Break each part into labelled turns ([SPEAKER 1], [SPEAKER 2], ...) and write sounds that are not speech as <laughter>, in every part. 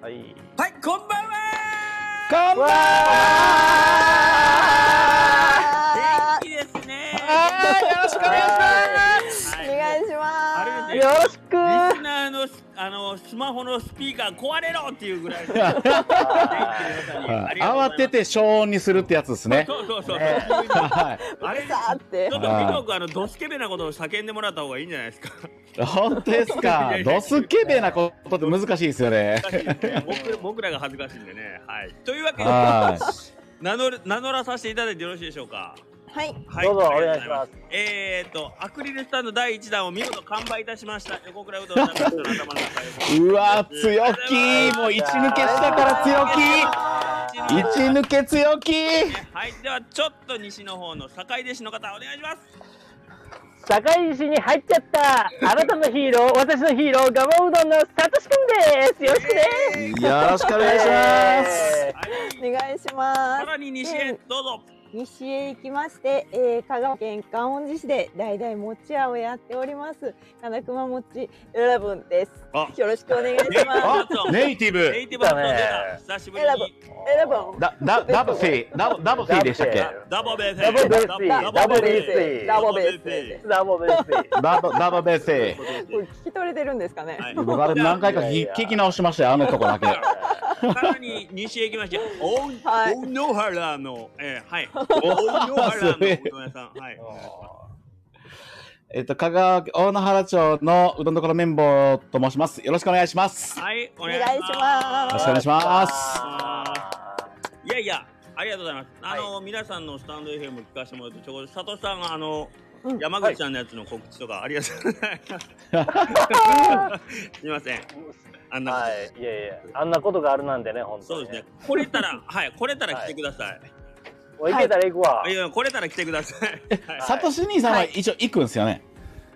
[SPEAKER 1] はい、
[SPEAKER 2] はい、こんばんは
[SPEAKER 3] 乾杯
[SPEAKER 2] 元気ですね
[SPEAKER 3] はいよろしくお願いします
[SPEAKER 1] は
[SPEAKER 4] お願いし
[SPEAKER 2] あ
[SPEAKER 4] ま
[SPEAKER 2] れ
[SPEAKER 4] す
[SPEAKER 2] です
[SPEAKER 3] よ
[SPEAKER 2] ね
[SPEAKER 3] ろし
[SPEAKER 2] リ
[SPEAKER 3] く
[SPEAKER 2] スナーのあのスマホのスピーカー壊れろっていうぐらいの
[SPEAKER 3] は
[SPEAKER 2] はい
[SPEAKER 3] 慌てて消音にするってやつですね
[SPEAKER 2] そうそうそう、
[SPEAKER 3] は
[SPEAKER 2] あれ
[SPEAKER 4] さあって
[SPEAKER 2] ちょっとひどくあのドスケベなことを叫んでもらった方がいいんじゃないですか。
[SPEAKER 3] い本当です <laughs> かドスケベなことって難しいですよね
[SPEAKER 2] 恥ずかしいですね僕僕らが恥ずかしいんでね。はい。というわけで
[SPEAKER 3] は
[SPEAKER 2] 名乗る名乗らさせていただいてよろしいでしょうか。
[SPEAKER 4] はい
[SPEAKER 2] はい。
[SPEAKER 1] どうぞ
[SPEAKER 2] ありがとござ
[SPEAKER 1] お願いし。
[SPEAKER 2] えーっとアクリルスタンド第一弾を見事完売いたしました。横倉うどんさんの頭の中
[SPEAKER 3] いうわ強気もう一抜けしたから強気一抜け強気
[SPEAKER 2] はい。ではちょっと西の方の堺弟子の方お願いします。
[SPEAKER 5] 堺市に入っちゃったあなたのヒーロー私のヒーローガマうどんのサトシくんですよろしくね
[SPEAKER 3] よろしくお願いします
[SPEAKER 2] はい。
[SPEAKER 4] お願いしま
[SPEAKER 2] さ
[SPEAKER 4] す
[SPEAKER 2] らに西へどうぞ。
[SPEAKER 4] 西へ行きまして、えー、香川県観音寺市で代々餅屋をやっております金熊餅エラブンです
[SPEAKER 2] あ
[SPEAKER 4] よろしくお願いしま
[SPEAKER 3] あ
[SPEAKER 4] す
[SPEAKER 3] ネイティブ
[SPEAKER 2] ネイティブ発音出た。久しぶり
[SPEAKER 4] エラブン
[SPEAKER 2] に。
[SPEAKER 4] エラブン
[SPEAKER 3] だだダブフィーダブダブフィーでしたっけ
[SPEAKER 2] ダボベー
[SPEAKER 1] ダボベース
[SPEAKER 2] ス
[SPEAKER 1] ダボベース
[SPEAKER 4] ダボベースで
[SPEAKER 1] ダボベース
[SPEAKER 3] ダブダブベーセー
[SPEAKER 4] すこれ聞き取れてるんですかね、
[SPEAKER 3] 僕あれ何回か
[SPEAKER 1] いやい
[SPEAKER 3] 聞
[SPEAKER 1] や
[SPEAKER 3] 聞き直しましたよあのとこだけ
[SPEAKER 2] さらに西へ行きまして、おん、
[SPEAKER 4] はい
[SPEAKER 2] おんのはらの、えー、はい、おんのはらのうどん屋さん、はい。
[SPEAKER 3] えっと、香川県大野原町のうどんどころ綿棒と申します。よろしくお願いします。よ
[SPEAKER 2] はい、お
[SPEAKER 4] お
[SPEAKER 2] 願
[SPEAKER 4] 願
[SPEAKER 2] い
[SPEAKER 4] い
[SPEAKER 2] し
[SPEAKER 4] し
[SPEAKER 2] ま。
[SPEAKER 4] ます
[SPEAKER 3] ろ
[SPEAKER 4] す
[SPEAKER 3] しくお願いします。
[SPEAKER 2] いやいや、ありがとうございます。あの、皆さんのスタンド FM 聞かせてもらうと、ちょうど佐藤さんがあの、
[SPEAKER 4] うん
[SPEAKER 2] 山口さんのやつの告知とか、ありがとうございます。す <laughs> みません、あんなこと。
[SPEAKER 1] はいいやいやあんなことがあるなんでね本
[SPEAKER 2] そ
[SPEAKER 1] 当
[SPEAKER 2] う
[SPEAKER 1] に
[SPEAKER 2] ですね。来れたら、はい、来れたら来てください。
[SPEAKER 1] おいけたら行くわ
[SPEAKER 2] い、や、来れたら来てください。はい
[SPEAKER 3] サトシ兄さんは一応行くんですよね。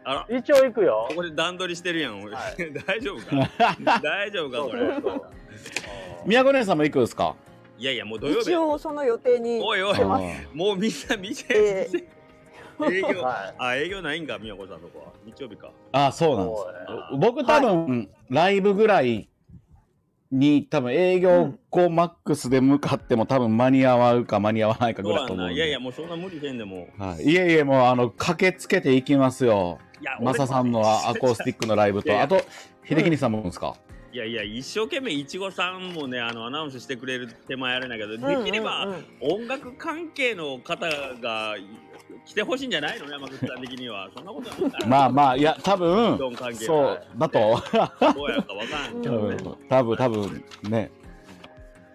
[SPEAKER 2] あら、
[SPEAKER 1] 一応行くよ
[SPEAKER 2] ここで段取りしてるやん、俺。
[SPEAKER 1] は
[SPEAKER 2] <laughs> 大丈夫か。大丈夫か、
[SPEAKER 1] そう
[SPEAKER 2] こ
[SPEAKER 1] そ
[SPEAKER 2] れ。
[SPEAKER 1] うそう
[SPEAKER 3] 宮古姉さんも行くんですか。
[SPEAKER 2] いやいや、もう土曜日
[SPEAKER 4] 一。応その予定に
[SPEAKER 2] おいおい
[SPEAKER 4] してます
[SPEAKER 3] あ
[SPEAKER 2] もうみんな見て、
[SPEAKER 4] え
[SPEAKER 2] 営業、
[SPEAKER 1] はい
[SPEAKER 2] あ営業ないんか宮古さんとこは日曜日か
[SPEAKER 3] あー、そうなんです。僕多分、ライブぐらいに多分営業後マックスで向かっても多分間に合うか間に合わないか
[SPEAKER 2] そ
[SPEAKER 3] ぐ
[SPEAKER 2] う
[SPEAKER 3] らい
[SPEAKER 2] や
[SPEAKER 3] だ
[SPEAKER 2] ん
[SPEAKER 3] と思う
[SPEAKER 2] なん
[SPEAKER 3] で。
[SPEAKER 2] いやいやもうそんな無理せんでも
[SPEAKER 3] はい、いえいえ、もうあの駆けつけていきますよ。
[SPEAKER 2] いや
[SPEAKER 3] マサさんのアアコースティックのライブ
[SPEAKER 2] いやい
[SPEAKER 3] と、
[SPEAKER 2] や
[SPEAKER 3] あと、秀樹さんもですか。
[SPEAKER 2] <laughs> いやいや一生懸命いちごさんもねあのアナウンスしてくれる手前あれだけど、できれば、
[SPEAKER 4] うんうんうん
[SPEAKER 2] 音楽関係の方が来てほしいんじゃないの山口さん的にはそんなことないから
[SPEAKER 3] <laughs> まあまあ、いや、多
[SPEAKER 2] う
[SPEAKER 3] 分
[SPEAKER 2] どん関、係
[SPEAKER 3] そうだと。
[SPEAKER 2] どうやるかわかんないけ
[SPEAKER 3] 多
[SPEAKER 2] ど
[SPEAKER 3] 分
[SPEAKER 2] ね、
[SPEAKER 3] 多分、多分、ね。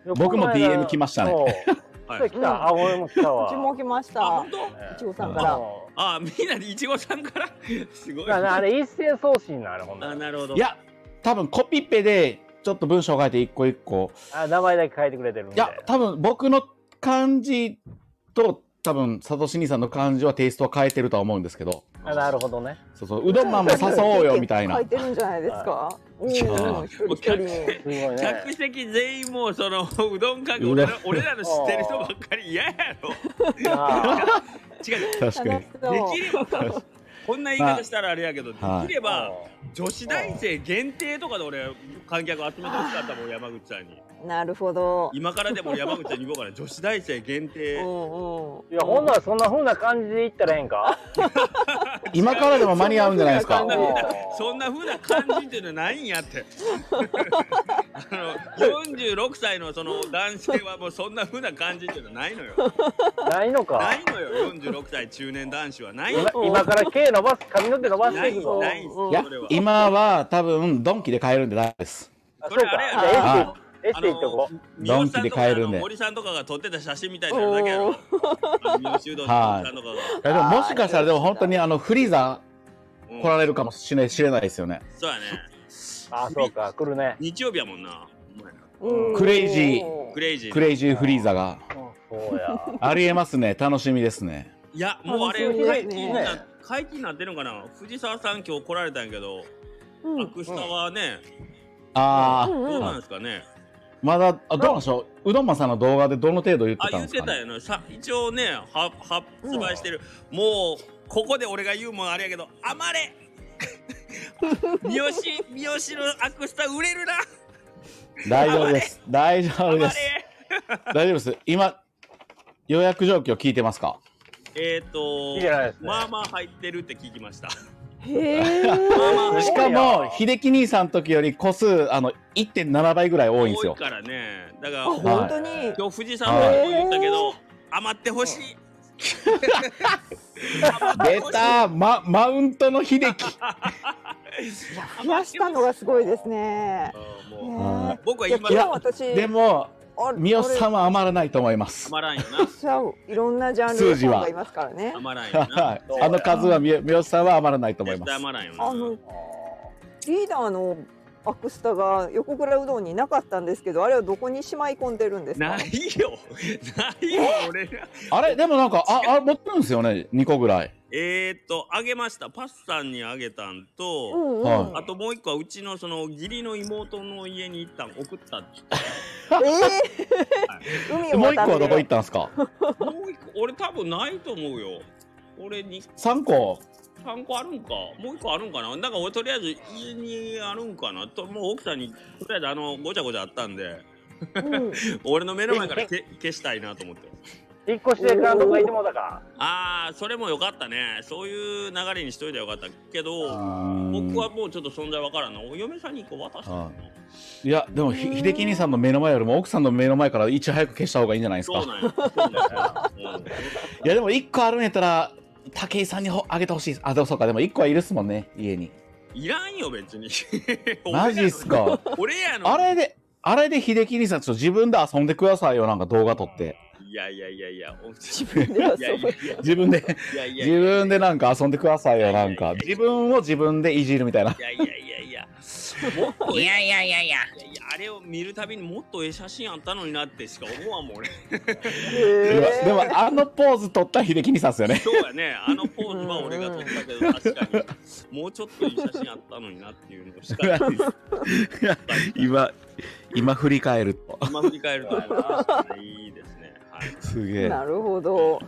[SPEAKER 1] うん
[SPEAKER 3] 僕も DM 来ましたね
[SPEAKER 1] そう
[SPEAKER 2] はい
[SPEAKER 1] 来たあ俺も来たわ
[SPEAKER 4] うちも来まし
[SPEAKER 2] あ
[SPEAKER 4] た
[SPEAKER 2] 本当
[SPEAKER 4] いちごさん
[SPEAKER 1] か
[SPEAKER 4] から
[SPEAKER 2] あみんなでいちごさんから <laughs> すごい
[SPEAKER 1] らあ
[SPEAKER 2] あ
[SPEAKER 1] れ一斉送信なあれほんとに
[SPEAKER 2] なるほど
[SPEAKER 3] いや、多分コピペで、ちょっと文章を書いて一個一個。
[SPEAKER 1] あ名前だけ書いてくれてるんで
[SPEAKER 3] いや、多分僕の漢字と、多分サトシ兄さんの漢字はテイストは変えてるとは思うんですけど。
[SPEAKER 1] あなるほどね
[SPEAKER 3] そうそう、うどんマンも誘おうよみたいな
[SPEAKER 2] <laughs>
[SPEAKER 4] 書い。てるんじゃないですか。うん、うん、
[SPEAKER 3] い
[SPEAKER 4] 一
[SPEAKER 3] や
[SPEAKER 4] 人一人に。
[SPEAKER 1] すごいね
[SPEAKER 2] 客席全員もうそのうどん関係
[SPEAKER 3] うどん
[SPEAKER 2] 俺ら俺らの知ってる人ばっかり嫌やろ
[SPEAKER 1] なあ
[SPEAKER 2] 違う
[SPEAKER 3] 確か
[SPEAKER 4] 楽
[SPEAKER 3] に
[SPEAKER 4] し。そ
[SPEAKER 2] できればさこんな言い方したらあれやけど、
[SPEAKER 3] はい
[SPEAKER 2] できれば女子大生限定とかで俺観客集めてほしかったもん山口さんに
[SPEAKER 4] う。なるほど。
[SPEAKER 2] 今からでも山口さんに言おうかな女子大生限
[SPEAKER 4] う
[SPEAKER 2] 定
[SPEAKER 4] んうん。
[SPEAKER 1] いやほんならそんなふうな感じで行ったらええん
[SPEAKER 2] <laughs>
[SPEAKER 1] か
[SPEAKER 3] 今からでも間に合うんじゃないです
[SPEAKER 2] そ
[SPEAKER 3] か
[SPEAKER 2] ん。なふうなそんなふうな感じっていうのはないんやってあの46歳のその男性はもうそんなふうな感じっていうのはないのよ
[SPEAKER 1] ないのか
[SPEAKER 2] ないのよ46歳中年男子はないの
[SPEAKER 1] 今今から毛伸ばす髪の毛伸ばしていくぞ
[SPEAKER 2] ないんです
[SPEAKER 4] うん
[SPEAKER 3] いや
[SPEAKER 2] それは、
[SPEAKER 3] 今は多分ドンキで買えるんで大丈夫です。
[SPEAKER 1] あ
[SPEAKER 2] そ
[SPEAKER 1] そう
[SPEAKER 2] れ
[SPEAKER 1] か
[SPEAKER 2] あれや
[SPEAKER 1] じゃあ
[SPEAKER 3] ろ
[SPEAKER 1] エッセイエッセイ行っとこ
[SPEAKER 2] 三好さんとかあ
[SPEAKER 3] ドンキで買えるん
[SPEAKER 2] の
[SPEAKER 3] で
[SPEAKER 2] 森さんとかが撮ってた写真みたいなのだけやろあの三好修道さんとか
[SPEAKER 3] いやでももしかしたらでも本当にあのフリーザ
[SPEAKER 2] が
[SPEAKER 3] ー来られるかもしれない知れないですよね。
[SPEAKER 2] そうやね
[SPEAKER 1] あそうか来るね
[SPEAKER 2] 日曜日やもんなお前ら
[SPEAKER 4] うん
[SPEAKER 3] クレイジ
[SPEAKER 2] クレイジー
[SPEAKER 3] クレイジーフリーザが
[SPEAKER 1] そうや
[SPEAKER 3] ありえますね。楽しみですね。
[SPEAKER 2] いやもうあれ
[SPEAKER 4] 楽しみです
[SPEAKER 2] 解
[SPEAKER 4] ね
[SPEAKER 2] 禁な解禁になってるのかな藤沢さん今日来られたんやけど
[SPEAKER 4] うん
[SPEAKER 2] アクスタはね
[SPEAKER 3] あ
[SPEAKER 4] うん
[SPEAKER 2] どうなん
[SPEAKER 3] あ、
[SPEAKER 2] ですかね
[SPEAKER 3] まだあどうなんでしょう。うどんまんさんの動画でどの程度言って
[SPEAKER 2] あ
[SPEAKER 3] た
[SPEAKER 2] 言
[SPEAKER 3] んで
[SPEAKER 2] っ
[SPEAKER 3] す
[SPEAKER 2] て
[SPEAKER 3] か、
[SPEAKER 2] た
[SPEAKER 3] ね。
[SPEAKER 2] よねさ一応ねは発売してるもうここで俺が言うもんあれやけど余
[SPEAKER 4] <laughs>
[SPEAKER 2] れ三好三好のアクスタ売れるな
[SPEAKER 3] 大丈夫です。大丈夫
[SPEAKER 2] 頑張
[SPEAKER 3] で
[SPEAKER 2] れ
[SPEAKER 3] す。大丈夫です。今、予約状況聞いてますか
[SPEAKER 2] えっと
[SPEAKER 1] いいじゃないですね
[SPEAKER 2] まあまあ入ってるって聞きま
[SPEAKER 3] <laughs>
[SPEAKER 2] した
[SPEAKER 4] へえ。
[SPEAKER 2] まあまあ入っ
[SPEAKER 3] してか
[SPEAKER 1] 多い
[SPEAKER 3] も
[SPEAKER 1] な、
[SPEAKER 3] 秀樹兄さんの時より個数、あの、1.7倍ぐらい多いんです
[SPEAKER 2] 多い
[SPEAKER 3] よ。
[SPEAKER 2] からねだか
[SPEAKER 4] あ
[SPEAKER 2] ら
[SPEAKER 4] 本当に。
[SPEAKER 2] 今日富士山も言ったけど、余ってほしい <laughs>
[SPEAKER 3] 出たママウントの秀樹
[SPEAKER 4] 増やしたのがすごいですね。
[SPEAKER 2] うんもう
[SPEAKER 4] ね
[SPEAKER 2] 僕は
[SPEAKER 4] えいや
[SPEAKER 2] 今
[SPEAKER 4] 今日私
[SPEAKER 3] でも、
[SPEAKER 4] あれ
[SPEAKER 3] みよさんは余らないと思います。
[SPEAKER 2] 余らんよ
[SPEAKER 4] あれちゃういろんなジャンルのファンがいますからね
[SPEAKER 2] な。余らんよな
[SPEAKER 3] はいあの数はみよみよさんは余らないと思い
[SPEAKER 2] 絶
[SPEAKER 3] ま
[SPEAKER 2] 対
[SPEAKER 3] す。
[SPEAKER 2] 余らんよな
[SPEAKER 4] あのリーダーのアクスタが横倉うどんになかったんですけど、あれはどこにしまい込んでるんですか
[SPEAKER 2] な。いよないよ俺ら
[SPEAKER 3] あれでもなんか、あ、あ持ってるんですよね、2個ぐらい。
[SPEAKER 2] えーっとあげましたパスさんにあげたんと、
[SPEAKER 4] うんうん。
[SPEAKER 3] は
[SPEAKER 2] あともう一個はうちのその義理の妹の家に行ったん送ったんです
[SPEAKER 4] ええ海を
[SPEAKER 3] もう1個
[SPEAKER 4] 渡
[SPEAKER 3] は
[SPEAKER 4] って
[SPEAKER 3] どこ行ったんですか
[SPEAKER 2] もう一個俺多分ないと思うよ俺に
[SPEAKER 3] ?3 個。
[SPEAKER 2] 3個あるんかもう一個あるんかななんか俺とりあえず家にあるんかなともう奥さんにとりあえずあのごちゃごちゃあったんで
[SPEAKER 4] うん
[SPEAKER 2] 俺の目の前からけ消したいなと思って
[SPEAKER 5] 引っ越していかんとこ行ってもうたか
[SPEAKER 2] ああそれもよかったねそういう流れにしといてよかったけど僕
[SPEAKER 3] 僕
[SPEAKER 2] はもうちょっと存在わからんのお嫁さんに一個渡したの
[SPEAKER 3] はいいや、でも、ひ秀樹兄さんの目の前よりも奥さんの目の前からいち早く消した方がいいんじゃないです
[SPEAKER 2] そう
[SPEAKER 3] か。
[SPEAKER 2] なんやそうなんやうん
[SPEAKER 3] いや、でも1個あるんやったら、武井さんにほあげてほしいです。あ、でもそうか、でも1個はいるっすもんね、家に。
[SPEAKER 2] いらんよ別に
[SPEAKER 3] マジっすか。
[SPEAKER 2] 俺やの
[SPEAKER 3] あれで、あれで秀樹兄さん、ちょっと自分で遊んでくださいよ、なんか動画撮って。
[SPEAKER 2] いやいやいやいやお自
[SPEAKER 4] 自分ではそう
[SPEAKER 2] いやいやいや
[SPEAKER 3] 自分で、
[SPEAKER 2] いやいや
[SPEAKER 3] 自分でなんか遊んでくださいよ、なんか。自分を自分でいじるみたいな。
[SPEAKER 2] いやいやいやいや、もっ <laughs> といやいやいやいや、いやあれを見るたびにもっとええ写真あったのになってしか思わんもん俺。
[SPEAKER 3] で
[SPEAKER 4] へ
[SPEAKER 3] も、でもあのポーズ撮った秀樹兄さんっすよね。
[SPEAKER 2] そうや <laughs> ね、あのポーズは俺が撮ったけど、確かに。もうちょっといい写真あったのになっていうのをしか
[SPEAKER 3] 今、今振り返ると。
[SPEAKER 2] 今振り返ると <laughs> あれいいですね。はい、
[SPEAKER 3] すげ
[SPEAKER 4] え。
[SPEAKER 3] え。
[SPEAKER 4] なるほど。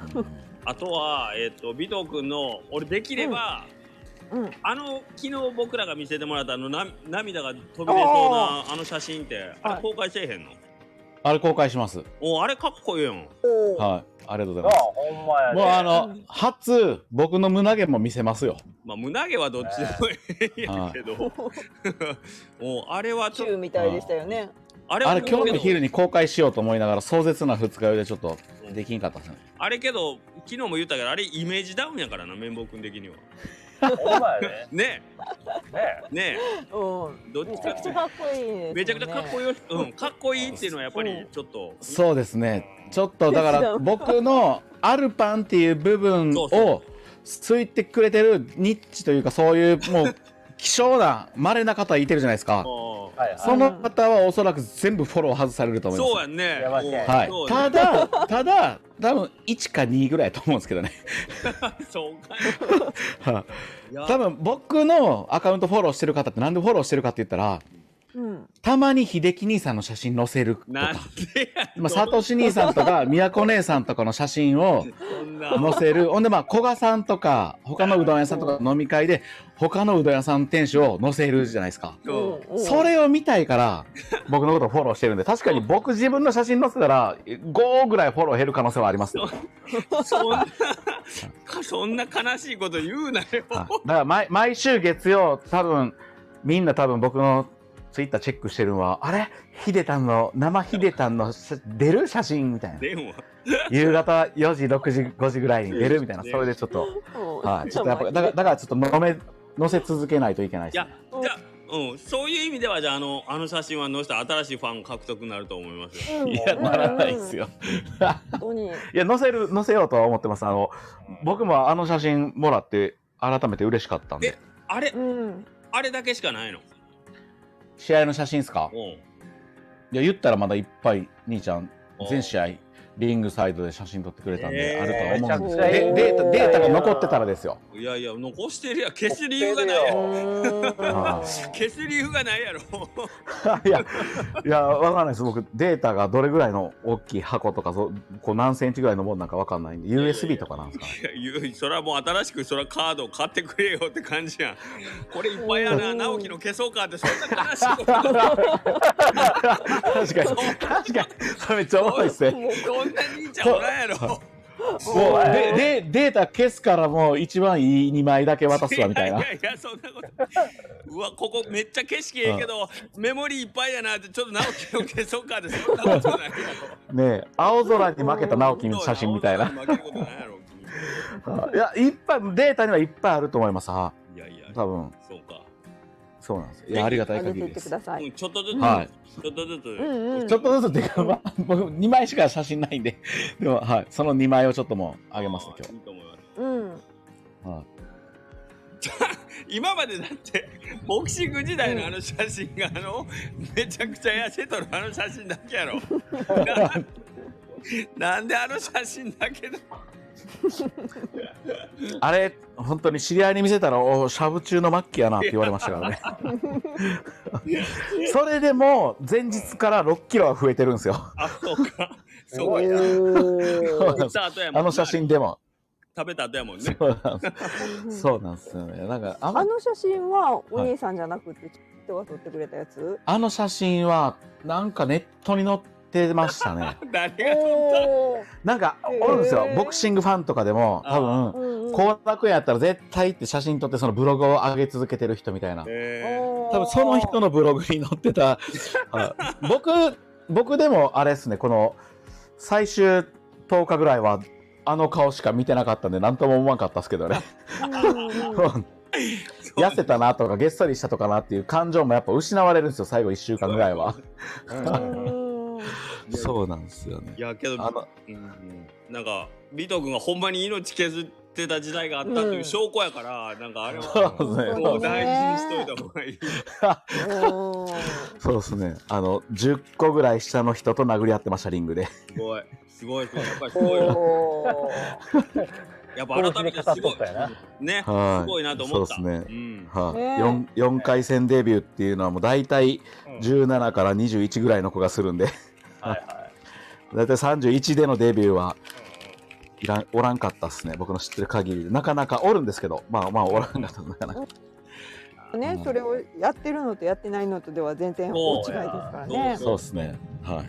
[SPEAKER 2] あとは、えっ、と、尾藤君の、俺できれば、
[SPEAKER 4] うん。
[SPEAKER 2] あの昨日僕らが見せてもらったあのな涙が飛び出そうなあの写真ってあれ公開せえへんの、
[SPEAKER 3] あれ公開します。
[SPEAKER 2] おあれかっこいいやん
[SPEAKER 4] おー
[SPEAKER 3] はい。ありがとうございま
[SPEAKER 1] なあ
[SPEAKER 3] す。
[SPEAKER 1] ほんまや
[SPEAKER 3] もう
[SPEAKER 1] で
[SPEAKER 3] あの、初、僕の胸毛も見せますよ。
[SPEAKER 2] まあ胸毛はどっちでもええんやけど、 <laughs> もうあれはちょっ
[SPEAKER 4] 中
[SPEAKER 2] と
[SPEAKER 4] みたいでしたよね。
[SPEAKER 2] あれは
[SPEAKER 3] あれ、今日の昼
[SPEAKER 2] に
[SPEAKER 3] に公開しようと思いながら、壮絶な二日酔いでちょっとできんかったですね。
[SPEAKER 2] あれけど昨日も言ったけどあれイメージダウンやからな綿棒君的には
[SPEAKER 1] ほんまやでね
[SPEAKER 2] ね
[SPEAKER 1] え
[SPEAKER 2] えね
[SPEAKER 4] うん。
[SPEAKER 2] えどっち
[SPEAKER 4] めち
[SPEAKER 2] か
[SPEAKER 4] ゃ
[SPEAKER 2] って
[SPEAKER 4] くちゃかっこいいですね。
[SPEAKER 2] めちゃくちゃかっこ
[SPEAKER 4] いい。
[SPEAKER 2] ようんかっこいいっていうのはやっぱり
[SPEAKER 4] うん
[SPEAKER 2] ちょっと
[SPEAKER 3] そうですね。ちょっとだか
[SPEAKER 4] 手伝
[SPEAKER 3] ら
[SPEAKER 4] う
[SPEAKER 3] 僕のアルパンっていう部分
[SPEAKER 2] そうそ
[SPEAKER 3] をついてくれてるニッチというかそういうもう希少な稀な方いてるじゃないですか。
[SPEAKER 2] も
[SPEAKER 1] はいはい
[SPEAKER 3] その方はおそらく全部フォロー外されると
[SPEAKER 2] う
[SPEAKER 3] 思います。
[SPEAKER 2] そうやんね
[SPEAKER 1] やばいね
[SPEAKER 2] うん
[SPEAKER 3] はい
[SPEAKER 2] そ。う
[SPEAKER 3] た
[SPEAKER 2] ね
[SPEAKER 3] だ、ただ、多分1か2ぐらいやと思うんですけどね。 <laughs>
[SPEAKER 2] そうか
[SPEAKER 3] はい
[SPEAKER 2] や
[SPEAKER 3] い多分僕のアカウントフォローしてる方ってなんでフォローしてるかって言ったら、
[SPEAKER 4] うん。
[SPEAKER 3] たまに秀樹兄さんの写真載せると
[SPEAKER 2] なん
[SPEAKER 3] か、
[SPEAKER 2] でや
[SPEAKER 3] まあ、サトシ兄さんとか、宮子姉さんとかの写真を、
[SPEAKER 2] そんな
[SPEAKER 3] 載せる。ほんで、まあ、古賀さんとか、他のうどん屋さんとか飲み会で、他のうどん屋さんの店主を載せるじゃないですか。
[SPEAKER 2] うん
[SPEAKER 4] うん
[SPEAKER 3] そ。れを見たいから、僕のことをフォローしてるんで、確かに僕自分の写真載せたら、5ぐらいフォロー減る可能性はあります。はい
[SPEAKER 2] そんなかそんな悲しいこと言うなよ
[SPEAKER 3] <laughs> だから毎、毎週月曜、多分、みんな多分僕のツイッターチェックしてるのは、あれヒデタンの、生ヒデタンの写出る写真みたいな。
[SPEAKER 2] でも
[SPEAKER 3] 夕方4時、6時、5時ぐらいに出るみたいな。それでちょっと。
[SPEAKER 4] うん
[SPEAKER 3] <laughs> はい、ちょっとやっぱだからだからちょっとのめ乗せ続けないといけないで
[SPEAKER 2] い
[SPEAKER 3] す、ね
[SPEAKER 2] や、じゃあ、うん、そういう意味では、じゃあ、あの、あの写真は載せたら新しいファン獲得になると思いますよ。
[SPEAKER 4] うん
[SPEAKER 3] いやならないです。よ。
[SPEAKER 4] うん本当に。
[SPEAKER 3] いや載せる載せようとは思ってます。あの僕もあの写真もらって改めて嬉しかったんで
[SPEAKER 2] え。あれ
[SPEAKER 4] う、ん。
[SPEAKER 2] あれだけしかないの。
[SPEAKER 3] 試合の写真ですか
[SPEAKER 2] う。ん。
[SPEAKER 3] いや言ったらまだいっぱい兄ちゃん全試合リングサイドで写真撮ってくれたんで、
[SPEAKER 2] えー
[SPEAKER 3] あるとは思うんです
[SPEAKER 4] めちゃくちゃい
[SPEAKER 3] けど、
[SPEAKER 4] い
[SPEAKER 3] でデータ、データが残ってたらですよ。 <laughs>
[SPEAKER 2] いやいや残してるやん消す理由がないやろ
[SPEAKER 3] は
[SPEAKER 2] 消す理由がないやろ
[SPEAKER 3] いや、いや、わかんないです。僕、データがどれぐらいの大きい箱とか、そうこう何センチぐらいのものなんかわかんないんで、USB とかなんですかね。
[SPEAKER 2] いや言うそれはもう新しくそれはカードを買ってくれよって感じやんこれいっぱいやな直樹の消そうかってそんな悲しいこと
[SPEAKER 3] 確かに、確かに、それめっちゃおもろいっすね。
[SPEAKER 2] そんな兄ちゃんおらんやろ
[SPEAKER 3] もう、で、で、データ消すからもう一番いい2枚だけ渡すわ、みたい <laughs> な。
[SPEAKER 2] やいやいやそんなことうわここめっちゃ景色ええけど、メモリーいっぱいやなってちょっと直樹を消そうかってそんなことないや
[SPEAKER 3] ねえ、青空に負けた
[SPEAKER 2] ろ
[SPEAKER 3] 直樹の写真みたいな。
[SPEAKER 2] 負けることないやろ君
[SPEAKER 3] いや、いっぱい、データにはいっぱいあると思います。はい
[SPEAKER 2] やいや
[SPEAKER 3] 多分、
[SPEAKER 2] そうか、
[SPEAKER 3] そうなんです。いや、ありがたい
[SPEAKER 4] 上げ
[SPEAKER 3] 限
[SPEAKER 4] て
[SPEAKER 3] り
[SPEAKER 4] い
[SPEAKER 3] で
[SPEAKER 4] ってく
[SPEAKER 3] す。
[SPEAKER 4] ださ
[SPEAKER 2] う
[SPEAKER 4] い。
[SPEAKER 2] んちょっとずつ、
[SPEAKER 3] はい
[SPEAKER 2] ちょっとずつ、
[SPEAKER 4] うんうん。
[SPEAKER 3] ちょっとずつっていうか、まあ、 <laughs> 僕2枚しか写真ないんで、 <laughs> でも、はい、その2枚をちょっともうあげますね、今
[SPEAKER 2] いいと思います
[SPEAKER 4] うん。
[SPEAKER 3] 日。はい
[SPEAKER 2] 今までだってボクシング時代のあの写真があのめちゃくちゃ痩せとるあの写真だけやろななんであの写真だけだ
[SPEAKER 3] あれ、本当に知り合いに見せたら、おしゃぶ中の末期やなって言われました <laughs> からね。それでも、前日から6キロは増えてるんですよ。
[SPEAKER 2] あそうか
[SPEAKER 1] す
[SPEAKER 2] そう
[SPEAKER 1] ご
[SPEAKER 2] か
[SPEAKER 1] いな。
[SPEAKER 3] そう
[SPEAKER 2] 食
[SPEAKER 3] なん
[SPEAKER 2] っ
[SPEAKER 3] です
[SPEAKER 2] た後やも
[SPEAKER 3] あ
[SPEAKER 2] んな
[SPEAKER 3] の写真でも。
[SPEAKER 2] 食べた後やもんね
[SPEAKER 3] そうなんですそうなんですよね。なんか、あんま
[SPEAKER 4] あの写真はお兄さんじゃなくて、人が撮ってくれたやつ。
[SPEAKER 3] あの写真は、なんかネットに載ってましたね。
[SPEAKER 2] 誰が
[SPEAKER 4] お
[SPEAKER 3] なんか、おるんですよ
[SPEAKER 4] へ。ー
[SPEAKER 3] ボクシングファンとかでも、多
[SPEAKER 4] お。
[SPEAKER 3] 分、
[SPEAKER 4] うんうん。
[SPEAKER 3] 後楽園やったら絶対って写真撮って、そのブログを上げ続けてる人みたいな。
[SPEAKER 2] え
[SPEAKER 3] 多
[SPEAKER 4] 多
[SPEAKER 3] 分その人のブログに載っ
[SPEAKER 2] <laughs>
[SPEAKER 3] てた、あ僕、僕でもあれですね、この、最終10日ぐらいは、あの顔しか見てなかったんで、なんとも思わんかったですけど
[SPEAKER 2] <laughs>
[SPEAKER 3] ね。 <laughs> うん痩せたなとか、げっそりしたとかなっていう感情もやっぱ失われるんですよ、最後1週間ぐらいは。 <laughs>
[SPEAKER 2] うん
[SPEAKER 3] そうなんですよね
[SPEAKER 2] い。やけど
[SPEAKER 3] あの
[SPEAKER 2] うんなんかビト君がほんまに命削ってた時代があったという証拠やから、なんかあれは
[SPEAKER 3] そうですね。
[SPEAKER 2] もう大事にしといた方がいい
[SPEAKER 3] そうですね。あの、10個ぐらい下の人と殴り合ってました、リングで。
[SPEAKER 2] すごいすごいすごいやっぱりすごいな
[SPEAKER 4] お
[SPEAKER 2] やっ
[SPEAKER 1] こ
[SPEAKER 2] ぱ
[SPEAKER 1] う
[SPEAKER 2] 改め
[SPEAKER 1] め
[SPEAKER 2] て
[SPEAKER 1] 方
[SPEAKER 2] す
[SPEAKER 1] っと
[SPEAKER 2] ごい
[SPEAKER 1] ったやな。
[SPEAKER 2] ね
[SPEAKER 3] は
[SPEAKER 2] す
[SPEAKER 3] い
[SPEAKER 2] ごいなと思った
[SPEAKER 3] そうですね
[SPEAKER 2] ん
[SPEAKER 3] はい、
[SPEAKER 4] ねえ
[SPEAKER 3] 四 4, 回戦デビューっていうのはもう大体
[SPEAKER 1] うん
[SPEAKER 3] 17から21ぐらいの子がするんで、 <laughs>
[SPEAKER 1] はいはい。
[SPEAKER 3] 大体31でのデビューはいらんおらんかったっすね、僕の知ってる限りで。なかなかおるんですけど、まあまあおらんかったなかなか。
[SPEAKER 4] ーね、それをやってるのとやってないのとでは全然大違いですから
[SPEAKER 3] <laughs>
[SPEAKER 4] ね。
[SPEAKER 3] そうですね。は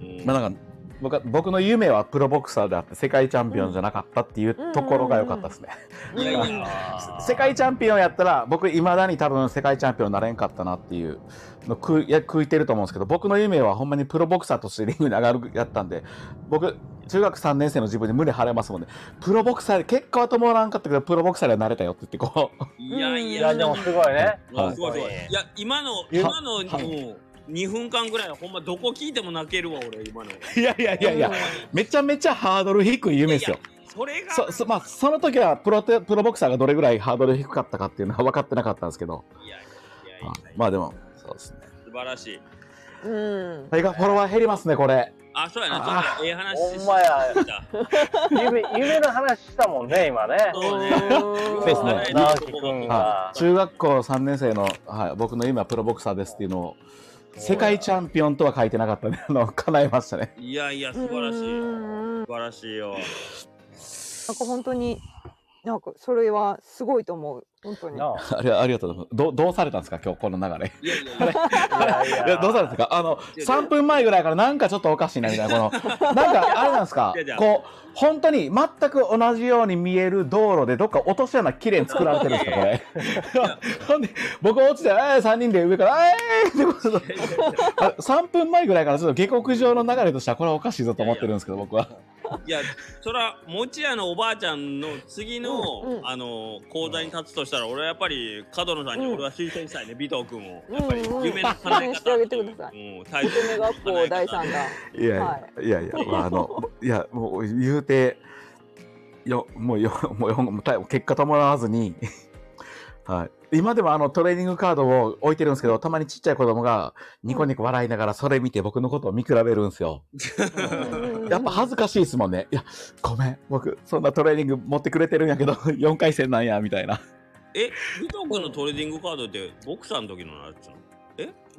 [SPEAKER 3] い。
[SPEAKER 1] ね
[SPEAKER 2] うん
[SPEAKER 3] まあなんか僕は僕の夢はプロボクサーであって世界チャンピオンじゃなかったっていうところが良かったですね。
[SPEAKER 2] いやいや
[SPEAKER 1] あー
[SPEAKER 3] 世界チャンピオンやったら僕いまだに多分世界チャンピオンになれんかったなっていうの食いいや食いてると思うんですけど僕の夢はほんまにプロボクサーとしてリングに上がるやったんで僕中学3年生の自分で胸張れますもんねプロボクサーで結果は伴わなかったけどプロボクサーにはなれたよって言ってこう
[SPEAKER 2] いやい
[SPEAKER 1] い
[SPEAKER 2] や
[SPEAKER 1] や、でもすごいね。
[SPEAKER 2] あすごいすごい
[SPEAKER 1] はい
[SPEAKER 2] いや今の今のうん2分間ぐらいはほんまどこ聞いても泣けるわ俺今の
[SPEAKER 3] いやいやいやいやめちゃめちゃハードル低い夢ですよ
[SPEAKER 2] それが
[SPEAKER 3] そそ,、まあ、その時はプロテプロボクサーがどれぐらいハードル低かったかっていうのは分かってなかったんですけど
[SPEAKER 2] いやいやいや
[SPEAKER 3] あまあでもそうですね
[SPEAKER 2] 素晴らしい
[SPEAKER 4] うん。
[SPEAKER 3] タイガーフォロワー減りますねこれ
[SPEAKER 2] あそうやなちょ
[SPEAKER 3] あ
[SPEAKER 2] っとええ話
[SPEAKER 1] ほんまや
[SPEAKER 2] してた
[SPEAKER 5] 夢夢の話したもんね今ね
[SPEAKER 2] そうね
[SPEAKER 3] そうですね
[SPEAKER 1] 直樹君
[SPEAKER 3] は
[SPEAKER 1] が
[SPEAKER 3] い、。中学校3年生の、はい、僕の今はプロボクサーですっていうのを世界チャンピオンとは書いてなかったんであの叶えましたね
[SPEAKER 2] いやいや素晴らしい素晴らしいよ
[SPEAKER 4] なんか本当に、なんかそれはすごいと思う。本当に。
[SPEAKER 1] な
[SPEAKER 3] <laughs> ありありがとうございますどうどうされたんですか今日この流れ
[SPEAKER 2] いやいやいや
[SPEAKER 1] あいやい
[SPEAKER 3] いやどうされたんですかあの3分前ぐらいからなんかちょっとおかしいなみたいなこの <laughs> なんかあれなんですか
[SPEAKER 2] いやいや
[SPEAKER 3] こう本当に全く同じように見える道路でどっか落とし穴きれいに作られてるんですかこれ <laughs> ほんで僕落ちて「えー、3人で上から「えー!」ってことだあ3分前ぐらいからちょっと下克上の流れとしてはこれはおかしいぞと思ってるんですけど僕はい
[SPEAKER 2] や、そら、餅屋のおばあちゃんの次の、
[SPEAKER 4] うんうん
[SPEAKER 2] あの、講座に立つとしたら、俺はやっぱり、角野さんに
[SPEAKER 4] うん
[SPEAKER 2] 俺は推薦したいね、尾藤君を。
[SPEAKER 4] うん
[SPEAKER 2] やっぱり、夢の叶え
[SPEAKER 4] うん
[SPEAKER 2] 方。
[SPEAKER 4] してあげてください
[SPEAKER 2] うん、大切
[SPEAKER 4] 夢学校第三
[SPEAKER 3] <laughs>
[SPEAKER 4] 弾。
[SPEAKER 3] いやいや、、
[SPEAKER 4] はい
[SPEAKER 3] やいや、まあ、あの、いや、もう言うて、よ、もうよ、 <laughs> もうよ、もうた結果伴わずに、 <laughs> はい。今でもあのトレーニングカードを置いてるんですけど、たまにちっちゃい子供がニコニコ笑いながらそれ見て僕のことを見比べるんですよ。
[SPEAKER 4] うんうん
[SPEAKER 3] やっぱ恥ずかしいですもんね。いや、ごめん、僕、そんなトレーニング持ってくれてるんやけど、4回 <laughs> 戦なんや、みたいな。
[SPEAKER 2] え、武藤君のトレーディングカードってボクサーの時のやつなの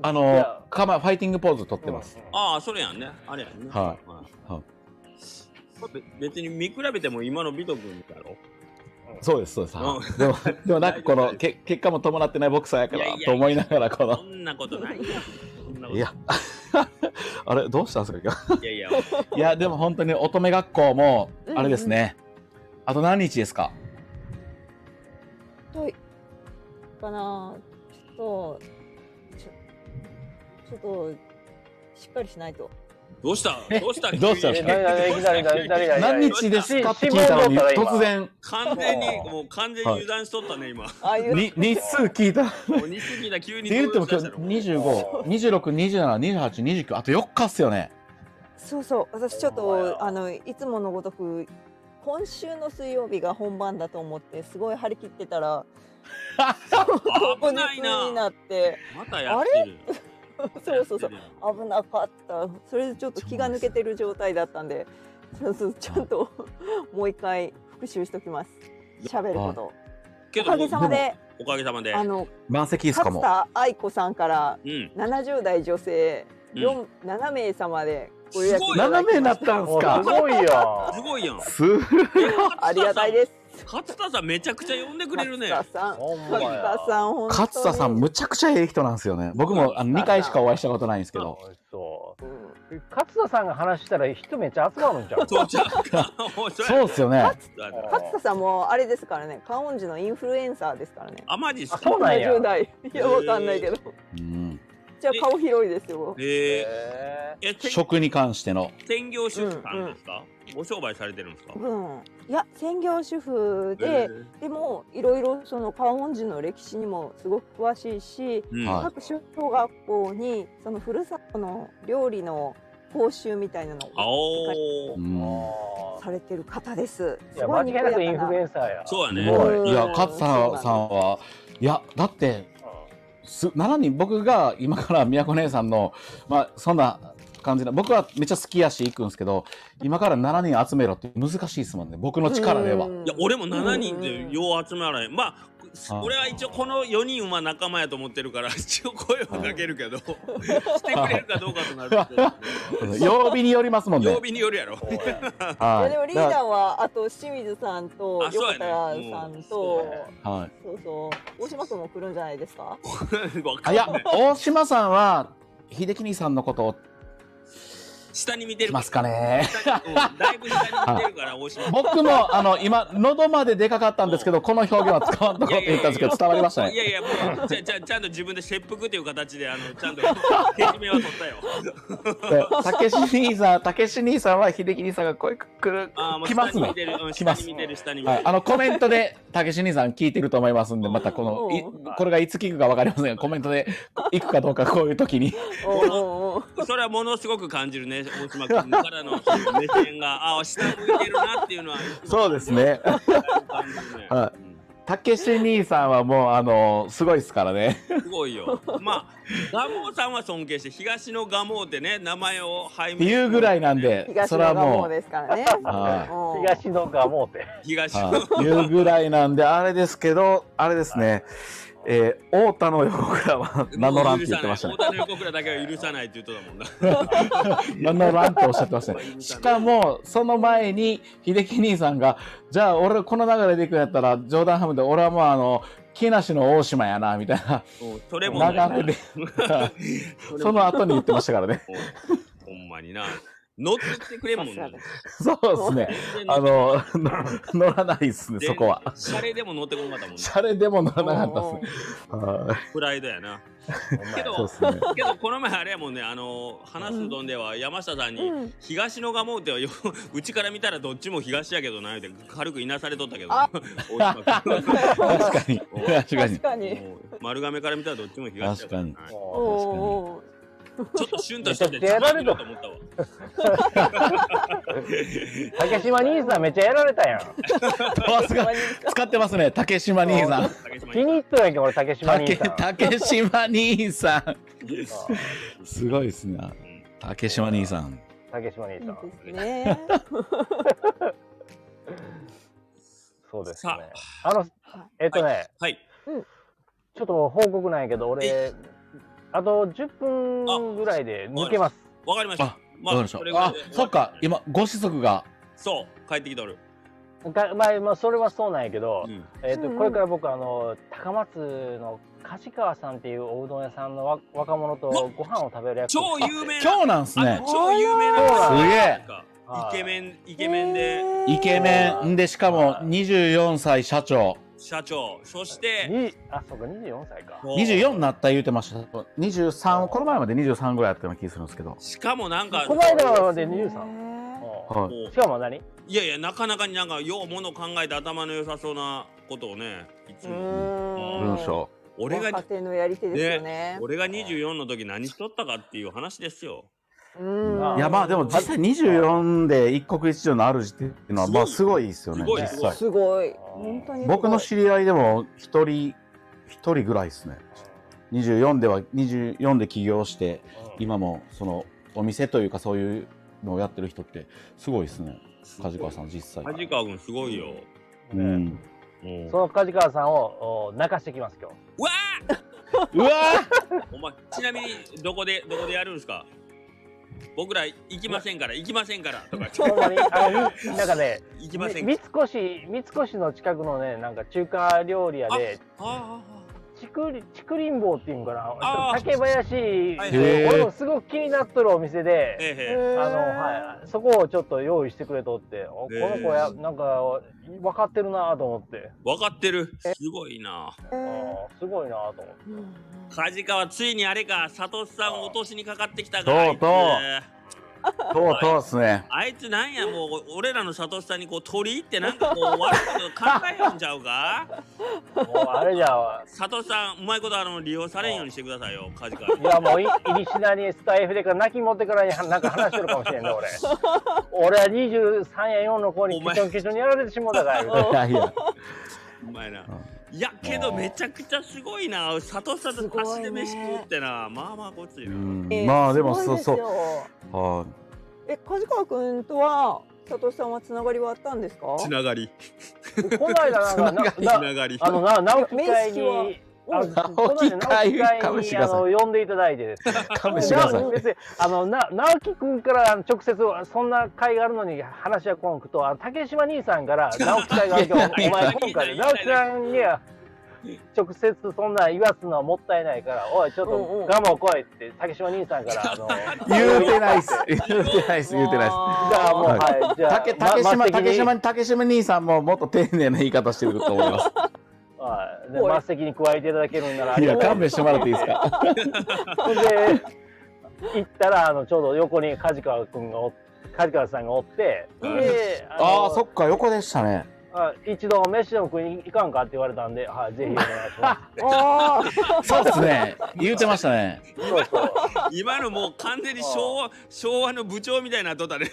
[SPEAKER 3] あ
[SPEAKER 1] い
[SPEAKER 3] の
[SPEAKER 1] や、
[SPEAKER 3] かま、ファイティングポーズ取ってます。
[SPEAKER 1] うん
[SPEAKER 2] ああ、それやんね。あれやんね。。
[SPEAKER 3] はいはい
[SPEAKER 2] べ別に見比べても今の美藤君だろ
[SPEAKER 3] そうです、そうです。
[SPEAKER 2] う
[SPEAKER 3] はいでも、でもなんかこの、け結果も伴ってないボクサーやか
[SPEAKER 2] いやいや
[SPEAKER 3] ら
[SPEAKER 2] い、や
[SPEAKER 3] と思いながら、こ
[SPEAKER 2] そ
[SPEAKER 3] の、
[SPEAKER 2] んなことないよ。そんなこと
[SPEAKER 3] いや、 <laughs> あれ、どうしたんですか、今日
[SPEAKER 2] いやいや、
[SPEAKER 3] いや、でも本当に乙女学校も、あれですね。あと何日ですか
[SPEAKER 4] はい。かなちょっと、ちょちょっと、しっかりしないと。
[SPEAKER 2] どうしたどうした
[SPEAKER 3] どうした
[SPEAKER 1] え、なになに、いきなり、なになになに。
[SPEAKER 3] 何日ですかって聞いたのに、
[SPEAKER 5] 新聞どう
[SPEAKER 3] 突
[SPEAKER 5] かな
[SPEAKER 3] 然、
[SPEAKER 2] 完全に、もう完全に油断しとったね、今。
[SPEAKER 4] ああいう。 <laughs>
[SPEAKER 3] に日数聞いた。
[SPEAKER 2] もう似すぎた、急
[SPEAKER 3] っ
[SPEAKER 2] に。
[SPEAKER 3] て言っても今
[SPEAKER 2] どう
[SPEAKER 3] 日
[SPEAKER 2] したの
[SPEAKER 3] 25、26、27、28、29、あと4日っすよね。
[SPEAKER 4] そうそう、私ちょっ
[SPEAKER 1] ほんまや
[SPEAKER 4] と、あの、いつものごとく。今週の水曜日が本番だと思って、すごい張り切ってたら。
[SPEAKER 2] 危ない
[SPEAKER 4] 当日に
[SPEAKER 2] な。
[SPEAKER 4] なって、
[SPEAKER 2] またやってる。
[SPEAKER 4] そうそうそう。
[SPEAKER 2] やってる
[SPEAKER 4] 危なかったそれでちょっと気が抜けてる状態だったんでそうそうちゃんともう一回復習しときます喋ること
[SPEAKER 2] け
[SPEAKER 4] お
[SPEAKER 2] ど
[SPEAKER 4] かげさまで
[SPEAKER 2] おかげさまで
[SPEAKER 4] あ。の
[SPEAKER 3] 満席ですか
[SPEAKER 4] 勝
[SPEAKER 3] も。
[SPEAKER 4] 田愛子さんから
[SPEAKER 2] うん。
[SPEAKER 4] 70代女性
[SPEAKER 2] うん
[SPEAKER 4] 4 7名様でご予
[SPEAKER 2] す
[SPEAKER 4] 約
[SPEAKER 2] ご
[SPEAKER 4] い
[SPEAKER 2] い
[SPEAKER 4] ただ
[SPEAKER 3] 斜
[SPEAKER 4] き
[SPEAKER 3] めに
[SPEAKER 4] ま
[SPEAKER 3] な
[SPEAKER 4] し
[SPEAKER 3] ったたんすか
[SPEAKER 1] す。ごいよ。
[SPEAKER 2] すごいやん。
[SPEAKER 3] す
[SPEAKER 4] ありがたいです
[SPEAKER 2] 勝田さんめちゃくちゃ呼んでくれるね。
[SPEAKER 4] 勝田さん
[SPEAKER 1] ほんま
[SPEAKER 4] 勝
[SPEAKER 1] や
[SPEAKER 4] 田。さん本当に
[SPEAKER 3] 勝田さん、むちゃくちゃええ人なんですよね。僕もあの2回しかお会いしたことないんですけど。
[SPEAKER 1] そ
[SPEAKER 4] うん
[SPEAKER 1] う。勝田さんが話したら人めっちゃ集まるんじゃん。
[SPEAKER 2] そうじゃあそうや
[SPEAKER 3] そうっすよね。
[SPEAKER 4] 勝田さんもあれですからね観音寺のインフルエンサーですからね
[SPEAKER 2] あ、マジっすか
[SPEAKER 1] あそうなんや
[SPEAKER 4] 70代いやわかんないけど
[SPEAKER 3] うん
[SPEAKER 4] じゃあ顔広いですよ
[SPEAKER 2] えー
[SPEAKER 1] へ
[SPEAKER 2] え、て
[SPEAKER 3] 食に関しての。
[SPEAKER 2] 専業主婦さんですかご商売されてるんですか
[SPEAKER 4] うん、いや専業主婦で、
[SPEAKER 2] えー
[SPEAKER 4] でもいろいろその観音寺の歴史にもすごく詳しいし、
[SPEAKER 2] うん
[SPEAKER 3] はい
[SPEAKER 4] 各小学校にそのふるさとの料理の講習みたいなの
[SPEAKER 2] あ
[SPEAKER 4] を
[SPEAKER 2] お
[SPEAKER 3] う
[SPEAKER 2] ー
[SPEAKER 1] ー
[SPEAKER 3] ん
[SPEAKER 1] あ
[SPEAKER 4] されてる方です。
[SPEAKER 1] ーい
[SPEAKER 4] す
[SPEAKER 1] や
[SPEAKER 4] ごい
[SPEAKER 1] 間違
[SPEAKER 4] に
[SPEAKER 1] い
[SPEAKER 4] こや
[SPEAKER 1] な
[SPEAKER 4] か
[SPEAKER 1] くインフルエ
[SPEAKER 4] な。
[SPEAKER 1] ンサーや。
[SPEAKER 2] そうや
[SPEAKER 3] す
[SPEAKER 2] ね。
[SPEAKER 3] ご
[SPEAKER 4] うん
[SPEAKER 3] い。いや、勝田さんは、いや、だって、すなのに僕が今から宮子姉さんの、まあ、そんな感じな僕はめっちゃ好きやし行くんですけど今から7人集めろって難しいですもんね僕の力では
[SPEAKER 4] うん
[SPEAKER 2] いや俺も7人でよう集まらへん、まあ
[SPEAKER 3] あ
[SPEAKER 2] 俺は一応この4人は仲間やと思ってる
[SPEAKER 3] <laughs>
[SPEAKER 2] から一応声をかけるけど <laughs> してくれるかどうかとなるけど
[SPEAKER 3] 曜日によりますもん
[SPEAKER 2] <laughs>
[SPEAKER 3] ね
[SPEAKER 2] 曜日によるやろ
[SPEAKER 1] うんそうや
[SPEAKER 4] い
[SPEAKER 3] は
[SPEAKER 4] や
[SPEAKER 3] い
[SPEAKER 4] でもリーダーはあと清水さんと
[SPEAKER 2] あそう
[SPEAKER 4] 横
[SPEAKER 2] やね
[SPEAKER 4] 田さん
[SPEAKER 1] う
[SPEAKER 4] と
[SPEAKER 1] んそうやね
[SPEAKER 3] はい
[SPEAKER 4] そうそう大島さんも来るんじゃないですか。
[SPEAKER 2] わか
[SPEAKER 3] あ
[SPEAKER 2] ん
[SPEAKER 3] い
[SPEAKER 2] ない
[SPEAKER 3] や大島さんは秀樹兄さんのことを
[SPEAKER 2] 下に見て
[SPEAKER 3] い
[SPEAKER 2] る
[SPEAKER 3] ますかね
[SPEAKER 2] 下にうんだいぶ下に見てる
[SPEAKER 3] <laughs>
[SPEAKER 2] から大島
[SPEAKER 3] 僕もあの今喉まででかかったんですけどこの表現は使わんとこって言ったんですけど伝わりました
[SPEAKER 2] い
[SPEAKER 3] ね
[SPEAKER 2] やいやもうちゃちゃちゃんと自分で切腹っていう形であのちゃんと決めは取ったよ
[SPEAKER 3] でたけし兄さんたけし兄さんは秀樹兄さんが声くる
[SPEAKER 2] あーもう下
[SPEAKER 3] 来ます
[SPEAKER 2] に
[SPEAKER 3] ね
[SPEAKER 2] 見てるうん
[SPEAKER 3] 来
[SPEAKER 2] 下
[SPEAKER 3] ま
[SPEAKER 2] に
[SPEAKER 3] す
[SPEAKER 2] 見てる下に見て
[SPEAKER 3] はい、
[SPEAKER 2] る
[SPEAKER 3] あのコメントで、たけし兄さん聞いてると思いますんで、またこの、いこれがいつ聞くかわかりませんが、コメントで行くかどうか、こういう時に。
[SPEAKER 4] おうおうおう
[SPEAKER 2] それはものすごく感じるね大島君からの目線があ下向いてるなっていうのは
[SPEAKER 3] そうですね。
[SPEAKER 2] 感じるね
[SPEAKER 3] は <laughs> たけし兄さんはもう、あの、すごいですからね。
[SPEAKER 2] すごいよ。まあ、蒲生さんは尊敬して、東の蒲生ってね、名前を拝
[SPEAKER 3] っていうぐらいなんで、
[SPEAKER 4] 東
[SPEAKER 3] それは
[SPEAKER 4] 野がも
[SPEAKER 3] も
[SPEAKER 4] う
[SPEAKER 3] う、
[SPEAKER 4] ですからね。
[SPEAKER 3] は
[SPEAKER 4] うん
[SPEAKER 1] 東野がもうて。
[SPEAKER 2] 東の。
[SPEAKER 3] はい、いうぐらいなんで、あれですけど、あれですね、えー、太田の横倉は名乗らんって言ってましたね
[SPEAKER 2] もう。許さない太田の横倉だけは許さないって言ってたもんな。
[SPEAKER 3] 名乗らんとおっしゃってましたね。しかも、その前に、秀樹兄さんが、じゃあ俺この流れで行くんやったら、冗談ハムで、俺はもうあの、木梨の大島やな、みたいな
[SPEAKER 2] うんそれもないな。
[SPEAKER 3] 流れで、その後に言ってましたか
[SPEAKER 2] <laughs>
[SPEAKER 3] らね。
[SPEAKER 2] うんほんまにな。乗ってきてくれんもんな
[SPEAKER 4] さ。
[SPEAKER 3] そうですね。
[SPEAKER 2] 全然乗
[SPEAKER 3] あ
[SPEAKER 2] って
[SPEAKER 3] の、の乗らないですね、そこは。。
[SPEAKER 2] シャレでも乗ってこなかったもん
[SPEAKER 3] シ
[SPEAKER 2] な。
[SPEAKER 3] ャレでも乗らなかった
[SPEAKER 4] おうおう
[SPEAKER 3] ですね。は
[SPEAKER 2] プライドやな。け
[SPEAKER 3] いそう
[SPEAKER 2] ど
[SPEAKER 3] で、すね。
[SPEAKER 2] けどこの前あれやもんね、あの、話すうどんでは山下さんに、
[SPEAKER 4] うん
[SPEAKER 2] 東の蒲生ってはよ <laughs> うちから見たらどっちも東やけどなって軽くいなされとったけど
[SPEAKER 4] あ
[SPEAKER 2] 大島君
[SPEAKER 3] 確かに。確か
[SPEAKER 4] 確
[SPEAKER 3] に。
[SPEAKER 4] かに。
[SPEAKER 2] もう丸亀から見たらどっちも東やからな
[SPEAKER 3] 確
[SPEAKER 2] ちょ
[SPEAKER 4] おうおう
[SPEAKER 2] っとシュンとしてて
[SPEAKER 1] めちゃくちゃやられ
[SPEAKER 2] と
[SPEAKER 1] た
[SPEAKER 2] 思ったわ
[SPEAKER 1] 竹島兄さんめっちゃやられたやん。
[SPEAKER 3] 飛ばすが使ってますね、竹島兄さん。
[SPEAKER 2] 竹島
[SPEAKER 1] 気に入っとるやんけ俺竹島兄
[SPEAKER 3] 竹、
[SPEAKER 1] さん。
[SPEAKER 3] 竹島兄さん。
[SPEAKER 2] に
[SPEAKER 3] すごいですね。竹島兄さん。
[SPEAKER 1] 竹島兄さん。
[SPEAKER 4] いいですね。
[SPEAKER 1] そうです
[SPEAKER 2] さ
[SPEAKER 1] ね。あの、
[SPEAKER 4] は
[SPEAKER 1] えっとね、
[SPEAKER 2] はい。
[SPEAKER 1] ちょっと報告なんやけど、俺、あと10分ぐらいで抜けます。
[SPEAKER 2] わかりました
[SPEAKER 3] あ。
[SPEAKER 2] ま
[SPEAKER 3] わかりました
[SPEAKER 2] それぐらい
[SPEAKER 3] あ
[SPEAKER 2] で
[SPEAKER 3] そっか今ご子息が
[SPEAKER 2] そう、帰ってきとる。
[SPEAKER 1] かまあ、まあ、それはそうなんやけど、
[SPEAKER 2] うん
[SPEAKER 1] えっと
[SPEAKER 4] うんうん
[SPEAKER 1] これから僕、あの、高松の梶川さんっていうおうどん屋さんのわ若者と
[SPEAKER 2] うわ
[SPEAKER 1] ご飯を食べるやつ。
[SPEAKER 2] 超
[SPEAKER 3] あ
[SPEAKER 2] 有名な。
[SPEAKER 3] 今日なんす
[SPEAKER 2] あの
[SPEAKER 3] ね
[SPEAKER 2] 超有名な。
[SPEAKER 1] そうなん
[SPEAKER 3] だ
[SPEAKER 2] イケメン、 <laughs> イケメンで、
[SPEAKER 3] イケメンんでしかも24歳社長
[SPEAKER 2] 社長、そして、
[SPEAKER 1] にあ、そうか、24歳か。
[SPEAKER 3] 24になった言うてました23この前まで23ぐらいやったような気がするんですけど
[SPEAKER 2] しかもなんか
[SPEAKER 1] こ、の間まで
[SPEAKER 4] ニュー
[SPEAKER 1] 23。う
[SPEAKER 3] はい
[SPEAKER 2] も
[SPEAKER 1] んしかも何
[SPEAKER 2] ういやいや、なかなかになんか、ようもの考えて頭の良さそうなことをね、いつも。
[SPEAKER 3] 文章
[SPEAKER 2] 俺が
[SPEAKER 4] 若、手のやり手ですよね。
[SPEAKER 2] 俺が24の時何しとったかっていう話ですよ。
[SPEAKER 4] うん
[SPEAKER 1] あ
[SPEAKER 3] いやまあでも実際24で一国一城の主っていうのはまあすごいですよね
[SPEAKER 2] すごい
[SPEAKER 3] 実
[SPEAKER 2] すごい
[SPEAKER 3] 際
[SPEAKER 4] すごい。本当にすごい
[SPEAKER 3] 僕の知り合いでも一人一人ぐらいですね24では24で起業して今もそのお店というかそういうのをやってる人ってすごいですね梶川さん実際
[SPEAKER 2] 梶川君すごいよ。
[SPEAKER 3] う
[SPEAKER 1] ね
[SPEAKER 3] ん
[SPEAKER 2] もう
[SPEAKER 1] その梶川さんをお泣かしてきます、今日。
[SPEAKER 2] うわ
[SPEAKER 3] うわ
[SPEAKER 2] あお前ちなみにどこでどこでやるんですか僕ら行きませんから行きませんからとか
[SPEAKER 1] ほ
[SPEAKER 2] <laughs>
[SPEAKER 1] んまに、あの、みなんかね、
[SPEAKER 2] 行き
[SPEAKER 1] み
[SPEAKER 2] ません
[SPEAKER 1] 三
[SPEAKER 2] か
[SPEAKER 1] 越、三越の近くのね、なんか中華料理屋で、
[SPEAKER 2] あ
[SPEAKER 1] ちくり、ちくりんぼうっていうんかな
[SPEAKER 2] あ、ー
[SPEAKER 1] 竹林、
[SPEAKER 2] はい
[SPEAKER 3] へー
[SPEAKER 1] 俺もすごく気になっとるお店
[SPEAKER 2] あ
[SPEAKER 1] で、
[SPEAKER 2] え
[SPEAKER 1] あの、はい、そこをちょっと用意してくれとって、おこ
[SPEAKER 2] へー
[SPEAKER 1] の子や、なんか、分かってるなと思って、
[SPEAKER 2] え分かってるすごいな
[SPEAKER 4] へ
[SPEAKER 1] あ
[SPEAKER 4] ー
[SPEAKER 1] ーすごいなと思って。
[SPEAKER 4] うん
[SPEAKER 2] 梶川ついにあれか佐藤さんを落としにかかってきたか
[SPEAKER 3] とうとう
[SPEAKER 2] あいつ
[SPEAKER 3] ーとうとうですね
[SPEAKER 2] あいつなんやもう俺らの佐藤さんにこう取り入ってなんかこう悪いこと考えよんちゃうか
[SPEAKER 1] もうあれじゃ、
[SPEAKER 2] 佐藤さんうまいことあの利用されんようにしてくださいよ梶川
[SPEAKER 1] いやもうい、入りしなにスタイフでから泣き持ってからになんか話してるかもしれんね、俺。俺は23や4の子に
[SPEAKER 2] お
[SPEAKER 1] ケ
[SPEAKER 2] 前
[SPEAKER 1] チョンケチョンにやられてしもうたから、言うて
[SPEAKER 3] いやいや
[SPEAKER 2] うまいな。いやけどめちゃくちゃすごいな。佐藤さんと足しで飯食うってな。まあまあごついな。
[SPEAKER 4] えー
[SPEAKER 3] まあでも
[SPEAKER 4] す
[SPEAKER 3] そ
[SPEAKER 4] ご
[SPEAKER 3] う
[SPEAKER 4] い
[SPEAKER 3] そう
[SPEAKER 4] ですよ
[SPEAKER 3] は
[SPEAKER 4] え、梶川君とは佐藤さんはつながりはあったんですか？
[SPEAKER 2] つながり。
[SPEAKER 1] この間なんかな、
[SPEAKER 2] つ
[SPEAKER 1] な
[SPEAKER 2] ながり。
[SPEAKER 1] あの、な、直樹会
[SPEAKER 4] 面識は
[SPEAKER 1] に、あの
[SPEAKER 3] お
[SPEAKER 1] この間直樹会
[SPEAKER 3] 直樹
[SPEAKER 1] に、
[SPEAKER 3] 会
[SPEAKER 1] あの、呼んでいただいてですね。
[SPEAKER 3] い勘弁してください
[SPEAKER 1] な <laughs> 別に、あの、な、直樹くんからあの直接、そんな会があるのに話は来んくと、あの、竹島兄さ
[SPEAKER 3] <laughs>
[SPEAKER 1] んから直樹会が今日、お前今回で、直樹さんには、直接そんなん言わすのはもったいないから、おい、ちょっ
[SPEAKER 4] うんうん
[SPEAKER 1] と我慢来いって、竹島兄さんから、あの、
[SPEAKER 3] <laughs> 言うてないっす言うてないっす言うてないっす
[SPEAKER 1] じゃあもう、
[SPEAKER 3] はい
[SPEAKER 1] はい、じゃあ、
[SPEAKER 3] 竹竹
[SPEAKER 1] ま
[SPEAKER 3] 島
[SPEAKER 1] 末席
[SPEAKER 3] 竹
[SPEAKER 1] に
[SPEAKER 3] 島竹島兄さんももっと丁寧な言い方してると思います
[SPEAKER 1] はいで末席に加えていただけるんならあ
[SPEAKER 3] い
[SPEAKER 1] りが
[SPEAKER 3] や
[SPEAKER 1] た
[SPEAKER 3] 勘弁してもらっていいですか
[SPEAKER 1] ほんで、行ったら、あの、ちょうど横に梶川くんがおっ、梶川さんがおって、で、
[SPEAKER 3] ああーそ
[SPEAKER 1] そ
[SPEAKER 3] っか横でしたね
[SPEAKER 1] 一度飯でも食いに行かんかって言われたんで、はい、ぜひお願いしま
[SPEAKER 2] <laughs>
[SPEAKER 3] <laughs>
[SPEAKER 4] あー
[SPEAKER 3] そうですね言うてましたね
[SPEAKER 1] す。そうそう。
[SPEAKER 3] <laughs>
[SPEAKER 2] 今のもう完全に昭和昭和の部長みたいになっとったね。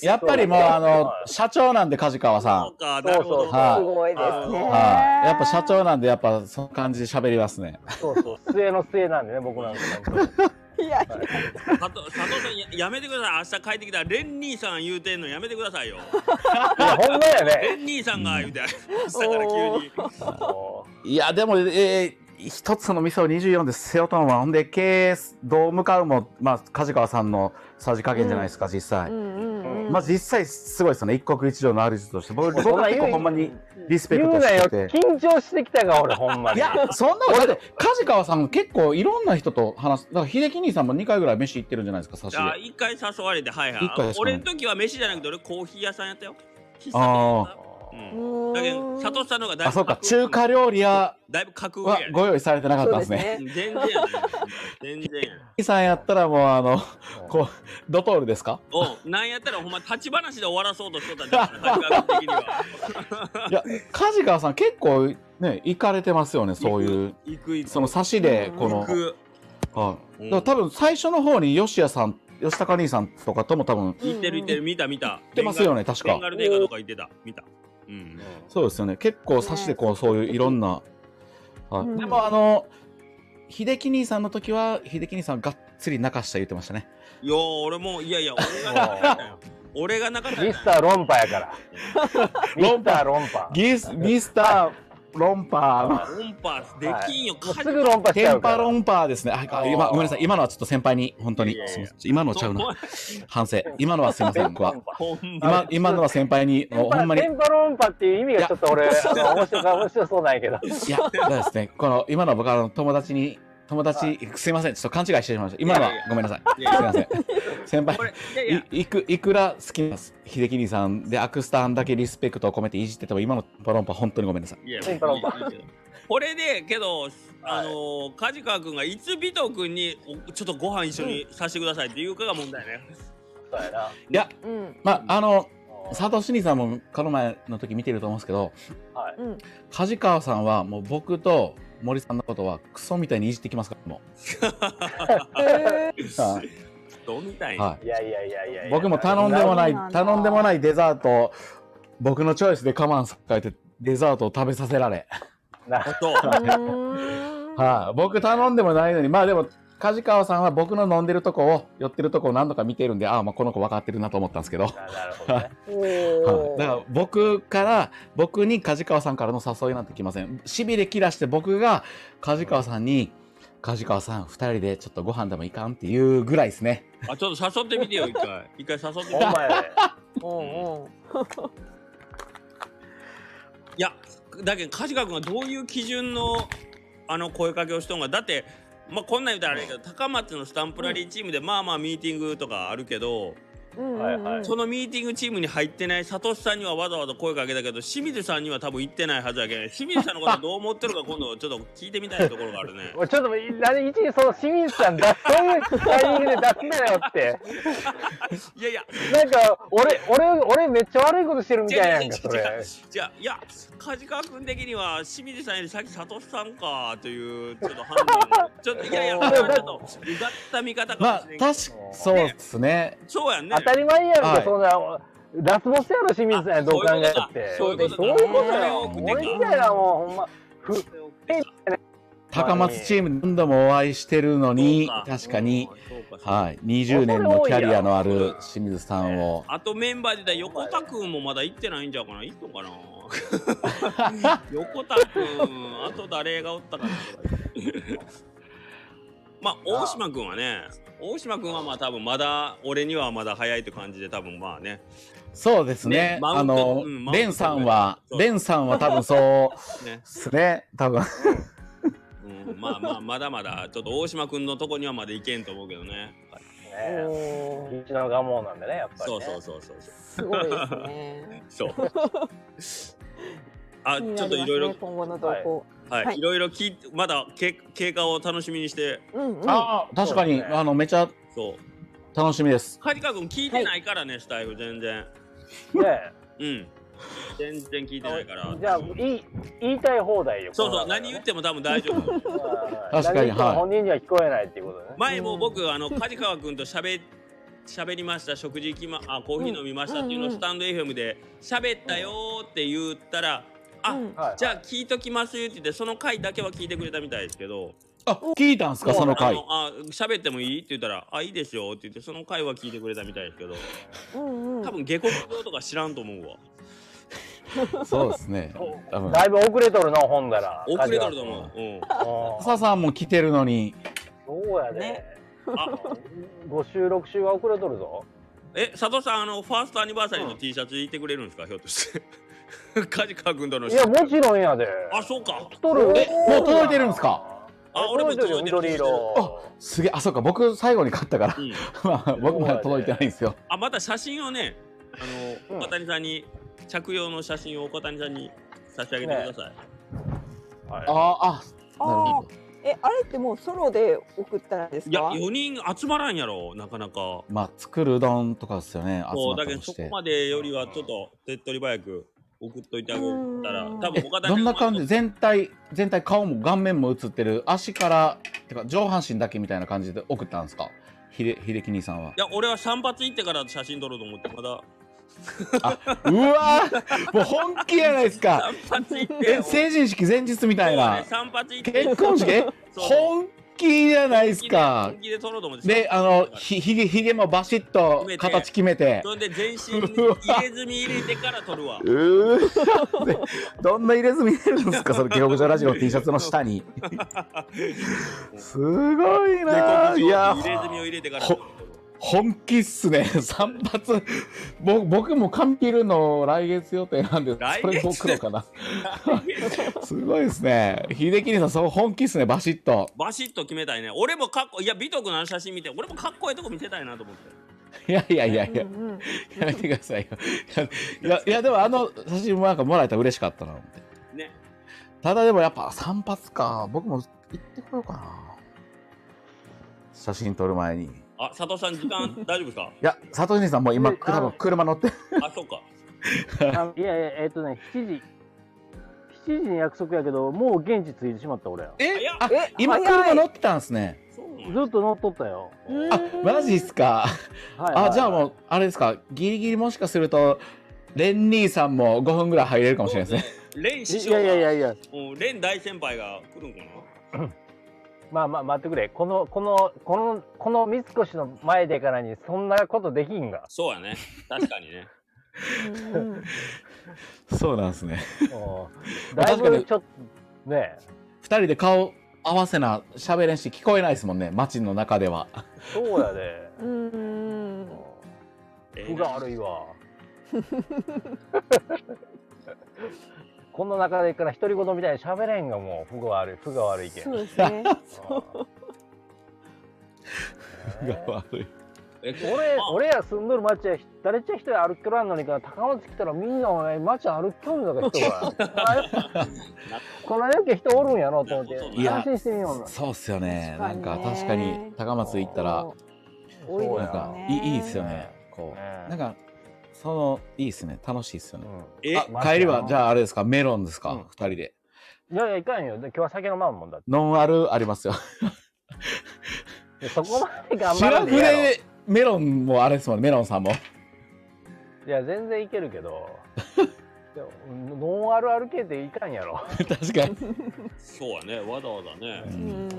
[SPEAKER 3] やっぱりもうあの社長なんで梶川さん
[SPEAKER 2] そうか、なるほ
[SPEAKER 1] そうそう
[SPEAKER 2] ど。
[SPEAKER 3] はい
[SPEAKER 4] すごいですね。
[SPEAKER 3] はい、やっぱ社長なんでやっぱその感じで喋りますね
[SPEAKER 1] そうそう。末の末なんでね、僕なんか本
[SPEAKER 4] いやい
[SPEAKER 2] 佐藤佐藤さんややめてください。明日帰ってきたらレン兄さん言うてんのやめてくださいよ。
[SPEAKER 1] 当に。いや、ほんまや
[SPEAKER 2] レ
[SPEAKER 3] <laughs>
[SPEAKER 1] ね。
[SPEAKER 2] ン兄さんが言うて、明日から急に。
[SPEAKER 1] も
[SPEAKER 3] いやでもえー一つの店を24で背負ったのはほんで経営どう向かうも、まあ、梶川さんのさじ加減じゃないですか、実
[SPEAKER 4] や。
[SPEAKER 3] 際、
[SPEAKER 4] うんうんうん。
[SPEAKER 3] まあ実際すごいですよね一国一城の主として僕
[SPEAKER 1] そ
[SPEAKER 3] 僕
[SPEAKER 1] んな
[SPEAKER 3] は
[SPEAKER 1] 言
[SPEAKER 3] 結
[SPEAKER 1] う
[SPEAKER 3] 構ほんまにリス
[SPEAKER 1] う
[SPEAKER 3] ペ
[SPEAKER 1] 言
[SPEAKER 3] ク
[SPEAKER 1] う
[SPEAKER 3] ト
[SPEAKER 1] なよ
[SPEAKER 3] <laughs> して。て
[SPEAKER 1] 緊張してきたか、俺、ほんまに。
[SPEAKER 3] いや、そんなことだって梶川さん結構いろんな人と話すだから秀樹兄さんも2回ぐらい飯行ってるんじゃないですか差し
[SPEAKER 2] あ
[SPEAKER 3] で
[SPEAKER 2] 一回誘われて、はいは
[SPEAKER 3] 一回
[SPEAKER 2] い
[SPEAKER 3] で。すかね
[SPEAKER 2] 俺の時は飯じゃなくて、俺コーヒー屋さんやったよ。喫茶店
[SPEAKER 3] あー
[SPEAKER 2] うん
[SPEAKER 4] うーん
[SPEAKER 2] だけど佐藤さんの方がだいぶ
[SPEAKER 3] あそうか
[SPEAKER 2] 格上
[SPEAKER 3] 中華料理屋
[SPEAKER 2] だいぶ格上
[SPEAKER 3] は
[SPEAKER 2] やね
[SPEAKER 3] ご用意されてなかったん
[SPEAKER 4] そう
[SPEAKER 3] で
[SPEAKER 4] ですす
[SPEAKER 3] ね
[SPEAKER 4] ね。
[SPEAKER 2] 全然やね全然やね
[SPEAKER 3] 秀樹さんやったらもうあのこうドトールですか
[SPEAKER 2] おうなんやったらほんま立ち話で終わらそうとしとったんじゃん感覚的にはい
[SPEAKER 3] や梶川さん結構ね行かれてますよねそういう
[SPEAKER 2] 行く行く
[SPEAKER 3] その差しでこの
[SPEAKER 2] 行、く
[SPEAKER 3] はい
[SPEAKER 2] うん
[SPEAKER 3] だから多分最初の方に吉谷さん吉高兄さんとかとも多分
[SPEAKER 2] 行ってる行ってる見た見た行
[SPEAKER 3] 行ってますよね確
[SPEAKER 2] ベン
[SPEAKER 3] か
[SPEAKER 2] ガルデーカとか行ってた見たうん
[SPEAKER 3] そうですよね結構差しでこうそういういろんな、はい
[SPEAKER 4] うん
[SPEAKER 3] でもあの秀樹兄さんの時は秀樹兄さんがっつり泣かした言ってましたね。
[SPEAKER 2] いや俺もいやいや俺がなかったよ俺がなかった
[SPEAKER 1] ミ
[SPEAKER 2] よ
[SPEAKER 1] スター論破
[SPEAKER 3] <laughs>
[SPEAKER 1] やから。ミスター論破。
[SPEAKER 3] ギスミスターロン
[SPEAKER 4] <laughs>
[SPEAKER 3] パ
[SPEAKER 2] 音波できんよ、
[SPEAKER 1] もうすぐ論
[SPEAKER 3] ー。
[SPEAKER 1] 破しちゃ
[SPEAKER 3] テ
[SPEAKER 1] う
[SPEAKER 3] ン
[SPEAKER 1] か
[SPEAKER 3] パ
[SPEAKER 1] ら。
[SPEAKER 3] ロンパーですね。あ、あ今ごめんなさい。今のはちょっと先輩に本当に
[SPEAKER 2] いやいやいや
[SPEAKER 3] すいません今のちゃうな。反省。今のはすいません。僕は。
[SPEAKER 2] ほんま
[SPEAKER 3] 今今のは先輩にもうほんまに
[SPEAKER 1] テンパロンパっていう意味がちょっと俺、あの面白か面白そうなんやけど。
[SPEAKER 3] いや、だからですね、この今の僕はあの友達に、友達、すいません、ちょっと勘違いしてしまいました。今のはい
[SPEAKER 2] やいや
[SPEAKER 3] ごめんなさい。
[SPEAKER 2] い
[SPEAKER 3] すい
[SPEAKER 2] やいや
[SPEAKER 3] ません。先
[SPEAKER 2] これ
[SPEAKER 3] 輩、
[SPEAKER 2] いやいや
[SPEAKER 3] いいくいくら好きな秀樹兄さんで、アクスターンだけリスペクトを込めていじってても、今のパロンパ、本当にごめんなさい。
[SPEAKER 2] いや
[SPEAKER 1] テンパロンパ
[SPEAKER 2] いいよこれでけどあの梶川君がいつ尾藤君におちょっとご飯一緒にさせてくださいっていうかが問題ね
[SPEAKER 1] そうやな。
[SPEAKER 3] いや、
[SPEAKER 4] うん
[SPEAKER 3] まあ、あの、佐藤兄さんもこの前の時見てると思うんですけど、
[SPEAKER 1] はい。
[SPEAKER 4] うん
[SPEAKER 3] 梶川さんはもう僕と森さんのことはクソみたいにいじってきますから、も
[SPEAKER 4] へ
[SPEAKER 3] う。はい
[SPEAKER 2] どうみたいな、
[SPEAKER 3] はい
[SPEAKER 1] いやいやいやいやいや。
[SPEAKER 3] 僕も頼んでもない
[SPEAKER 4] そうなんだ
[SPEAKER 3] 頼んでもないデザートを僕のチョイスで我慢させてデザートを食べさせられ、
[SPEAKER 1] な
[SPEAKER 2] あと
[SPEAKER 4] ーうーん
[SPEAKER 3] はい、僕頼んでもないのにまあでも梶川さんは僕の飲んでるとこを寄ってるとこを何度か見てるんでああまあこの子分かってるなと思ったんですけど、は
[SPEAKER 1] ななるほどね。
[SPEAKER 3] い、
[SPEAKER 4] お
[SPEAKER 3] だから僕から僕に梶川さんからの誘いなんて来ませんしびれ切らして僕が梶川さんに梶川さん2人でちょっとご飯でもいかんっていうぐらいですね
[SPEAKER 2] あちょっと誘ってみてよ一回一回誘ってみ
[SPEAKER 1] ほん
[SPEAKER 2] て
[SPEAKER 1] まやね。
[SPEAKER 4] お
[SPEAKER 2] いやだけど梶川君がどういう基準のあの声かけをしとんがだってまあこんなん言うたらあれやけど高松のスタンプラリーチームでまあまあミーティングとかあるけど
[SPEAKER 4] うんうんうん
[SPEAKER 1] はいはい。
[SPEAKER 2] そのミーティングチームに入ってないサトシさんにはわざわざ声かけたけど清水さんには多分行ってないはずや <laughs> けど清水さんのことどう思ってるか今度ちょっと聞いてみたいところがある <laughs> ね
[SPEAKER 1] もうちょっと、何、一時その清水さん出す、そういうタイミングで出すなよって。
[SPEAKER 2] いやいや
[SPEAKER 1] なんか、俺、俺、俺めっちゃ悪いことしてるみ
[SPEAKER 2] 違
[SPEAKER 1] たいや
[SPEAKER 2] う違
[SPEAKER 1] ん
[SPEAKER 2] う
[SPEAKER 1] か、そ
[SPEAKER 2] 違う違
[SPEAKER 1] れ
[SPEAKER 2] う。違ういや梶川君的には清水さんより先サトシさんかというちょっと判断ちょっとい <laughs> やいやこれはちょっとうがった見方か
[SPEAKER 3] ま
[SPEAKER 2] も
[SPEAKER 3] あ
[SPEAKER 2] し
[SPEAKER 3] 確
[SPEAKER 2] れんけど
[SPEAKER 3] かそうですね
[SPEAKER 2] そうやんね
[SPEAKER 1] 当たり前やんか、
[SPEAKER 3] はい
[SPEAKER 1] そんなラスボスやろ清水さんやどう考えたって
[SPEAKER 2] あそういうこと
[SPEAKER 1] そ
[SPEAKER 2] だ
[SPEAKER 1] ういうこと
[SPEAKER 2] そういう
[SPEAKER 1] だよ
[SPEAKER 2] ことだ
[SPEAKER 1] 俺みたいなもうほんまふ
[SPEAKER 3] 高松チームで何度もお会いしてるのに
[SPEAKER 2] そうか
[SPEAKER 3] 確かに、
[SPEAKER 2] そうかそうか
[SPEAKER 3] はい、20年のキャリアのある清水さんを
[SPEAKER 2] あとメンバーで言ったら横田君もまだ行ってないんじゃうかな行っとんかな
[SPEAKER 4] <laughs>
[SPEAKER 2] 横田君あと誰がおったかなまあ大島君はね大島君はまあ多分まだ俺にはまだ早いって感じで多分まあね
[SPEAKER 3] そうですね
[SPEAKER 2] ねマウ
[SPEAKER 3] あ
[SPEAKER 2] ント
[SPEAKER 3] の、
[SPEAKER 2] うんマウント
[SPEAKER 3] レンさんは
[SPEAKER 2] そう
[SPEAKER 3] レンさんは多分そう
[SPEAKER 2] ね、
[SPEAKER 3] ですね
[SPEAKER 2] <laughs>
[SPEAKER 3] 多分
[SPEAKER 2] うん、まあまあまだまだちょっと大島君のとこにはまだ行けんと思うけどね
[SPEAKER 1] ね
[SPEAKER 4] お
[SPEAKER 1] うちの蒲生なんでねやっぱり
[SPEAKER 2] そう
[SPEAKER 1] ね
[SPEAKER 2] そうそうそうそう
[SPEAKER 4] すごいですね。
[SPEAKER 2] そう。
[SPEAKER 4] <laughs>
[SPEAKER 2] あ、
[SPEAKER 4] 気に
[SPEAKER 2] ち
[SPEAKER 4] な
[SPEAKER 2] ょっと
[SPEAKER 4] り
[SPEAKER 2] い
[SPEAKER 4] ます
[SPEAKER 2] ろい
[SPEAKER 4] ね
[SPEAKER 2] ろ、
[SPEAKER 4] 今後の動向。
[SPEAKER 2] は、
[SPEAKER 4] はいい
[SPEAKER 2] いろいろ聞いて、まだけ経過を楽しみにして、
[SPEAKER 4] うんうん。
[SPEAKER 3] ああ確かに、
[SPEAKER 1] そうですね
[SPEAKER 3] あのめちゃ
[SPEAKER 2] そう。
[SPEAKER 3] 楽しみです
[SPEAKER 2] カリカ君聞いてないからね、スタイフ全然。
[SPEAKER 1] ね
[SPEAKER 2] うん。全然聞いてないから。
[SPEAKER 1] じゃあ言い言いたい放題よ
[SPEAKER 2] そうそう、何言っても多分大丈夫。
[SPEAKER 1] 確
[SPEAKER 3] 確かにはい
[SPEAKER 1] 本人には聞こえないっていうことね
[SPEAKER 2] 前も僕、あの、カリカ君と喋喋りました食事行きまあコーヒー飲みましたっていうのを
[SPEAKER 4] うん
[SPEAKER 2] スタンド FM で喋ったよーって言ったら、あ、
[SPEAKER 4] うん
[SPEAKER 1] はい
[SPEAKER 2] じゃあ聞いときますって言ってその回だけは聞いてくれたみたいですけど、
[SPEAKER 3] あ聞いたんすかその
[SPEAKER 2] あ
[SPEAKER 3] 回
[SPEAKER 2] のあ喋ってもいいって言ったら「あいいですよ」って言ってその会話聞いてくれたみたいですけど
[SPEAKER 4] うんうん。
[SPEAKER 2] 多分下克上とか知らんと思うわ
[SPEAKER 3] そうですね多分
[SPEAKER 1] だいぶ遅れとるなほんだら
[SPEAKER 2] 遅れとると思う、うん、
[SPEAKER 1] う
[SPEAKER 3] 朝さんも来てるのに
[SPEAKER 1] んそうやで
[SPEAKER 4] ね
[SPEAKER 2] あ
[SPEAKER 1] 5週6週は遅れとるぞ
[SPEAKER 2] え佐藤さんあのファーストアニバーサリーの T シャツいてくれるんですかひょっとして
[SPEAKER 3] <laughs>
[SPEAKER 2] 梶川君との
[SPEAKER 1] いやもちろんやで
[SPEAKER 2] あそうか
[SPEAKER 1] 来とる
[SPEAKER 3] えもう届いてるんですか
[SPEAKER 2] あ俺も
[SPEAKER 1] 届いてるよ
[SPEAKER 2] 届い
[SPEAKER 1] 緑
[SPEAKER 2] てる
[SPEAKER 1] 色
[SPEAKER 3] すげえあそうか僕最後に買ったから <laughs>
[SPEAKER 2] うん、
[SPEAKER 3] まあ僕まだ届いてないんですよ
[SPEAKER 2] あまた写真をねあの、
[SPEAKER 1] うん
[SPEAKER 2] 岡谷さんに着用の写真を岡谷さんに差し上げてください、
[SPEAKER 1] はい
[SPEAKER 3] ああなる
[SPEAKER 4] あ
[SPEAKER 3] ほ
[SPEAKER 4] あ。え、あれってもうソロで送ったらです
[SPEAKER 2] いや
[SPEAKER 4] か。
[SPEAKER 2] 4人集まらんやろなかなか
[SPEAKER 3] まあ作るうどんとかですよね集
[SPEAKER 2] そう
[SPEAKER 3] ま
[SPEAKER 2] だ
[SPEAKER 3] っ
[SPEAKER 2] け
[SPEAKER 3] た
[SPEAKER 2] ど
[SPEAKER 3] と
[SPEAKER 2] そ
[SPEAKER 3] し
[SPEAKER 2] こ
[SPEAKER 3] て
[SPEAKER 2] までよりはちょっと手っ取り早く送っといてあげたら
[SPEAKER 4] う
[SPEAKER 2] <laughs>
[SPEAKER 4] ん
[SPEAKER 2] 多
[SPEAKER 3] え
[SPEAKER 2] 分岡田
[SPEAKER 3] どんな感じ全体全体顔も顔面も映ってる足からてか上半身だけみたいな感じで送ったんですかひで秀樹兄さ
[SPEAKER 2] <laughs>
[SPEAKER 3] んはい
[SPEAKER 2] や俺は散髪行ってから写真撮ろうと思ってまだ
[SPEAKER 3] うわーもう本気やないですか
[SPEAKER 2] 散髪行って
[SPEAKER 3] え成人式前日みた
[SPEAKER 2] そ
[SPEAKER 3] い
[SPEAKER 2] う
[SPEAKER 3] な、
[SPEAKER 2] ね散髪行って
[SPEAKER 3] 結婚式え
[SPEAKER 2] そう
[SPEAKER 3] 本気じゃないですか
[SPEAKER 2] 本。気で撮ろうと思って
[SPEAKER 3] で、あの、ひ、ひげ、ひげもバシッと
[SPEAKER 2] 決めて
[SPEAKER 3] 形決めて。
[SPEAKER 2] <laughs> それで全身に入れ墨入れてから撮るわ
[SPEAKER 3] うー <laughs> でどんな入れ墨入れるんですかその下克上ラジオの T シャツの
[SPEAKER 2] <laughs>
[SPEAKER 3] 下に。すごいなーいや
[SPEAKER 2] 入れ
[SPEAKER 3] ー、
[SPEAKER 2] 墨を入れてから
[SPEAKER 3] ほ本気っすね。 <laughs> 散髪。僕、僕も髪切るの来月予定なんで、それ
[SPEAKER 2] 来月
[SPEAKER 3] 僕のかな。すごいですね。秀樹さん、そう本気っすね。バシッと。
[SPEAKER 2] バシッと決めたいね俺もかっこいいや美徳のあの写真見て俺もかっこいいとこ見せたいなと思って
[SPEAKER 3] いやいやいやいや
[SPEAKER 4] う。んうん
[SPEAKER 3] やめてくださいよ。いや、いやでもあの写真もなんかもらえたら嬉しかったな。
[SPEAKER 2] ね
[SPEAKER 3] ただでもやっぱ散髪か。僕も行ってこようかな。写真撮る前に。い
[SPEAKER 2] あ佐藤さん時
[SPEAKER 3] <laughs>
[SPEAKER 2] 間大丈夫ですか
[SPEAKER 3] や、佐藤兄さんも今、
[SPEAKER 1] うん
[SPEAKER 3] 多分車乗って。
[SPEAKER 2] あそうか
[SPEAKER 1] あのいやいや、えっとね、7時。7時に約束やけど、もう現地着いてしまった俺。
[SPEAKER 2] え
[SPEAKER 3] あ
[SPEAKER 4] え、
[SPEAKER 3] 今
[SPEAKER 4] 早
[SPEAKER 3] 車
[SPEAKER 4] い
[SPEAKER 3] 乗ってたんですね。
[SPEAKER 2] そうなん
[SPEAKER 1] ずっと乗っとったよ。
[SPEAKER 4] うん
[SPEAKER 3] あ、マジっすか。
[SPEAKER 1] はいはい
[SPEAKER 3] あ、じゃあもう、あれですか。ギリギリもしかすると、レン兄さんも5分ぐらい入れるかもしれないですね。
[SPEAKER 2] 蓮師
[SPEAKER 1] い
[SPEAKER 2] 匠が
[SPEAKER 1] やいやいやいや、
[SPEAKER 2] うん蓮大先輩が来るんかな。
[SPEAKER 1] まあまあ待ってくれ。この、この、この、この三越の前でからに、そんなことできんが
[SPEAKER 2] <laughs> そうやね確かにね
[SPEAKER 4] うんうん
[SPEAKER 3] <laughs> そうなんですね。
[SPEAKER 1] うんだい
[SPEAKER 3] 確か
[SPEAKER 1] ぶ
[SPEAKER 3] に
[SPEAKER 1] ちょっと、ねえ
[SPEAKER 3] 2人で顔合わせな、喋れんし、聞こえないですもんね。街の中では。
[SPEAKER 1] そうやで。
[SPEAKER 4] うんうん
[SPEAKER 2] ええ
[SPEAKER 1] 服
[SPEAKER 2] な
[SPEAKER 1] が悪いわ。この中でから独り言みたいに喋れんがもう、服が悪い、服が悪いけん。
[SPEAKER 4] そうですね。
[SPEAKER 1] うん
[SPEAKER 3] が悪い。
[SPEAKER 2] え
[SPEAKER 1] 俺俺や住んどる町や誰ちゃ一人歩きとらんのにから高松来たらみんなお前町歩きとんのか人がこのやけ人おるんやろと思って
[SPEAKER 3] いや
[SPEAKER 1] 安心してみような
[SPEAKER 3] そうっすよね。な
[SPEAKER 4] 確
[SPEAKER 3] んか
[SPEAKER 4] かにね
[SPEAKER 3] 確かに高松行ったら、
[SPEAKER 4] 多い
[SPEAKER 1] そう
[SPEAKER 4] で
[SPEAKER 1] や
[SPEAKER 3] なん
[SPEAKER 4] すよ
[SPEAKER 3] か
[SPEAKER 4] ね。
[SPEAKER 3] いいいいっすよね。こ
[SPEAKER 1] ね
[SPEAKER 3] うなんかそのいいっすね。楽しいっすよね。
[SPEAKER 2] え
[SPEAKER 3] あ
[SPEAKER 1] まあ
[SPEAKER 3] 帰りはじゃああれですかメロンですか、
[SPEAKER 1] うん
[SPEAKER 3] 二人で
[SPEAKER 1] いやいやいかんよで今日は酒飲まんもんだっ
[SPEAKER 3] ノンアルありますよ。
[SPEAKER 1] てそこまで頑張ら
[SPEAKER 3] 白
[SPEAKER 1] ん
[SPEAKER 3] く
[SPEAKER 1] でいいやろ
[SPEAKER 3] れメロンもあれですもんねメロンさんも。
[SPEAKER 1] いや全然いけるけど <laughs> いやノンアルアル系っていかんやろ
[SPEAKER 3] 確かに。
[SPEAKER 2] そうやねわざわざね
[SPEAKER 3] う
[SPEAKER 4] うんん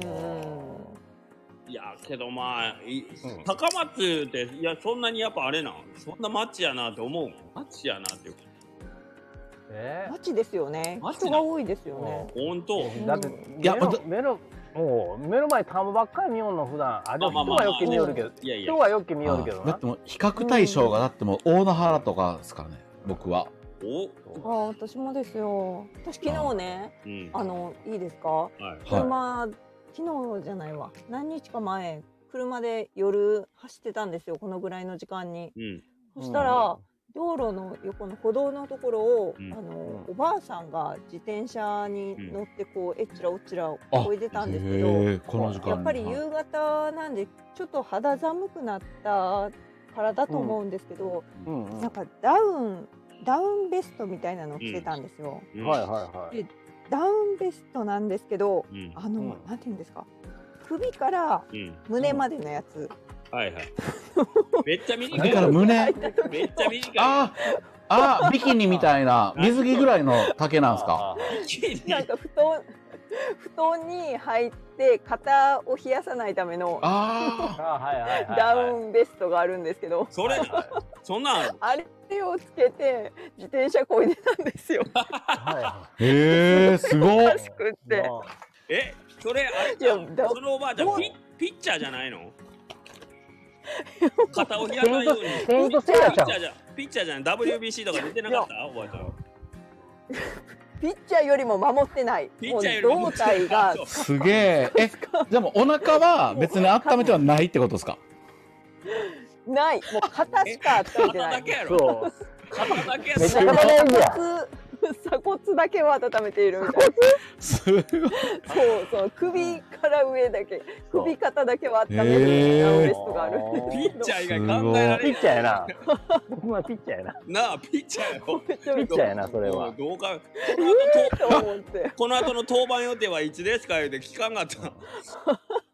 [SPEAKER 2] いやけどまあい
[SPEAKER 1] うん
[SPEAKER 2] 高松っていやそんなにやっぱあれなんそんな街やなって思う街やなっていうか
[SPEAKER 1] え
[SPEAKER 4] マジですよね。
[SPEAKER 2] マジだ
[SPEAKER 4] 人が多いですよね。
[SPEAKER 2] 本当
[SPEAKER 1] だって
[SPEAKER 3] い
[SPEAKER 1] 目
[SPEAKER 3] や
[SPEAKER 1] の
[SPEAKER 3] だ
[SPEAKER 1] 目のもう目の前田んぼばっかり見よんの普段あでも人はよく見よるけど
[SPEAKER 2] いやいや
[SPEAKER 1] 人はよく見よるけど
[SPEAKER 3] あだ
[SPEAKER 1] な
[SPEAKER 3] ってもう比較対象がだってもう大野原とかですからね僕は。
[SPEAKER 2] お
[SPEAKER 4] あ、私もですよ。私昨日ね、
[SPEAKER 2] うん
[SPEAKER 4] あのいいですか？
[SPEAKER 2] はい
[SPEAKER 3] は
[SPEAKER 4] 車、昨日じゃないわ。何日か前、車で夜走ってたんですよ。このぐらいの時間に。
[SPEAKER 2] うん
[SPEAKER 4] そしたら、道路の横の歩道のところを、
[SPEAKER 2] うん
[SPEAKER 4] あの
[SPEAKER 1] うん
[SPEAKER 4] おばあさんが自転車に乗ってこう、えっちらおっちら
[SPEAKER 3] あ
[SPEAKER 4] こいでたんですけど。
[SPEAKER 3] へえこの時間に
[SPEAKER 4] やっぱり
[SPEAKER 3] はい
[SPEAKER 4] 夕方なんでちょっと肌寒くなったからだと思うんですけど、
[SPEAKER 1] うんうん
[SPEAKER 4] なんかダウンダウンベストみたいなのを着てたんですよ、
[SPEAKER 2] うん
[SPEAKER 1] はいはいはい。
[SPEAKER 4] ダウンベストなんですけど
[SPEAKER 2] うん
[SPEAKER 4] あの、
[SPEAKER 1] うん
[SPEAKER 4] なんていうんですか首から
[SPEAKER 2] うん
[SPEAKER 4] 胸までのやつ、
[SPEAKER 2] はいはいめっちゃ短
[SPEAKER 3] だ
[SPEAKER 2] い
[SPEAKER 3] から
[SPEAKER 4] <laughs>
[SPEAKER 3] 胸
[SPEAKER 2] めっちゃ短い
[SPEAKER 3] ああビキニみたいな水着ぐらいの丈なんですか。
[SPEAKER 1] あー。
[SPEAKER 4] なんか布団布団に入って肩を冷やさないための
[SPEAKER 3] あ
[SPEAKER 1] あーはいはいはい。
[SPEAKER 4] ダウンベストがあるんですけど、
[SPEAKER 2] それそんなんある
[SPEAKER 4] あれをつけて自転車こいでたんで
[SPEAKER 2] <laughs>
[SPEAKER 4] すよ
[SPEAKER 1] はいは
[SPEAKER 3] あへえすごっ
[SPEAKER 4] らしくっ
[SPEAKER 1] い
[SPEAKER 4] て。
[SPEAKER 2] えそれあれ
[SPEAKER 4] いやだ
[SPEAKER 2] そのおばあちゃん
[SPEAKER 4] どう
[SPEAKER 2] ピピッチャーじゃないの肩を開かないように
[SPEAKER 1] セイントセイヤ
[SPEAKER 2] ピ
[SPEAKER 1] ち
[SPEAKER 2] ッ
[SPEAKER 1] ゃん
[SPEAKER 2] チャ。ーじゃピッチャーじゃない WBC とか出てなかったおばあちゃん
[SPEAKER 4] ピッチャーよりも守ってない。
[SPEAKER 2] ピッチャーより
[SPEAKER 4] もう胴
[SPEAKER 2] <laughs>
[SPEAKER 4] 体が
[SPEAKER 2] そう
[SPEAKER 3] すげえ。え、でもお腹は別に温めてはないってことですか。
[SPEAKER 4] ない。もう肩しか温め
[SPEAKER 2] <laughs>
[SPEAKER 4] て
[SPEAKER 2] 肩
[SPEAKER 4] な
[SPEAKER 2] だ
[SPEAKER 4] い
[SPEAKER 2] け。やろ
[SPEAKER 1] そう。
[SPEAKER 2] 肩だけや
[SPEAKER 1] めっちゃ
[SPEAKER 2] ろ
[SPEAKER 1] 肩がいいやん。
[SPEAKER 4] 鎖骨だけは温めているみたいな。
[SPEAKER 3] すごい。
[SPEAKER 4] そうそう。首から上だけ。
[SPEAKER 1] そう
[SPEAKER 4] 首肩だけは温めて
[SPEAKER 3] へ
[SPEAKER 4] る
[SPEAKER 3] ー
[SPEAKER 4] ベストがあるんです
[SPEAKER 2] ピ
[SPEAKER 4] けど。
[SPEAKER 2] ッチャー以外考えら
[SPEAKER 1] ピ
[SPEAKER 2] れ
[SPEAKER 1] ッチャーやな。僕はピッチャーやな。
[SPEAKER 2] ななあピッチャーやろ
[SPEAKER 4] めっちゃ
[SPEAKER 1] ピ
[SPEAKER 4] め
[SPEAKER 1] ッ
[SPEAKER 4] っ
[SPEAKER 1] チ
[SPEAKER 4] ち
[SPEAKER 1] ャーやなそれは
[SPEAKER 2] どうか
[SPEAKER 4] ゃ <laughs> と思って。
[SPEAKER 2] この後の登板予定はいつですか言うて聞かんかった。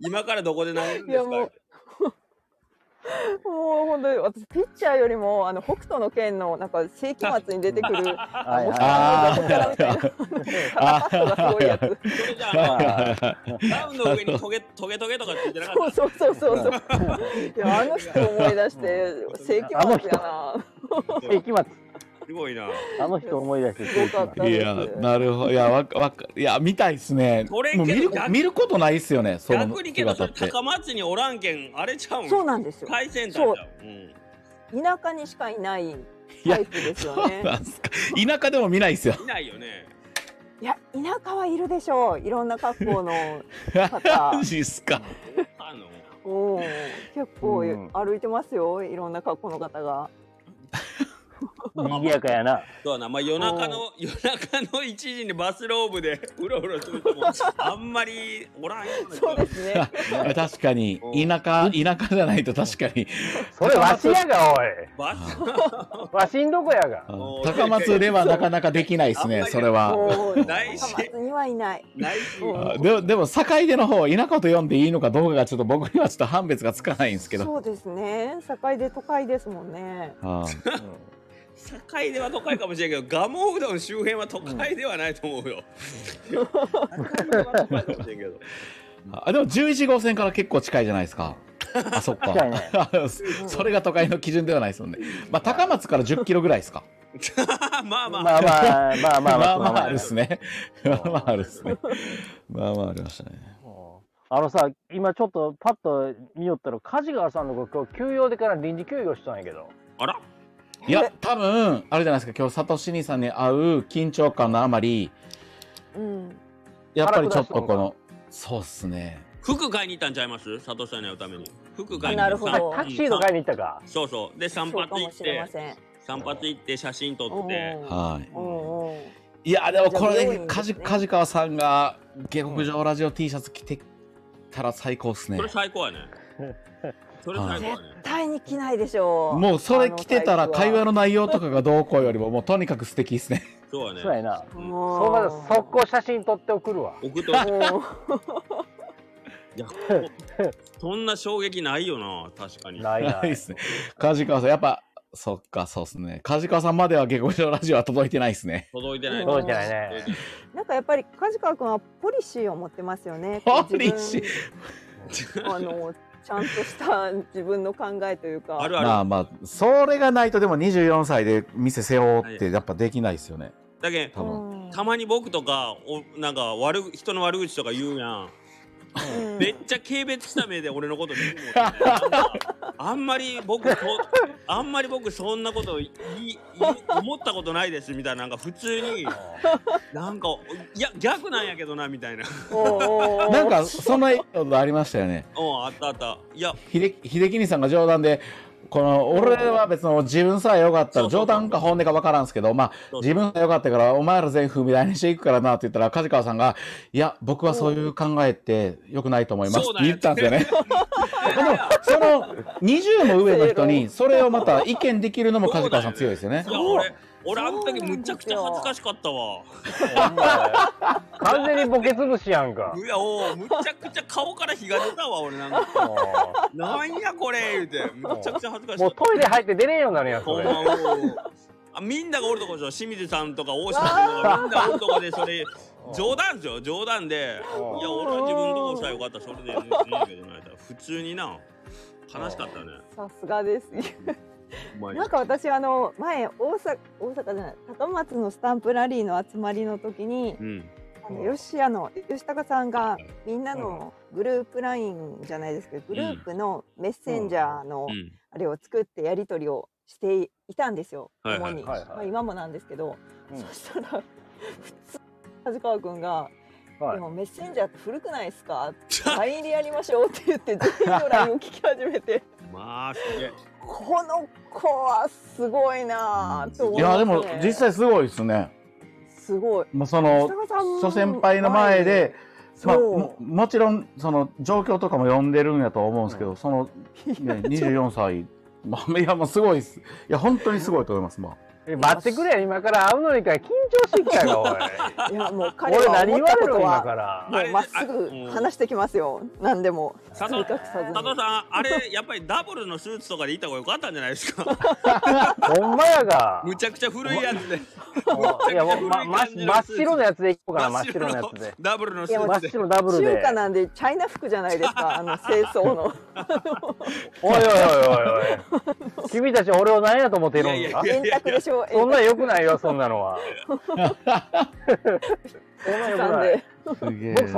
[SPEAKER 2] 今からどこで投げるん
[SPEAKER 4] い
[SPEAKER 2] で
[SPEAKER 4] や
[SPEAKER 2] すか
[SPEAKER 4] もう。もう本当に私ピッチャーよりもあの北斗の拳のなんか世紀末に出てくる
[SPEAKER 1] はいはい
[SPEAKER 3] あ
[SPEAKER 4] あの
[SPEAKER 3] ー
[SPEAKER 4] カットがすごいやつ。
[SPEAKER 2] それじゃあ
[SPEAKER 3] あ
[SPEAKER 2] ダウンの上にトゲ <laughs> トゲトゲとかついてなかった
[SPEAKER 4] そうそうそうそ
[SPEAKER 3] <laughs>
[SPEAKER 4] うそう。いやあの人思い出して世紀末やな。
[SPEAKER 1] 世紀
[SPEAKER 2] すごいな。
[SPEAKER 1] 末あの人思い出して
[SPEAKER 4] すごかった
[SPEAKER 3] ーいやなるほどいやわかわかいや見たいっすね
[SPEAKER 2] これ
[SPEAKER 3] もう見る
[SPEAKER 2] けど
[SPEAKER 3] 見ることないっすよねその
[SPEAKER 2] 逆にけどそ
[SPEAKER 3] 姿っ
[SPEAKER 2] れ
[SPEAKER 3] て
[SPEAKER 2] 高松におらんけんあれちゃうん。
[SPEAKER 4] そうなんですよ。
[SPEAKER 2] 最先端じゃん。うん
[SPEAKER 4] 田舎にしかいないタイプですよ
[SPEAKER 3] <laughs>
[SPEAKER 4] ね。
[SPEAKER 3] なんすか田舎でも見ないっすよ
[SPEAKER 2] いないよね。
[SPEAKER 4] いや田舎はいるでしょう。いろんな格好の方
[SPEAKER 3] マジっすか
[SPEAKER 2] あの
[SPEAKER 4] おー結構
[SPEAKER 1] うん
[SPEAKER 4] 歩いてますよ。いろんな格好の方が。
[SPEAKER 1] 賑やかやな
[SPEAKER 2] そうだな、まあ、夜中の夜中の1時にバスローブで <laughs> うろうろする人もあんまりおらんような人
[SPEAKER 4] そうで
[SPEAKER 3] <laughs>
[SPEAKER 4] すね。
[SPEAKER 3] 確かに田舎田舎じゃないと確かに
[SPEAKER 1] それわしやがおい
[SPEAKER 2] バス
[SPEAKER 1] わしんどこやが
[SPEAKER 2] おー
[SPEAKER 3] 高松ではなかなかできないっすねそれは
[SPEAKER 4] おー
[SPEAKER 2] ないし
[SPEAKER 4] 高松にはいない。
[SPEAKER 2] ないし
[SPEAKER 3] あでもでも境出の方田舎と読んでいいのかどうかがちょっと僕にはちょっと判別がつかないんですけど
[SPEAKER 4] そうですね。境で都会ですもんね。
[SPEAKER 3] あー
[SPEAKER 2] 境では都会かもしれんけど蒲生うどん周辺は都会ではないと思うよ。境では都会かもしれんけど <laughs>
[SPEAKER 3] あでも11号線から結構近いじゃないですかあそっか
[SPEAKER 1] 近いね
[SPEAKER 3] <laughs> そそれが都会の基準ではないですもんね、まあ、高松から1 0キロぐらいですか
[SPEAKER 2] まあま
[SPEAKER 1] ま
[SPEAKER 2] あ
[SPEAKER 1] あまあまあま
[SPEAKER 3] ま
[SPEAKER 1] あ
[SPEAKER 3] あ
[SPEAKER 1] ま
[SPEAKER 3] ま
[SPEAKER 1] あ
[SPEAKER 3] あ
[SPEAKER 1] ま
[SPEAKER 3] あるですねまあまああるですねまあまあありましたね
[SPEAKER 1] <laughs> あのさ今ちょっとパッと見よったら梶川さんの子今日休養でから臨時休養したんやけど
[SPEAKER 2] あら
[SPEAKER 3] いや多分あれじゃないですか今日サトシ兄さんに会う緊張感のあまり
[SPEAKER 4] うん。
[SPEAKER 3] やっぱりちょっとこのそうっすね
[SPEAKER 2] 服買いに行ったんちゃいます佐藤さんに会うために服買いに
[SPEAKER 4] なるほ
[SPEAKER 1] あ
[SPEAKER 4] ど
[SPEAKER 1] タクシーの買いに行ったか
[SPEAKER 2] そうそうで散
[SPEAKER 4] そうか
[SPEAKER 2] 髪行
[SPEAKER 4] も
[SPEAKER 2] っ
[SPEAKER 4] しれま
[SPEAKER 2] て
[SPEAKER 4] せん。
[SPEAKER 2] 散髪行って写真撮
[SPEAKER 4] お
[SPEAKER 2] って
[SPEAKER 4] ー
[SPEAKER 3] はい
[SPEAKER 4] おー
[SPEAKER 3] いやでもこ
[SPEAKER 4] じゃあ美容
[SPEAKER 3] れ
[SPEAKER 4] 院です
[SPEAKER 3] 梶
[SPEAKER 4] ね
[SPEAKER 3] 梶川さんが下克上ラジオ T シャツ着てたら最高っすね
[SPEAKER 2] それ最高やねそれ最高やね
[SPEAKER 4] 絶対に着ないでしょう。
[SPEAKER 3] もうそれ着てたら会話
[SPEAKER 4] の
[SPEAKER 3] の内容とかがどうこうよりももうとにかく素敵ですね
[SPEAKER 2] そう
[SPEAKER 1] そう
[SPEAKER 2] や
[SPEAKER 1] や
[SPEAKER 2] ね
[SPEAKER 1] な
[SPEAKER 4] タイプは。
[SPEAKER 1] そう
[SPEAKER 4] も
[SPEAKER 1] だ速攻写真撮って送るわ
[SPEAKER 2] 送っといて
[SPEAKER 4] もう
[SPEAKER 2] いやそんな衝撃ないよな確かに
[SPEAKER 1] ないな
[SPEAKER 3] ないですね梶川さんやっぱそっかそうっすね梶川さんまでは下克上ラジオは届いてないですね
[SPEAKER 2] 届いてない
[SPEAKER 1] そうじゃないね
[SPEAKER 4] なんかやっぱり梶川君はポリシーを持ってますよね。
[SPEAKER 3] ポリシー
[SPEAKER 4] こう自分あのちゃんとした自分の考えという
[SPEAKER 2] <laughs>
[SPEAKER 4] か。
[SPEAKER 2] ある
[SPEAKER 3] ま
[SPEAKER 2] あ
[SPEAKER 3] あ
[SPEAKER 2] る
[SPEAKER 3] まあそれがないとでも24歳で店背負うってやっぱできないですよね
[SPEAKER 2] だけ
[SPEAKER 3] 多分
[SPEAKER 4] うん
[SPEAKER 2] どたまに僕とかおなんか悪く人の悪口とか言うやん
[SPEAKER 4] うん
[SPEAKER 2] めっちゃ軽蔑した目で俺のこと見るもんねなんかあんまり僕そあんまり僕そんなこといいい思ったことないですみたいななんか普通になんかいや逆なんやけどなみたいな
[SPEAKER 4] おーおーおー
[SPEAKER 3] なんかそんなエピソードありましたよね
[SPEAKER 2] うんあったあったいや
[SPEAKER 3] 秀秀樹兄さんが冗談でこの俺は別の自分さえよかった
[SPEAKER 2] そ
[SPEAKER 3] ら
[SPEAKER 2] うそうそ
[SPEAKER 3] 冗
[SPEAKER 2] う
[SPEAKER 3] 談か本音か分からんすけどまあ
[SPEAKER 2] そうそう
[SPEAKER 3] 自分さえよかったからお前ら全部みたいにしていくからなって言ったら梶川さんが「いや僕はそういう考えってよくないと思います」
[SPEAKER 2] そ
[SPEAKER 3] っ
[SPEAKER 2] うだ
[SPEAKER 3] て言
[SPEAKER 2] よ
[SPEAKER 3] ったんですよね。 <laughs> でもその20も上の人にそれをまた意見できるのも梶川さん強いですよね
[SPEAKER 2] い。や俺俺あの時むちゃくちゃ恥ずかしかったわ
[SPEAKER 1] 完全にボケ潰しやん <laughs> か
[SPEAKER 2] いやおうむちゃくちゃ顔から火が出たわ俺なんかなんやこれ言うてむちゃくちゃ恥ずかしか
[SPEAKER 1] も
[SPEAKER 2] っ
[SPEAKER 1] うトイレ入って出れんようになるやん
[SPEAKER 2] た
[SPEAKER 1] そ
[SPEAKER 2] ほん
[SPEAKER 1] れ
[SPEAKER 2] まおうあみんながおるとこでしょ清水さんとか大島さんとかみんなおるとこでそれ冗談ですよ冗談でいや俺は自分のとこさえよかったらそれでいいけどな普通にな悲しかったね
[SPEAKER 4] さすがです。
[SPEAKER 2] お前
[SPEAKER 4] なんか私あの前大阪大阪じゃない高松のスタンプラリーの集まりの時に
[SPEAKER 2] うん
[SPEAKER 4] あの
[SPEAKER 1] うん
[SPEAKER 4] 吉谷の吉高さんがみんなのグループラインじゃないですけどグループのメッセンジャーの
[SPEAKER 2] うん
[SPEAKER 4] <laughs> あれを作ってやり取りをしていたんですよ
[SPEAKER 2] はいは
[SPEAKER 4] 主
[SPEAKER 2] い
[SPEAKER 4] に、
[SPEAKER 1] はいはい
[SPEAKER 4] まあ、今もなんですけど、
[SPEAKER 1] うん
[SPEAKER 4] そしたら普通梶川君が「
[SPEAKER 1] はい
[SPEAKER 4] でもメッセンジャーって古くないですか?」LINE でやりましょう」って言って全員の LINE を聞き始めて
[SPEAKER 2] まあすげえ
[SPEAKER 4] この子はすごいなあと思
[SPEAKER 3] い
[SPEAKER 4] いま
[SPEAKER 3] や
[SPEAKER 4] す、
[SPEAKER 3] で
[SPEAKER 4] ね、
[SPEAKER 3] も実際すごいですね。
[SPEAKER 4] すごい。
[SPEAKER 3] まあその
[SPEAKER 4] 北川さん
[SPEAKER 3] 諸先輩の前で、まあ、
[SPEAKER 4] そう
[SPEAKER 3] ももちろんその状況とかも読んでるんやとは思うんですけど、その、ね、24歳、まあ、いやもうすごいっすいや本当にすごいと思います、まあ、
[SPEAKER 1] 待ってくれ、今から会うのにか緊張してきた <laughs> よ、おい。
[SPEAKER 4] いやもう彼
[SPEAKER 1] 俺
[SPEAKER 4] は思
[SPEAKER 1] 何言
[SPEAKER 4] っ
[SPEAKER 1] わ
[SPEAKER 4] た
[SPEAKER 1] れ
[SPEAKER 4] こ
[SPEAKER 1] る
[SPEAKER 4] と
[SPEAKER 1] 今
[SPEAKER 4] は
[SPEAKER 1] から。
[SPEAKER 4] もうまっすぐ話してきますよ何でも
[SPEAKER 2] 佐
[SPEAKER 4] 包み
[SPEAKER 2] 藤
[SPEAKER 4] 隠さず
[SPEAKER 2] 佐藤
[SPEAKER 4] に
[SPEAKER 2] さん、あれ、やっぱりダブルのスーツとかで行った方が良かったんじゃないです
[SPEAKER 4] <laughs>
[SPEAKER 2] か。
[SPEAKER 1] ほんまやが。
[SPEAKER 2] むちゃくちゃ古いやつで。
[SPEAKER 1] いや、もうまま真っ白のやつでいこうかな、真っ白のや
[SPEAKER 2] の
[SPEAKER 1] つで。
[SPEAKER 2] ダブルのス
[SPEAKER 4] いや
[SPEAKER 1] 真
[SPEAKER 2] ー
[SPEAKER 1] っ
[SPEAKER 2] ツで。
[SPEAKER 1] 白ダブル
[SPEAKER 4] 中
[SPEAKER 1] で。
[SPEAKER 4] 華なんでチャイナ服じゃないですか
[SPEAKER 2] <laughs>
[SPEAKER 4] あの清掃の
[SPEAKER 1] おいおいおいおいおい。君たち俺を何やと思っているんですか
[SPEAKER 2] いや
[SPEAKER 4] 円
[SPEAKER 2] いや
[SPEAKER 4] 卓でしょ
[SPEAKER 1] そんな
[SPEAKER 4] 円
[SPEAKER 1] 良くないよ、そんなのは。
[SPEAKER 4] 卓さんで。
[SPEAKER 1] そんな良くない僕そ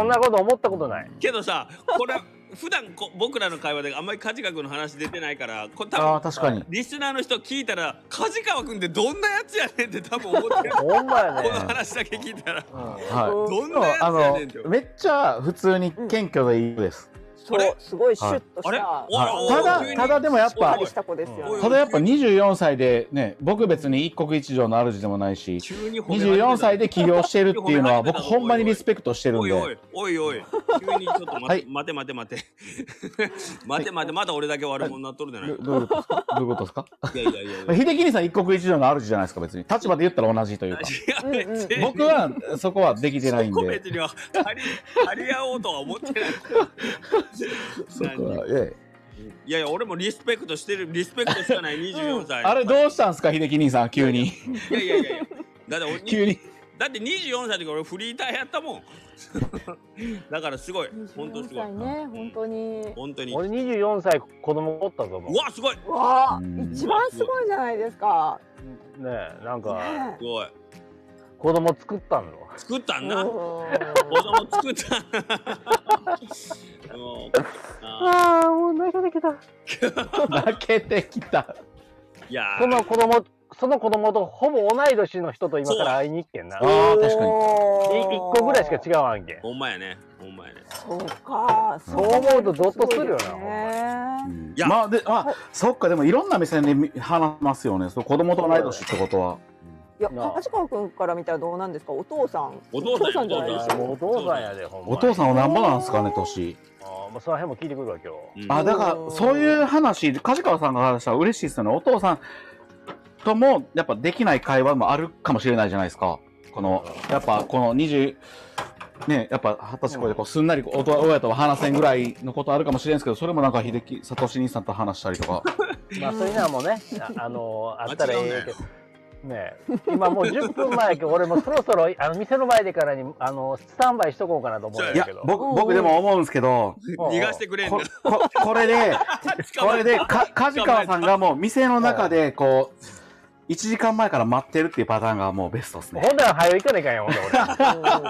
[SPEAKER 1] んなこと思ったことない。
[SPEAKER 2] けどさ、これ、普段こ僕らの会話であんまり梶川君の話出てないから、これ
[SPEAKER 3] ああ
[SPEAKER 2] 多分、
[SPEAKER 3] 確かに
[SPEAKER 2] リスナーの人聞いたら、梶川君ってどんなやつやねんって多分思ってる。こ
[SPEAKER 1] ほんまやね
[SPEAKER 2] の。話だけ聞いたら。
[SPEAKER 3] は
[SPEAKER 2] どん
[SPEAKER 3] い
[SPEAKER 2] なやつ
[SPEAKER 3] あ
[SPEAKER 2] やねんって。
[SPEAKER 3] のめっちゃ普通に謙虚でいいです、
[SPEAKER 4] そ
[SPEAKER 2] あれ
[SPEAKER 4] うすごいシュッと
[SPEAKER 2] あ
[SPEAKER 4] し
[SPEAKER 2] れ
[SPEAKER 4] た
[SPEAKER 2] おいおい
[SPEAKER 3] ただ
[SPEAKER 2] おい
[SPEAKER 3] ただでもやっ
[SPEAKER 4] あ
[SPEAKER 3] ぱ
[SPEAKER 4] りした子ですよ
[SPEAKER 2] おい
[SPEAKER 4] ね
[SPEAKER 2] お
[SPEAKER 3] ただやっぱ24歳でね僕別に一国一城の主でもないし
[SPEAKER 2] 急に褒められてた
[SPEAKER 3] 24歳で起業してるっていうのは僕ほんまにリスペクトしてるん
[SPEAKER 2] おい
[SPEAKER 3] で
[SPEAKER 2] おいおいおい急にちょっと待,、
[SPEAKER 3] は
[SPEAKER 2] て
[SPEAKER 3] い
[SPEAKER 2] 待て待て <laughs> 待て待て待てまだ俺だけ悪者になっとるじゃない
[SPEAKER 3] どどういうことですかどういうことですか
[SPEAKER 2] いやいやいやいや
[SPEAKER 3] 秀樹兄さん一国一城の主じゃないですか別に立場で言ったら同じという <laughs> か
[SPEAKER 2] いや別に
[SPEAKER 3] 僕はそこはできてないん
[SPEAKER 2] 個
[SPEAKER 3] で
[SPEAKER 2] 別には張り張り合おうとは思ってない
[SPEAKER 3] <laughs> そこはえ
[SPEAKER 2] いやいや俺もリスペクトしてるリスペクトしかない24
[SPEAKER 3] え
[SPEAKER 2] 歳
[SPEAKER 3] あれどうしたんですか秀樹兄さん急に
[SPEAKER 2] いやいやいやいやだって俺
[SPEAKER 3] <laughs> 急に
[SPEAKER 2] だって24歳の時俺フリーターやったもん <laughs> だからすごい本当すごい
[SPEAKER 6] 24歳ね、本当に。
[SPEAKER 2] 本当に
[SPEAKER 1] 俺24歳子供おったぞ、もう
[SPEAKER 2] う。わすごい
[SPEAKER 4] わあ
[SPEAKER 3] うん
[SPEAKER 4] 一番すごいじゃないですか
[SPEAKER 1] ねえ、なんか、
[SPEAKER 4] ね
[SPEAKER 2] すごい
[SPEAKER 1] 子供作ったのよ。
[SPEAKER 2] 作った
[SPEAKER 4] え
[SPEAKER 2] んな
[SPEAKER 4] お
[SPEAKER 2] 子
[SPEAKER 4] ー
[SPEAKER 2] 供作 <laughs> った。もうあ
[SPEAKER 1] ああ、もう泣けてきた。
[SPEAKER 3] 泣けてきた
[SPEAKER 2] いやー
[SPEAKER 1] その子供、その子供とほぼ同い年の人と今から会いに行ってんな。
[SPEAKER 3] <laughs>
[SPEAKER 1] い
[SPEAKER 3] ああ確かに
[SPEAKER 1] 一個ぐらいしか違わんけん。
[SPEAKER 2] ほんまやね。ほんまやね。
[SPEAKER 4] そうか
[SPEAKER 1] そう思うとゾッとするよな
[SPEAKER 4] すごいですね
[SPEAKER 3] うん
[SPEAKER 2] いや
[SPEAKER 3] まあであそっかでもいろんな目線で見話しますよねそう子供と同い年ってことはい
[SPEAKER 4] や
[SPEAKER 1] なあ
[SPEAKER 4] 梶川君から見たらどうなんですかお父さん
[SPEAKER 2] お父さん
[SPEAKER 4] じゃないで
[SPEAKER 2] お
[SPEAKER 4] す
[SPEAKER 2] 父さん
[SPEAKER 4] よ
[SPEAKER 1] もうお父さんやで、ほんまに。
[SPEAKER 3] お父さんは何ぼなんですかね年
[SPEAKER 1] ああ、もうその辺も聞いてくるわ、今
[SPEAKER 2] う
[SPEAKER 1] 日。
[SPEAKER 2] ん
[SPEAKER 3] あだからそういう話梶川さんが話したら嬉しいですよねお父さんともやっぱできない会話もあるかもしれないじゃないですかこのやっぱこの20ねやっぱ二十歳超えてこうすんなりこう大人親とは話せんぐらいのことあるかもしれないですけどそれもなんか秀樹聡兄さんと話したりとか
[SPEAKER 1] まあ、そういうのはもうね、ああのーあったらええけ
[SPEAKER 2] 間違
[SPEAKER 1] ど。ねえ今もう10分前やけど俺もそろそろあの店の前でからにあのスタンバイしとこうかなと思うん
[SPEAKER 3] い
[SPEAKER 1] だ
[SPEAKER 3] や
[SPEAKER 1] けど
[SPEAKER 3] 僕僕でも思うんですけど
[SPEAKER 2] 逃がしてくれんな
[SPEAKER 3] こ。ここれで
[SPEAKER 2] 捕
[SPEAKER 3] こ
[SPEAKER 2] ま
[SPEAKER 3] れ
[SPEAKER 2] え
[SPEAKER 3] で
[SPEAKER 2] た
[SPEAKER 3] か梶川さんがもう店の中でこう1時間前から待ってるっていうパターンがもうベストですね
[SPEAKER 1] ほんなら早いかねえかんやほんなら
[SPEAKER 2] もう10 15分
[SPEAKER 4] <laughs>
[SPEAKER 1] 俺もう臨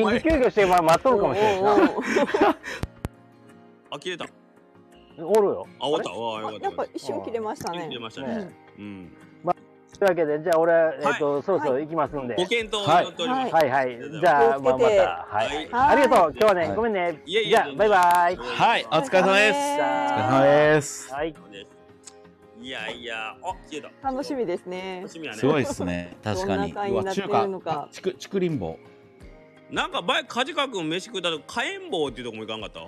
[SPEAKER 1] 時
[SPEAKER 2] 前。
[SPEAKER 1] 休業してま待っとるかもしれんしな
[SPEAKER 4] おー
[SPEAKER 2] あ、切れた。あ、
[SPEAKER 1] おるよ
[SPEAKER 2] 終わった。わあ、
[SPEAKER 4] おー
[SPEAKER 2] よか
[SPEAKER 4] おー
[SPEAKER 2] っ
[SPEAKER 4] や
[SPEAKER 2] た
[SPEAKER 4] っぱ。一瞬切れましたね
[SPEAKER 2] 切れました
[SPEAKER 1] ね
[SPEAKER 2] ね。うん。
[SPEAKER 1] というわけでじゃあ俺、えっとそろそろ行きますんで、
[SPEAKER 2] ご検討に乗っております。
[SPEAKER 1] はいはい。じゃあ、
[SPEAKER 4] 気
[SPEAKER 1] ま
[SPEAKER 4] をつ
[SPEAKER 1] あ、ま
[SPEAKER 4] けて
[SPEAKER 1] た。はい。
[SPEAKER 4] はい
[SPEAKER 1] ありがとう。今日はね、
[SPEAKER 3] はい
[SPEAKER 1] ごめんね。
[SPEAKER 2] いえいえ
[SPEAKER 1] じゃあ、バイバイ。
[SPEAKER 2] はい
[SPEAKER 4] お疲れ様ですお疲
[SPEAKER 3] です
[SPEAKER 1] はい。
[SPEAKER 2] いやいや、あ、消えた。
[SPEAKER 4] 楽しみですね
[SPEAKER 2] 楽しみやね。
[SPEAKER 7] すごいです
[SPEAKER 2] <laughs>
[SPEAKER 7] ね。確かに。
[SPEAKER 4] どんな会になってるのか
[SPEAKER 3] ちくちくりんぼ
[SPEAKER 2] なんか前梶川君飯食ったと火炎棒っていうとこも行かんかった。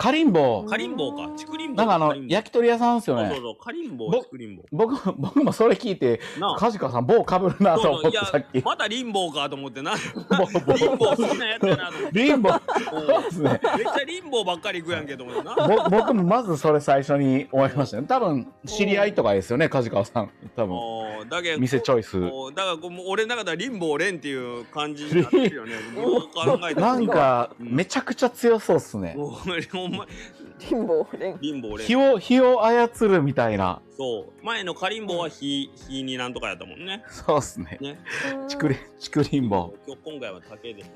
[SPEAKER 3] かりんぼ
[SPEAKER 2] カリンボか。チクリンボ。
[SPEAKER 3] なんかあの
[SPEAKER 2] カリンボ
[SPEAKER 3] 焼き鳥屋さんですよ
[SPEAKER 2] そう
[SPEAKER 3] ね
[SPEAKER 2] そうそう。カリンボ、
[SPEAKER 3] ぼ
[SPEAKER 2] チクリンボ。
[SPEAKER 3] 僕僕もそれ聞いて
[SPEAKER 2] なあ。
[SPEAKER 3] 梶川さん棒かぶるなと
[SPEAKER 2] そう
[SPEAKER 3] 思
[SPEAKER 2] そう
[SPEAKER 3] っ
[SPEAKER 2] い
[SPEAKER 3] て
[SPEAKER 2] や
[SPEAKER 3] さっき
[SPEAKER 2] またリンボーかと思ってな
[SPEAKER 3] 棒
[SPEAKER 2] リンボー好きなやつやなと思って
[SPEAKER 3] リンボ
[SPEAKER 2] うん
[SPEAKER 3] で
[SPEAKER 2] <laughs>
[SPEAKER 3] すね
[SPEAKER 2] めっちゃリンボーばっかり行くやんけと思ってな
[SPEAKER 3] <laughs> ぼ僕もまずそれ最初に思いましたね多分知り合いとかですよね梶川さん多分
[SPEAKER 2] もうだけど
[SPEAKER 3] 店チョイス
[SPEAKER 2] もうだからこうもう俺の中ではリンボーレンっていう感じになってる
[SPEAKER 3] <laughs>
[SPEAKER 2] よねどう考えても
[SPEAKER 3] なんか
[SPEAKER 2] うん
[SPEAKER 3] めちゃくちゃ強そうっすね
[SPEAKER 2] もうほんま
[SPEAKER 4] リンボーレン
[SPEAKER 2] リンボーレ
[SPEAKER 3] 火
[SPEAKER 2] ン
[SPEAKER 3] を火を操るみたいな
[SPEAKER 2] そう前のカリンボーは火火になんとかやったもんね
[SPEAKER 3] そうっすね
[SPEAKER 2] ね
[SPEAKER 3] ちくりちくりんぼ
[SPEAKER 2] 今日今回は竹ですね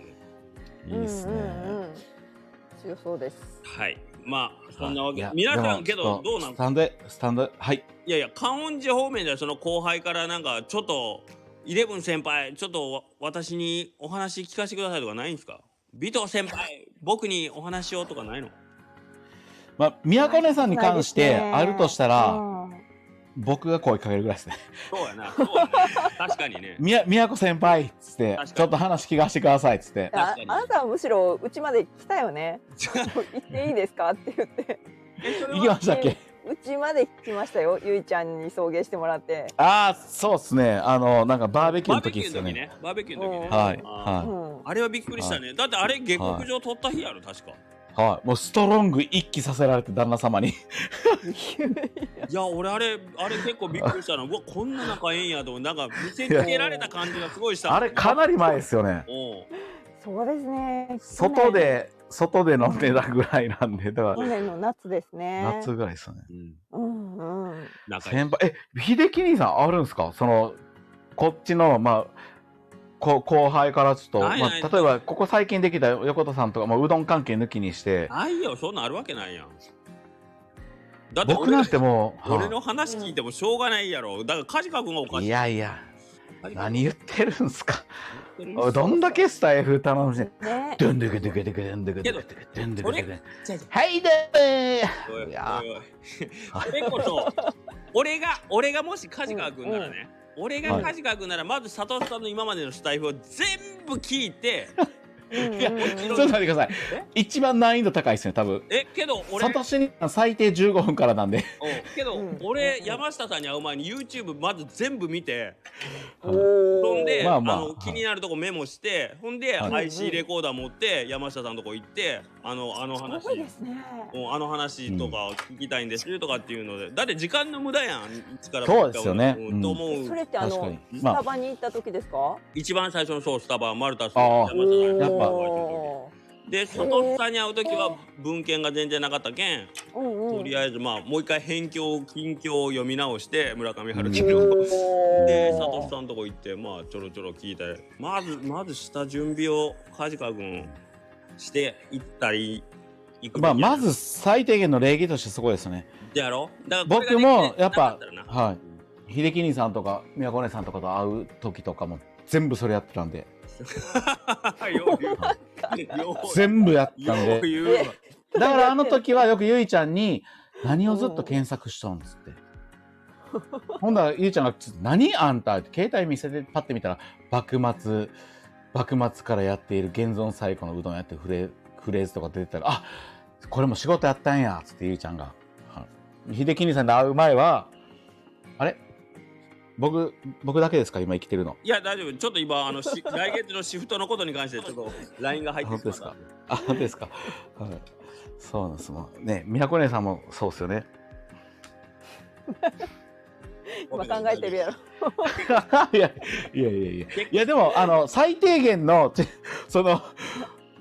[SPEAKER 3] いいっすね
[SPEAKER 4] うんうんうん強そうです
[SPEAKER 2] はいまあそんなわ
[SPEAKER 3] い
[SPEAKER 2] け
[SPEAKER 3] や
[SPEAKER 2] 皆
[SPEAKER 3] で
[SPEAKER 2] さん
[SPEAKER 3] も
[SPEAKER 2] け
[SPEAKER 3] ちょ
[SPEAKER 2] ど
[SPEAKER 3] っと
[SPEAKER 2] どうなん
[SPEAKER 3] スタンドスタンドはい
[SPEAKER 2] いやいや観音寺方面ではその後輩からなんかちょっとイレブン先輩ちょっとわ私にお話聞かせてくださいとかないんですか尾藤先輩僕にお話をとかないの
[SPEAKER 3] まあ宮古根さんに関して
[SPEAKER 4] ないですね
[SPEAKER 3] あるとしたら、
[SPEAKER 4] うん
[SPEAKER 3] 僕が声かけるぐらいですね。
[SPEAKER 2] そうやなそうやね確かに
[SPEAKER 3] <laughs>
[SPEAKER 2] ね
[SPEAKER 3] みや、宮子先輩っつって
[SPEAKER 2] 確かに、
[SPEAKER 3] ちょっと話聞かせてくださいっつって。
[SPEAKER 4] あ
[SPEAKER 2] 確かに
[SPEAKER 4] あなたはむし <laughs> ろうちまで来たよね行っていいですかって言って
[SPEAKER 2] えそれ
[SPEAKER 3] 行き
[SPEAKER 2] は
[SPEAKER 3] ましたっけ
[SPEAKER 4] うちまで来ましたよゆいちゃんに送迎してもらって、
[SPEAKER 3] ああ、そうっすね。あの、なんかバーベキュ
[SPEAKER 2] バ
[SPEAKER 3] ー
[SPEAKER 2] ーベ
[SPEAKER 3] の時
[SPEAKER 2] キ
[SPEAKER 3] っ
[SPEAKER 2] ュ
[SPEAKER 3] す
[SPEAKER 2] ーの時
[SPEAKER 3] よね。
[SPEAKER 2] ね。バーベキューの時ね。
[SPEAKER 3] はい、
[SPEAKER 2] あ
[SPEAKER 4] う
[SPEAKER 3] は
[SPEAKER 2] ーあれはびっくりしたね。だってあれ下克上取った日やろ、確か。
[SPEAKER 3] い、はい。もうストロング一気させられて、旦那様に。
[SPEAKER 4] ん、
[SPEAKER 2] いや、俺あれ、あれ結構びっくりしたの。うわ、こんな仲ええんやと思う、なんか見せつけられた感じがすごいした。
[SPEAKER 3] あれ、かなり前ですよね。
[SPEAKER 2] おう
[SPEAKER 4] そうですね
[SPEAKER 3] 外で、外で飲んでたぐらいなんで、だか
[SPEAKER 4] 去年の夏ですね
[SPEAKER 3] ら、夏ぐらいですよね。
[SPEAKER 2] うん。
[SPEAKER 4] うんうん
[SPEAKER 2] 仲いい。
[SPEAKER 3] 先輩、え、秀樹兄さんあるんですかその、こっちの、まあ、こ後輩からちょっと、まあ、
[SPEAKER 2] ないない
[SPEAKER 3] 例えば、ここ最近できた横田さんとか、まあ、うどん関係抜きにして、
[SPEAKER 2] ないよ、そんなんあるわけないやん。だって
[SPEAKER 3] 僕
[SPEAKER 2] 俺
[SPEAKER 3] な
[SPEAKER 2] の
[SPEAKER 3] んてもう、
[SPEAKER 2] 俺の話聞いてもしょうがないやろ。だから、カジカ君がおか
[SPEAKER 3] はい
[SPEAKER 2] しい。
[SPEAKER 3] いやいや、
[SPEAKER 2] 梶川
[SPEAKER 3] 何言ってるんすか。
[SPEAKER 2] 君
[SPEAKER 3] おいどんだけスタイフ楽しい。
[SPEAKER 4] ね
[SPEAKER 3] ドゥンドゥクドゥクドゥクドゥンドゥクドゥクドゥンドゥクドゥクドゥク
[SPEAKER 2] 違う違う
[SPEAKER 3] はいど
[SPEAKER 2] おいおいおい
[SPEAKER 3] いや
[SPEAKER 2] それこそ俺が俺がもし梶川君ならね、俺が梶川君ならまず佐藤さんの今までのスタイフを全部聞いて
[SPEAKER 4] うんうん
[SPEAKER 3] いやち
[SPEAKER 2] <laughs>
[SPEAKER 3] ょっと待ってください。一番難易度高いですね、多分。
[SPEAKER 2] えけど俺
[SPEAKER 3] サトシに最低15分からなんで。
[SPEAKER 2] おけど
[SPEAKER 4] うん
[SPEAKER 2] 俺山下さんに会う前に YouTube まず全部見て
[SPEAKER 4] お
[SPEAKER 2] ほんで、
[SPEAKER 3] ま
[SPEAKER 2] あ
[SPEAKER 3] あまあは
[SPEAKER 2] の
[SPEAKER 3] い
[SPEAKER 2] 気になるとこメモしてほんで
[SPEAKER 3] はい
[SPEAKER 2] IC レコーダー持って山下さんのとこ行ってあのあの
[SPEAKER 4] ー
[SPEAKER 2] 話
[SPEAKER 4] すごいですね
[SPEAKER 2] もうあの話とかを聞きたいんですとかっていうので、だって時間の無駄やん力
[SPEAKER 3] そうですよね
[SPEAKER 2] うんと思う
[SPEAKER 4] それってあ
[SPEAKER 3] 確か
[SPEAKER 4] の
[SPEAKER 3] に。
[SPEAKER 4] ス
[SPEAKER 3] ま
[SPEAKER 4] タ
[SPEAKER 3] あ、
[SPEAKER 4] バに行った時ですか
[SPEAKER 2] 一番最初のそうスタバマルタス
[SPEAKER 3] ああ
[SPEAKER 2] 山下さん
[SPEAKER 3] やっぱ
[SPEAKER 4] お
[SPEAKER 2] で佐藤さんに会う時は文献が全然なかったけん、
[SPEAKER 4] ーうんうん
[SPEAKER 2] とりあえずまあもう一回辺境近況を読み直して村上春樹
[SPEAKER 3] えず
[SPEAKER 2] の、
[SPEAKER 4] おー
[SPEAKER 2] で佐藤さんのとこ行ってまあちょろちょろ聞いたりまずまず下準備を梶川君して行ったり行くべき
[SPEAKER 3] ま
[SPEAKER 2] や
[SPEAKER 3] あ、
[SPEAKER 2] な
[SPEAKER 3] まず最低限の礼儀としてすごいですね。
[SPEAKER 2] やろだからこれが
[SPEAKER 3] 僕も
[SPEAKER 2] でき、て
[SPEAKER 3] や
[SPEAKER 2] な
[SPEAKER 3] っ
[SPEAKER 2] か
[SPEAKER 3] ぱ
[SPEAKER 2] たらな、
[SPEAKER 3] はい。秀樹兄さんとか、宮古姉さんとかと会う時とかも、全部それやってたんで。
[SPEAKER 4] <laughs>
[SPEAKER 2] よう
[SPEAKER 3] <laughs>
[SPEAKER 2] 言うわよ
[SPEAKER 3] 全部やっ
[SPEAKER 2] う
[SPEAKER 3] てたん
[SPEAKER 2] よう
[SPEAKER 3] で。
[SPEAKER 2] 言うわ
[SPEAKER 3] だからあの時はよくゆいちゃんに「何をずっと検索しとん」っつって。
[SPEAKER 2] <laughs>
[SPEAKER 3] ほんだらゆいちゃんがちょっと「何あんた」って携帯見せてパッて見たら幕末幕末からやっている現存最古のうどんやってフレフレーズとか出てたら「あこれも仕事やったんや」っつってゆいちゃんが。はい秀樹兄さんと会う前は「あれ僕僕だけですか今生きてるの
[SPEAKER 2] いや大丈夫ちょっと今あのし来月のシフトのことに関してちょっと LINE が入って
[SPEAKER 3] 本
[SPEAKER 2] き
[SPEAKER 3] 当で
[SPEAKER 2] ますした
[SPEAKER 3] か <laughs> あ本当ですか、はい、そうなんですもんねみやこ姉さんもそうっすよね <laughs>
[SPEAKER 4] 今考えてるやろ
[SPEAKER 3] いやいやいやいやいやでもあの最低限の <laughs> ちその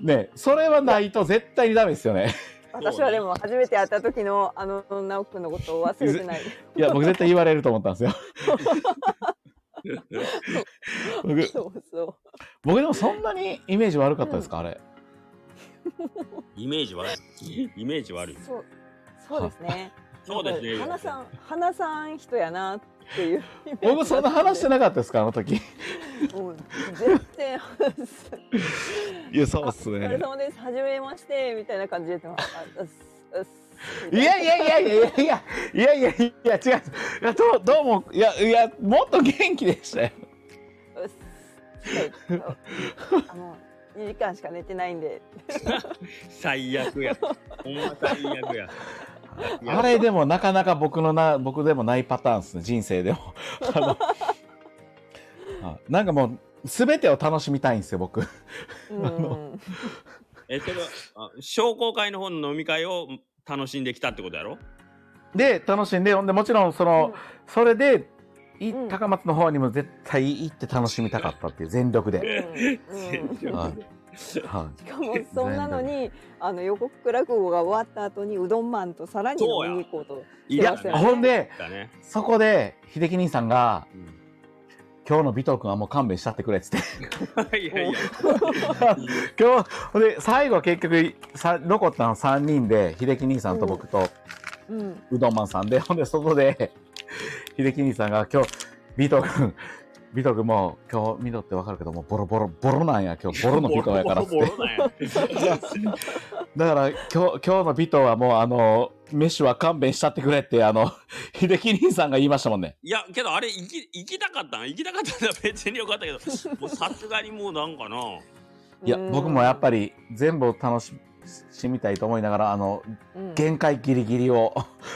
[SPEAKER 3] ねそれはないと絶対にダメですよね
[SPEAKER 4] 私はでも初めて会った時のあの直樹くんのことを忘れてない
[SPEAKER 3] いや僕絶対言われると思ったんですよ僕
[SPEAKER 4] そうそ
[SPEAKER 3] 僕でもそんなにイメージ悪かったですかあれ
[SPEAKER 2] イメージ悪いイメージ悪いう
[SPEAKER 4] そうそうですね
[SPEAKER 2] <laughs> そうですね
[SPEAKER 4] 花さん花さん人やなっていう
[SPEAKER 3] 僕そんな話してなかったですかあの時
[SPEAKER 4] うん全然話す
[SPEAKER 3] いやそうっす
[SPEAKER 4] お疲れ様です初めましてみたいな感じであうっすうっす
[SPEAKER 3] いやいやいやいやいやいやいやいや違ういやどうどうもいやいやもっと元気でしたよ
[SPEAKER 4] うっすはいあの2時間しか寝てないんで
[SPEAKER 2] 最悪やほんま最悪や
[SPEAKER 3] あれでもなかなか僕のな僕でもないパターンですね人生でもあのあなんかもう全てを楽しみたいんですよ僕
[SPEAKER 4] うん
[SPEAKER 2] えそれはあ商工会の方の飲み会を楽しんできたってことやろ
[SPEAKER 3] で楽しんでほんでもちろんその、それでい
[SPEAKER 4] うん
[SPEAKER 3] 高松の方にも絶対行って楽しみたかったっていう全力で、
[SPEAKER 4] うん
[SPEAKER 3] <laughs>
[SPEAKER 4] うん
[SPEAKER 3] はいはい
[SPEAKER 4] しかもそんなのにあの予告落語が終わった後にうどんマンとさらに飲みに行こうと
[SPEAKER 2] <laughs> い
[SPEAKER 3] いや
[SPEAKER 4] そうやね
[SPEAKER 3] ほんで
[SPEAKER 2] だね、
[SPEAKER 3] そこで秀樹兄さんが
[SPEAKER 2] うん
[SPEAKER 3] 「今日の尾藤君はもう勘弁したってくれ」っつって
[SPEAKER 2] いやいや
[SPEAKER 3] 今日ほんで最後結局さ残ったの3人で秀樹兄さんと僕と、
[SPEAKER 4] うん
[SPEAKER 3] うどんマンさんで、ほんで、外で、秀樹兄さんが、今日、ビト君、ビト君も、今日、ミトってわかるけど、もうボロボロ、ボロなんや、今日、ボロのビトやからっつ
[SPEAKER 2] <laughs>
[SPEAKER 3] っ
[SPEAKER 2] ボ
[SPEAKER 3] て。
[SPEAKER 2] ロボロなんや
[SPEAKER 3] <laughs> だから、今日、今日のビトはもう、あの、飯は勘弁したってくれって、あの、 <laughs> 秀樹兄さんが言いましたもんね。
[SPEAKER 2] いやけどあれ行き行きたかったん行きたかったら別によかったけどもうさすがにもうなんかな
[SPEAKER 3] いうや、
[SPEAKER 4] ん
[SPEAKER 3] 僕もやっぱり、全部を楽ししみたいと思いながらあの
[SPEAKER 4] うん
[SPEAKER 3] 限界ギリギリを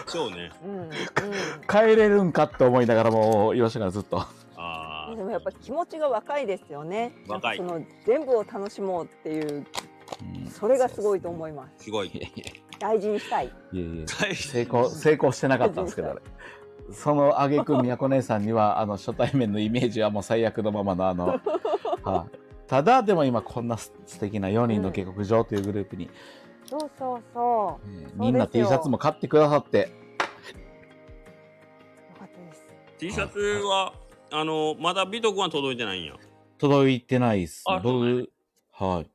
[SPEAKER 2] そうね。
[SPEAKER 4] うん
[SPEAKER 3] 帰れるんかって思いながらもうよしからずっと
[SPEAKER 2] あ
[SPEAKER 4] う
[SPEAKER 2] あ
[SPEAKER 4] ん、で。もやっぱ気持ちが若いですよね
[SPEAKER 2] 若い
[SPEAKER 4] なんかその全部を楽しもうっていうそれがすごいと思います
[SPEAKER 2] すごい。
[SPEAKER 4] 大事にしたい
[SPEAKER 3] いえいえ
[SPEAKER 2] 大
[SPEAKER 3] 成功成功してなかったんですけどあれその挙句みやこ姉さんにはあの初対面のイメージはもう最悪のままのあ
[SPEAKER 4] <laughs>
[SPEAKER 3] の、はいただでも今こんなす素敵な4人の下克上というグループに、
[SPEAKER 4] そうそうそ
[SPEAKER 3] えー
[SPEAKER 4] すよ
[SPEAKER 3] みんな T シャツも買ってくださって
[SPEAKER 4] うよかったです
[SPEAKER 2] T シャツは、あの、まだ美徳は届いてないんや。
[SPEAKER 3] 届いてないです
[SPEAKER 2] あ
[SPEAKER 3] 僕はい。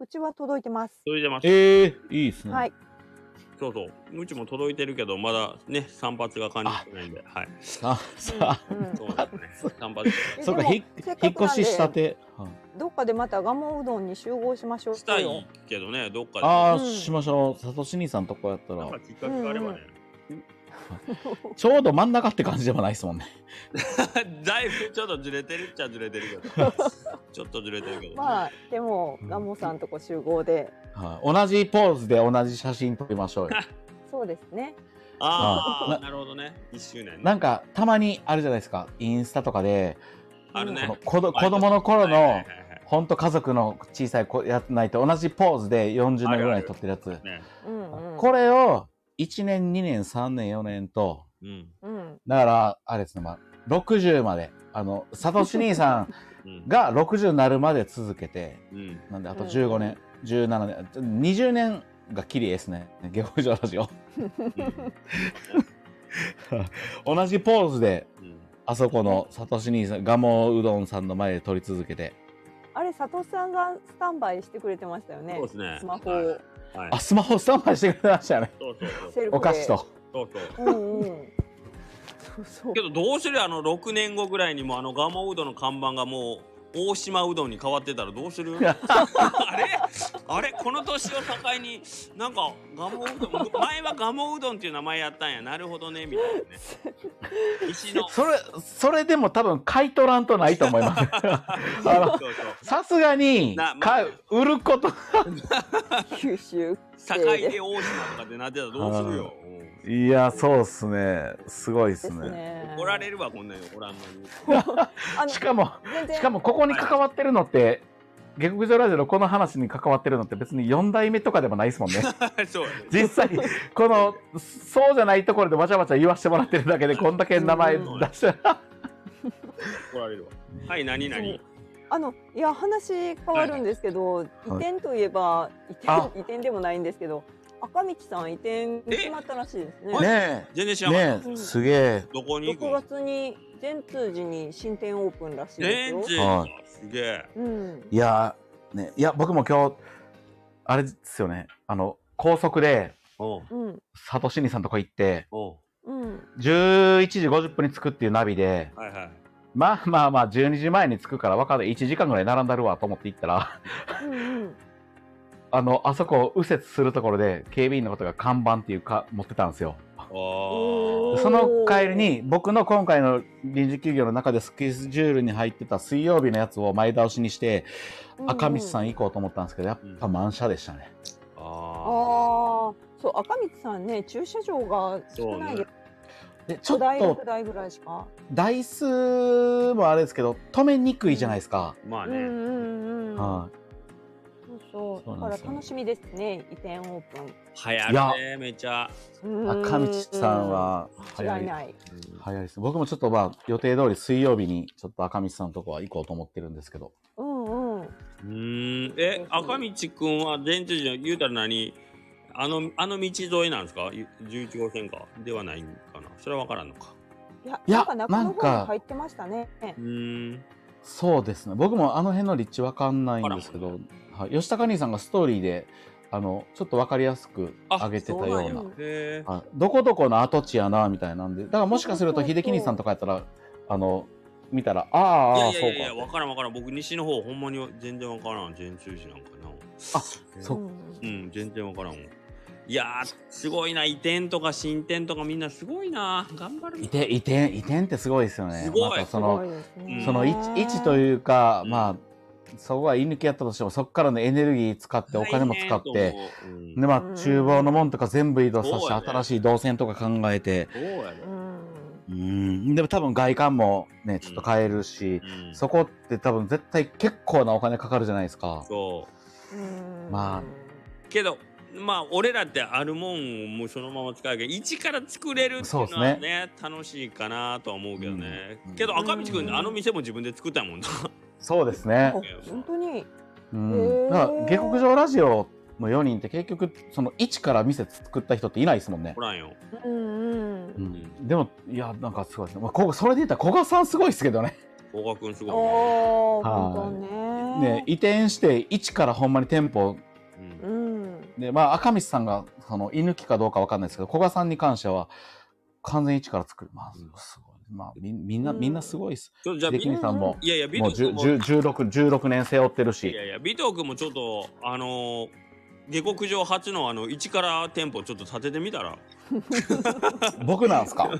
[SPEAKER 4] うちは届いてます
[SPEAKER 2] 届いてます。
[SPEAKER 3] ええいいですね。
[SPEAKER 4] はい
[SPEAKER 2] そうそう。うちも届いてるけど、まだね、散髪が完了してないんで。はい。
[SPEAKER 3] さあ、さあ、
[SPEAKER 4] うん
[SPEAKER 2] そうなんですね。散髪。
[SPEAKER 3] そっか、
[SPEAKER 4] でも
[SPEAKER 3] ひ
[SPEAKER 4] せっか
[SPEAKER 3] 引っ
[SPEAKER 4] くなん
[SPEAKER 3] 越
[SPEAKER 4] で
[SPEAKER 3] ししたて。はい
[SPEAKER 4] どっかでまたガモうどんに集合しましょう
[SPEAKER 2] した
[SPEAKER 4] よ
[SPEAKER 2] いけどね、どっかで。
[SPEAKER 3] ああ、
[SPEAKER 4] うん
[SPEAKER 3] しましょう。さとし兄さんとこやった
[SPEAKER 2] なん
[SPEAKER 3] ら
[SPEAKER 2] か、きっかけがあればね。
[SPEAKER 3] ちょうど真ん中って感じではないですもんね。
[SPEAKER 2] <laughs> だいぶちょっとずれてるっちゃずれてるけど。ちょっとずれてるけど。
[SPEAKER 4] まあでも
[SPEAKER 3] うん
[SPEAKER 4] ガモさんとこ集合で
[SPEAKER 3] はい、同じポーズで同じ写真撮りましょう
[SPEAKER 4] <laughs>
[SPEAKER 3] よ。
[SPEAKER 4] そうですね
[SPEAKER 2] あ
[SPEAKER 3] ま
[SPEAKER 2] あ
[SPEAKER 3] あ、
[SPEAKER 2] なるほどね。一周年ね。
[SPEAKER 3] なんか、たまにあるじゃないですか。インスタとかで、
[SPEAKER 2] あるね
[SPEAKER 3] この。子ど子供の頃
[SPEAKER 2] はいはいはい、
[SPEAKER 3] の
[SPEAKER 2] はい
[SPEAKER 3] ほんと家族の小さい子やつないと同じポーズで40年ぐらい撮ってるやつ。
[SPEAKER 2] ね。
[SPEAKER 4] うんうん
[SPEAKER 3] これを、1年、2年、3年、4年と、
[SPEAKER 2] うん。
[SPEAKER 4] うん
[SPEAKER 3] だから、あれですね、まあ、60まで、あの、サトシ兄さ
[SPEAKER 2] うん
[SPEAKER 3] ん。が60になるまで続けて、
[SPEAKER 2] うん。
[SPEAKER 3] なんで、あと
[SPEAKER 4] うん
[SPEAKER 3] 15年、17年、20年がきりですね、 <laughs> 下克上ラジオ。同じポーズで、
[SPEAKER 2] うん
[SPEAKER 3] あそこのサトシ兄さん、ガモうどんさんの前で撮り続けて、
[SPEAKER 4] あれ佐藤さんがスタンバイしてくれてましたよね
[SPEAKER 2] そうですね
[SPEAKER 4] スマホを
[SPEAKER 2] はい
[SPEAKER 3] あ、。スマホスタンバイしてくれましたよね。
[SPEAKER 2] そうそうそう。
[SPEAKER 4] セルフで
[SPEAKER 3] お菓子と。
[SPEAKER 2] そうそう。
[SPEAKER 4] うんうんそうそう
[SPEAKER 2] けどどうするあの6年後ぐらいにもあのガモうどんの看板がもう大島うどんに変わってたらどうする <laughs> あれあれこの年を境になんかガモうどん前はガモうどんっていう名前やったんやなるほどねみたいなね石の
[SPEAKER 3] それ、それでも多分買い取らんとないと思います。あ
[SPEAKER 2] そう
[SPEAKER 3] の
[SPEAKER 2] そう
[SPEAKER 3] さすがに
[SPEAKER 2] な、まあ
[SPEAKER 3] 買う、売ること
[SPEAKER 4] 九州
[SPEAKER 2] 境で大島とかってなってたらどうするようん
[SPEAKER 3] いや、そうっすね。すごいっ
[SPEAKER 4] ですす
[SPEAKER 3] ね。
[SPEAKER 4] ね
[SPEAKER 2] 怒られるわこんなに怒らんのに
[SPEAKER 4] あの
[SPEAKER 3] しかも、
[SPEAKER 4] 全然
[SPEAKER 3] しかもここに関わってるのって、下克上ラジオのこの話に関わってるのって別に4代目とかでもないですもんね。
[SPEAKER 2] <laughs> そうやね
[SPEAKER 3] 実際、この、そうじゃないところでわちゃわちゃ言わしてもらってるだけで、こんだけ名前出して、
[SPEAKER 2] 怒られるわはい何々
[SPEAKER 4] そうあのいや話変わるんですけど、移転といえば移
[SPEAKER 3] あ
[SPEAKER 4] 転移転でもないんですけど赤道さん移転決まったらしいですね。
[SPEAKER 3] ね
[SPEAKER 2] 全然知らんかった
[SPEAKER 4] え
[SPEAKER 3] すげえ。
[SPEAKER 2] どこに行く
[SPEAKER 4] 6
[SPEAKER 2] の
[SPEAKER 4] 月に善通寺に新店オープンらしいです
[SPEAKER 2] 全
[SPEAKER 4] よ。
[SPEAKER 2] 然
[SPEAKER 3] は
[SPEAKER 2] すげえ
[SPEAKER 4] うん、
[SPEAKER 3] いや、ね、いや、僕も今日、あれですよね、あの、高速で、
[SPEAKER 2] おう
[SPEAKER 4] うん、
[SPEAKER 3] サトシニさんとこ行って、
[SPEAKER 2] おう
[SPEAKER 4] うん、
[SPEAKER 3] 11時50分に着くっていうナビで、
[SPEAKER 2] はいはい
[SPEAKER 3] まあまあまあ、12時前に着くから分かる、1時間ぐらい並んだるわと思って行ったら、 <laughs>
[SPEAKER 4] うん、うん。
[SPEAKER 3] あの、あそこを右折するところで、警備員の方が看板っていうか、持ってたんですよ。
[SPEAKER 2] あ
[SPEAKER 4] おー
[SPEAKER 3] その帰りに、僕の今回の臨時休業の中でスケジュールに入ってた水曜日のやつを前倒しにして、赤道さん行こうと思ったんですけど、やっぱ満車でしたね。
[SPEAKER 2] あ。あ
[SPEAKER 4] ああ、そう赤道さんね駐車場が少ないです。
[SPEAKER 3] で、ちょっ
[SPEAKER 4] 5台
[SPEAKER 3] と
[SPEAKER 4] 6、台ぐらいしか。
[SPEAKER 3] 台数もあれですけど、止めにくいじゃないですか。
[SPEAKER 2] あ。まあ
[SPEAKER 4] うんう
[SPEAKER 2] ね。
[SPEAKER 4] んうん。
[SPEAKER 3] は
[SPEAKER 4] そうそ
[SPEAKER 3] そう
[SPEAKER 4] う。
[SPEAKER 3] な
[SPEAKER 4] だ
[SPEAKER 3] んで
[SPEAKER 4] から
[SPEAKER 3] すよ
[SPEAKER 4] 楽しみですね移転オープン。
[SPEAKER 2] 流行るね、めちゃ。
[SPEAKER 3] い。
[SPEAKER 4] 赤
[SPEAKER 3] 赤道さんは、
[SPEAKER 4] 違い
[SPEAKER 3] 早い。
[SPEAKER 4] ない。
[SPEAKER 3] 早いです。僕もちょっとまあ、予定通り水曜日に、ちょっと赤道さんのとこは行こうと思ってるんですけど。
[SPEAKER 4] うんうん。
[SPEAKER 2] うーん。え、赤道くんは全通寺の言うたら何あの、あの道沿いなんですかゆ ?11 号線かではないんかなそれは分からんのか。
[SPEAKER 4] いや、
[SPEAKER 3] いや
[SPEAKER 4] なんか中の
[SPEAKER 3] なん
[SPEAKER 4] 方
[SPEAKER 3] か
[SPEAKER 4] に入ってましたね。
[SPEAKER 2] うーん。
[SPEAKER 3] そうですね僕もあの辺の立地わかんないんですけど、はい、吉高兄さんがストーリーであのちょっとわかりやすく上げてたよう
[SPEAKER 2] そ
[SPEAKER 3] な
[SPEAKER 2] なんやへえ。
[SPEAKER 3] はいどこどこの跡地やなみたいなんでだからもしかする
[SPEAKER 4] そ
[SPEAKER 3] と
[SPEAKER 4] うそうそう
[SPEAKER 3] 秀樹兄さんとかやったらあの見たらあ
[SPEAKER 2] い
[SPEAKER 3] ー
[SPEAKER 2] や
[SPEAKER 3] あー
[SPEAKER 2] いや
[SPEAKER 3] そう
[SPEAKER 2] いや、分
[SPEAKER 3] か
[SPEAKER 2] からん分からん。僕、西の方、ほんまに全然分からん。全通寺なんかな。
[SPEAKER 3] あそっ
[SPEAKER 2] う、
[SPEAKER 4] うん
[SPEAKER 2] 全然分からんわ。いやー、すごいな。移転とか新店とかみんなすごいな。頑張る
[SPEAKER 3] 移
[SPEAKER 2] な。
[SPEAKER 3] 転移転移転ってすごいですよね
[SPEAKER 2] すごい
[SPEAKER 3] またそ
[SPEAKER 4] ん、
[SPEAKER 3] の
[SPEAKER 4] すごいですね
[SPEAKER 2] うん
[SPEAKER 3] その位置位置と
[SPEAKER 4] う
[SPEAKER 3] いうか
[SPEAKER 2] うん
[SPEAKER 3] まあそこは居抜きやったとしても、そこからのエネルギー使って、お金も使っ
[SPEAKER 2] 大変や
[SPEAKER 3] て、
[SPEAKER 2] と思ううん
[SPEAKER 3] で、まあ
[SPEAKER 4] うん、
[SPEAKER 3] 厨房のもんとか全部移動さ
[SPEAKER 2] そう
[SPEAKER 3] せて、
[SPEAKER 2] やね
[SPEAKER 3] 新しい動線とか考えて、
[SPEAKER 2] そうやね
[SPEAKER 3] う
[SPEAKER 4] うん
[SPEAKER 3] ん、でも多分外観もね、ちょっと変えるし、
[SPEAKER 2] うん
[SPEAKER 3] そこって多分絶対結構なお金かかるじゃないですか。
[SPEAKER 2] そ
[SPEAKER 4] うん
[SPEAKER 3] まあ
[SPEAKER 2] うけどまあ俺らってあるもんをもうそのまま使うけど一から作れるっていうのは
[SPEAKER 3] そう
[SPEAKER 2] ね
[SPEAKER 3] っす
[SPEAKER 2] 楽しいかなとは思うけどね、
[SPEAKER 3] うん
[SPEAKER 2] けど赤道
[SPEAKER 4] う
[SPEAKER 2] 君
[SPEAKER 4] ん
[SPEAKER 2] あの店も自分で作ったもんな <laughs>
[SPEAKER 3] そうです
[SPEAKER 4] あ
[SPEAKER 3] ね。
[SPEAKER 4] 本当に
[SPEAKER 3] うん。だから、下克上ラジオの4人って結局、その一から店作った人っていないですもんね
[SPEAKER 2] ほ。らんよ
[SPEAKER 4] うんうん
[SPEAKER 3] うん、でも、いや、なんかすごいですね。まあ、こそれで言ったら、古賀さんすごいですけどね。
[SPEAKER 2] 大川君すごいね、
[SPEAKER 4] おお
[SPEAKER 3] はい
[SPEAKER 4] 本当ね
[SPEAKER 3] ね、移転して、一からほんまに店舗
[SPEAKER 2] うん
[SPEAKER 4] うん
[SPEAKER 3] で、まあ、赤道さんが、その、居抜きかどうかわかんないですけど、古賀さんに関しては、完全に一から作る。まあ、すごい。まあ、みみんな、みんなすごいです。
[SPEAKER 2] ちょっとじゃあ
[SPEAKER 3] で、
[SPEAKER 2] ビ
[SPEAKER 3] 金さんも、
[SPEAKER 2] いやいやビ
[SPEAKER 3] もう
[SPEAKER 2] ト君
[SPEAKER 3] 10
[SPEAKER 2] も
[SPEAKER 3] 16, 16年背負ってる
[SPEAKER 2] い
[SPEAKER 3] し、
[SPEAKER 2] やいや尾藤君もちょっとあのー下克上初のあの一から店舗ちょっと立ててみたら <laughs>
[SPEAKER 3] 僕なんすか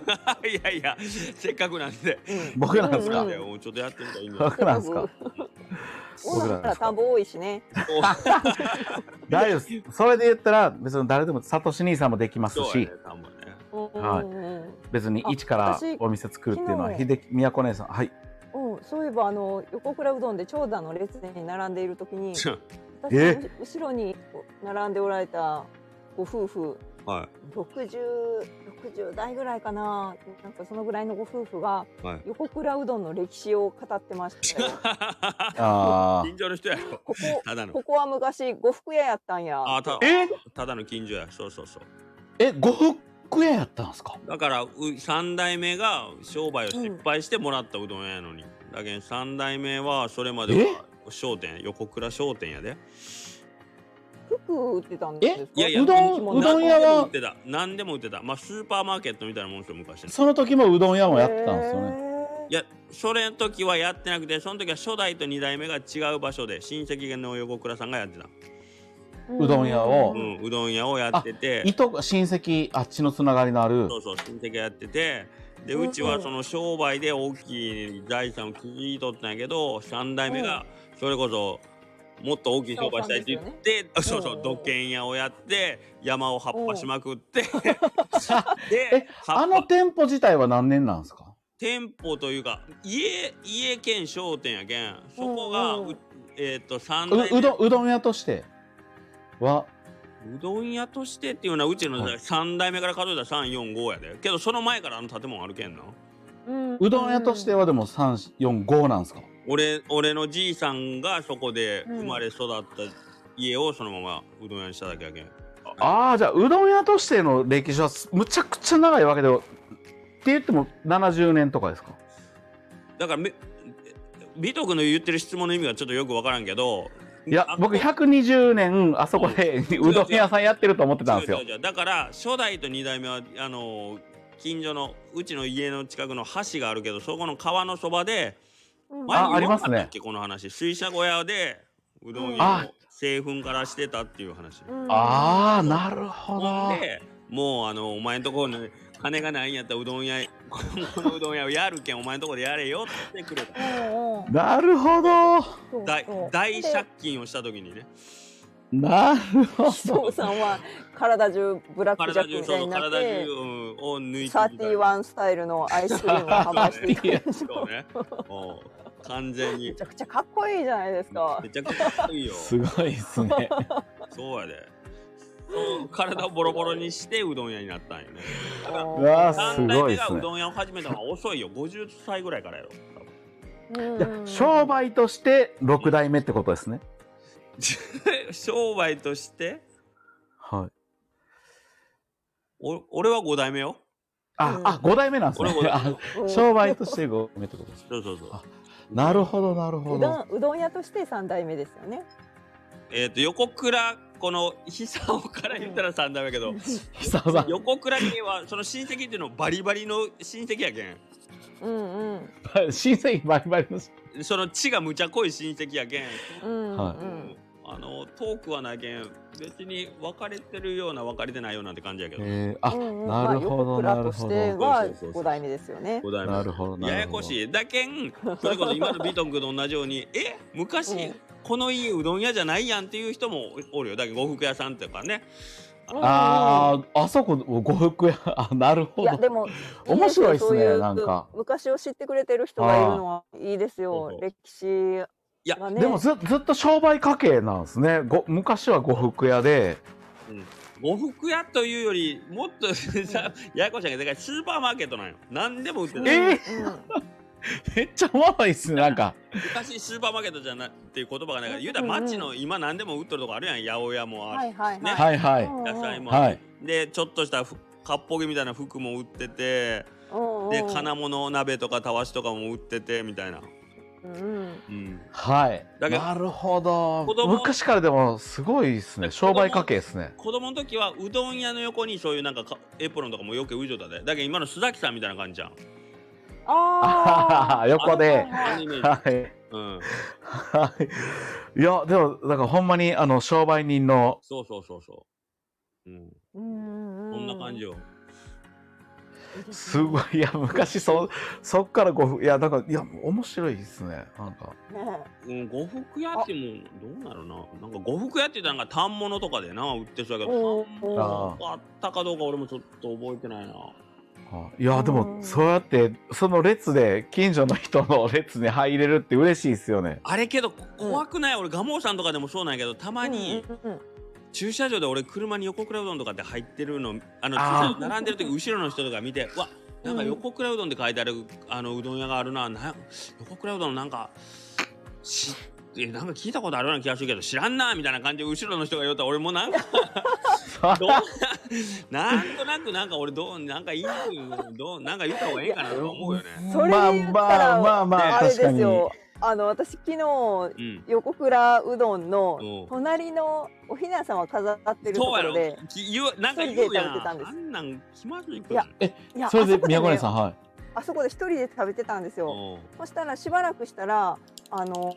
[SPEAKER 2] いやいやせっかくなんで
[SPEAKER 3] 僕なんですか
[SPEAKER 4] うん
[SPEAKER 2] いやもうちょっとやってみたらいいんじゃ
[SPEAKER 3] <laughs>
[SPEAKER 2] ない
[SPEAKER 3] 僕なんですか
[SPEAKER 4] ほ
[SPEAKER 3] 僕らな
[SPEAKER 4] ら
[SPEAKER 3] んですか
[SPEAKER 4] 田んぼ多いしね
[SPEAKER 3] 大丈夫です。それで言ったら、別に誰でも、サトシ兄さんもできます
[SPEAKER 2] そうや
[SPEAKER 3] し
[SPEAKER 2] ね、多分ね
[SPEAKER 3] はい別に一から
[SPEAKER 4] 私
[SPEAKER 3] お店作るっていうのは、
[SPEAKER 4] 昨
[SPEAKER 3] 秀
[SPEAKER 4] 日
[SPEAKER 3] 樹、宮子姉さん、はい。
[SPEAKER 4] うん、そういえばあの横倉うどんで長蛇の列に並んでいるとき
[SPEAKER 2] <laughs>
[SPEAKER 4] に私
[SPEAKER 3] え
[SPEAKER 4] の後ろにこう並んでおられたご夫婦
[SPEAKER 2] は
[SPEAKER 4] 6060代ぐらいかななんかそのぐらいのご夫婦が
[SPEAKER 2] いはい
[SPEAKER 4] 横倉うどんの歴史を語って
[SPEAKER 3] <laughs>
[SPEAKER 4] ましたよ
[SPEAKER 3] あ
[SPEAKER 2] 近所の人やろ
[SPEAKER 4] ここ
[SPEAKER 2] ただの
[SPEAKER 4] ここは昔呉服屋やったんや
[SPEAKER 2] あた
[SPEAKER 3] ーえ
[SPEAKER 2] ただの近所やそうそうそう
[SPEAKER 3] え、呉服屋やったんですか
[SPEAKER 2] だからう3代目が商売を失敗してもらったうどん屋やのに、だけど3代目はそれまでは商店横倉商店やで
[SPEAKER 4] 服売ってたんですか
[SPEAKER 2] いやいや
[SPEAKER 3] うどん
[SPEAKER 4] 人気者
[SPEAKER 3] うどん屋は
[SPEAKER 2] 売ってた何でも売ってたまあスーパーマーケットみたいなもんですよ昔
[SPEAKER 3] その時もうどん屋もやってたんですよね。
[SPEAKER 4] へ
[SPEAKER 2] いやそれの時はやってなくてその時は初代と2代目が違う場所で親戚の横倉さんがやってた、
[SPEAKER 4] ー
[SPEAKER 3] うどん屋を
[SPEAKER 2] う
[SPEAKER 4] うんん、
[SPEAKER 2] うどん屋をやってて
[SPEAKER 3] いとこ親戚あっちのつながりのある
[SPEAKER 2] そうそう親戚がやっててで
[SPEAKER 4] う
[SPEAKER 2] う
[SPEAKER 4] ん
[SPEAKER 2] ちはその商売で大きい財産を築いとったんやけど3代目がそれこそもっと大きい商売したいって言って、そうそう
[SPEAKER 4] うん
[SPEAKER 2] 土建屋をやって山を葉っぱしまくって、
[SPEAKER 3] え
[SPEAKER 2] で葉
[SPEAKER 3] あ
[SPEAKER 2] っ
[SPEAKER 3] の
[SPEAKER 2] ぱ
[SPEAKER 3] 店舗自体は何年なんですか
[SPEAKER 2] 店舗というか家家兼商店やけんそこが、
[SPEAKER 4] うんうん
[SPEAKER 2] うえっ、と3代
[SPEAKER 3] う
[SPEAKER 2] 目
[SPEAKER 3] うどんうどん屋としては
[SPEAKER 2] うどん屋としてっていうのはうちの
[SPEAKER 3] はい
[SPEAKER 2] 3代目から数えたら345やでけどその前からあの建物あるけんな
[SPEAKER 4] うん
[SPEAKER 3] うどん屋としてはでも345なんですか
[SPEAKER 2] 俺俺のじいさんがそこで生まれ育った家をそのままうどん屋にしただけやけん、
[SPEAKER 3] ああじゃあうどん屋としての歴史はすむちゃくちゃ長いわけでって言っても70年とかですか
[SPEAKER 2] だからめ美徳の言ってる質問の意味がちょっとよく分からんけど
[SPEAKER 3] いや
[SPEAKER 2] あ
[SPEAKER 3] 僕120年あそこで
[SPEAKER 2] う
[SPEAKER 3] うどん屋さんやってると思ってたんです
[SPEAKER 2] 違
[SPEAKER 3] よ
[SPEAKER 2] う違う違うだから初代と2代目はあの近所のうちの家の近くの橋があるけどそこの川のそばで
[SPEAKER 4] うん
[SPEAKER 2] 前に
[SPEAKER 3] あありますね
[SPEAKER 2] 言わなかったっけこの話水車小屋でうどん
[SPEAKER 3] あ
[SPEAKER 2] 屋を製粉からしてたっていう話。
[SPEAKER 4] うん
[SPEAKER 3] ああなるほど
[SPEAKER 2] ほんでもうあのお前んとこに金がないんやったらうどん屋 <laughs> このうどん屋をやるけんお前んとこでやれよって言ってくれた
[SPEAKER 4] うんうん
[SPEAKER 3] なるほど
[SPEAKER 4] そう
[SPEAKER 2] 大
[SPEAKER 4] そう
[SPEAKER 2] 大
[SPEAKER 4] で
[SPEAKER 2] 借
[SPEAKER 3] <laughs>
[SPEAKER 2] 金をした時にね
[SPEAKER 3] なるほ
[SPEAKER 4] 紫藤さんは体中ブラックジャ
[SPEAKER 2] 体
[SPEAKER 4] ック
[SPEAKER 2] 中
[SPEAKER 4] みた
[SPEAKER 2] そ
[SPEAKER 4] いに
[SPEAKER 2] う
[SPEAKER 4] なっ
[SPEAKER 2] 体
[SPEAKER 4] て
[SPEAKER 2] 中うんを抜いて
[SPEAKER 4] サーティワンスタイルのアイスクリームを販売 <laughs> していたんで
[SPEAKER 2] そ
[SPEAKER 4] す
[SPEAKER 2] う
[SPEAKER 4] よ
[SPEAKER 2] ねうん完全に
[SPEAKER 4] めちゃくちゃかっこいいじゃないですか
[SPEAKER 2] めちゃくちゃかっこいいよ
[SPEAKER 3] どすごいです
[SPEAKER 4] <laughs>
[SPEAKER 3] ね
[SPEAKER 2] そうやでそう体をボロボロにしてうどん屋になったんよねだから
[SPEAKER 3] うわーす
[SPEAKER 2] 3代
[SPEAKER 3] ごい
[SPEAKER 2] 目
[SPEAKER 3] っ
[SPEAKER 2] が
[SPEAKER 3] すね
[SPEAKER 2] うどん屋を始めたのは遅いよ50歳ぐらいからやろ多分
[SPEAKER 4] うん
[SPEAKER 3] いや商売として6代目ってことですね。
[SPEAKER 2] <laughs> 商売として
[SPEAKER 3] はい。
[SPEAKER 2] お俺は5代目よ
[SPEAKER 3] あ、
[SPEAKER 4] うん
[SPEAKER 3] あ、5代目なんですね
[SPEAKER 2] 俺は。5代
[SPEAKER 3] あ
[SPEAKER 4] うん
[SPEAKER 3] 商売として5代目ってことです。
[SPEAKER 2] そうそうそう
[SPEAKER 3] あなるほど、なるほ
[SPEAKER 4] うど
[SPEAKER 3] ど。
[SPEAKER 4] んうどん屋として三代目ですよね
[SPEAKER 2] えっ、と横倉この久岡から言ったら3代目やけど
[SPEAKER 3] 久さん、
[SPEAKER 2] 横倉家はその親戚っていうのバリバリの親戚やけ
[SPEAKER 4] うんうん
[SPEAKER 3] 親戚バリバリの。
[SPEAKER 2] んその血がむちゃ濃い親戚やけん、
[SPEAKER 4] うんうん
[SPEAKER 3] は
[SPEAKER 2] うんあのトークはないけん別に別れてるような別れてないようなって感じやけど、
[SPEAKER 3] えー、あ、
[SPEAKER 4] うんうん
[SPEAKER 3] なるほど、
[SPEAKER 4] まあ
[SPEAKER 3] な
[SPEAKER 4] 横
[SPEAKER 3] る
[SPEAKER 4] 倉とし
[SPEAKER 3] ほ
[SPEAKER 4] て
[SPEAKER 3] ど。
[SPEAKER 2] そ
[SPEAKER 4] は
[SPEAKER 2] うそうそうそう
[SPEAKER 4] 五代目ですよね。
[SPEAKER 2] 五代目
[SPEAKER 3] なるほど、なるほど。
[SPEAKER 2] ややこしいだけんそれこそ今のビートン君と同じようにえ昔、
[SPEAKER 4] うん
[SPEAKER 2] この家うどん屋じゃないやんっていう人もおるよだけど呉服屋さんとかね
[SPEAKER 3] ああ、あそこ、呉服屋、あ、なる
[SPEAKER 4] い
[SPEAKER 3] ほ
[SPEAKER 4] やで
[SPEAKER 3] ど。
[SPEAKER 4] も
[SPEAKER 3] 面白いっすね
[SPEAKER 4] ですよそうう
[SPEAKER 3] なんか
[SPEAKER 4] 昔を知ってくれてる人がいるのはいいです
[SPEAKER 2] あ
[SPEAKER 4] よ
[SPEAKER 2] ー
[SPEAKER 4] 歴史
[SPEAKER 2] いや
[SPEAKER 4] がね
[SPEAKER 3] でもずずっと商売家系なんですね。ご昔は呉服屋で、
[SPEAKER 2] 呉服屋というよりもっと <laughs> さややこしいやけどだからスーパーマーケットなんよ何でも売ってる
[SPEAKER 4] うん
[SPEAKER 3] え
[SPEAKER 4] うん
[SPEAKER 3] めっちゃおもろいっすね、なんか。
[SPEAKER 2] 昔スーパーマーケットじゃないっていう言葉がないから言うたら街の今何でも売ってるとこあるやん八百屋もあ
[SPEAKER 4] は
[SPEAKER 2] る
[SPEAKER 4] いはい
[SPEAKER 2] ね
[SPEAKER 4] はい
[SPEAKER 3] はいはい。
[SPEAKER 2] 野菜もあ
[SPEAKER 3] は
[SPEAKER 2] る
[SPEAKER 3] い。
[SPEAKER 2] でちょっとしたふかっぽ着みたいな服も売ってて
[SPEAKER 4] うんうん
[SPEAKER 2] で金物鍋とかたわしとかも売っててみたいな、
[SPEAKER 4] うんうん
[SPEAKER 2] うん、
[SPEAKER 3] はい。
[SPEAKER 2] だけど
[SPEAKER 3] なるほど
[SPEAKER 2] 子。供
[SPEAKER 3] 昔からでもすごいですね。商売家系ですね。
[SPEAKER 2] 子供の時はうどん屋の横にそういうなんかかエプロンとかもよくうじょだでだけど今の須崎さんみたいな感じじゃん
[SPEAKER 3] <laughs>
[SPEAKER 4] ああ
[SPEAKER 3] 横で。
[SPEAKER 2] あのイメージ
[SPEAKER 3] はい。
[SPEAKER 2] うん
[SPEAKER 3] はい。いや、でも、だからほんまに、あの、商売人の、
[SPEAKER 2] そうそうそうそううん
[SPEAKER 4] うん
[SPEAKER 2] こ
[SPEAKER 4] う
[SPEAKER 2] ん
[SPEAKER 4] ん
[SPEAKER 2] な感じよ
[SPEAKER 3] すごい、いや、昔、そ、そっからご、いや、だから、いや、面白いですね。なんか。
[SPEAKER 4] ね
[SPEAKER 2] うん、呉服屋ってもうどうなるななんか呉服屋って言ったらなんか反物とかでな売ってそうやけど
[SPEAKER 4] おー
[SPEAKER 2] 反物があったかどうか俺もちょっと覚えてないな
[SPEAKER 3] あいや、で
[SPEAKER 4] う
[SPEAKER 3] も、
[SPEAKER 4] ん
[SPEAKER 3] そうやって、その列で、近所の人の列に入れるって嬉しいですよね。
[SPEAKER 2] あれけど怖くない俺蒲生さんとかでもそうなんやけどたまに
[SPEAKER 4] うんうんうん
[SPEAKER 2] 駐車場で俺車に横倉うどんとかって入ってるのあの駐
[SPEAKER 3] あー
[SPEAKER 2] 車場並んでる時後ろの人とか見 <laughs> てうわなんか横倉うどんって書いてあるあのうどん屋があるななん横倉うどんなんかしえなんか聞いたことあるような気がするけど知らんなみたいな感じで後ろの人が言うたら俺も <laughs> なんかどうなんとなくなんか俺どうなんかいいどうなんか言った方がええんかなとか思うよね。
[SPEAKER 4] それで言ったら
[SPEAKER 3] まあまあまあ、
[SPEAKER 4] あれ
[SPEAKER 3] 確か
[SPEAKER 4] です
[SPEAKER 3] に。
[SPEAKER 4] よあの私昨日
[SPEAKER 2] うん。
[SPEAKER 4] 横倉うどん
[SPEAKER 2] うん
[SPEAKER 4] の隣のおひなさんは飾ってると
[SPEAKER 2] そう
[SPEAKER 4] こ
[SPEAKER 2] や
[SPEAKER 4] ろ
[SPEAKER 2] ろ
[SPEAKER 4] で。
[SPEAKER 2] き言うなんか言うや
[SPEAKER 4] 一人で食べ
[SPEAKER 2] ん。
[SPEAKER 4] てたんです
[SPEAKER 2] あんなん気まずい
[SPEAKER 4] いやいや
[SPEAKER 3] それ
[SPEAKER 4] あ
[SPEAKER 3] で、
[SPEAKER 4] こ
[SPEAKER 3] 宮古根
[SPEAKER 4] ね
[SPEAKER 3] さん、はい。
[SPEAKER 4] あそこで一人で食べてたんですよ
[SPEAKER 2] お
[SPEAKER 4] そしたらしばらくしたらあの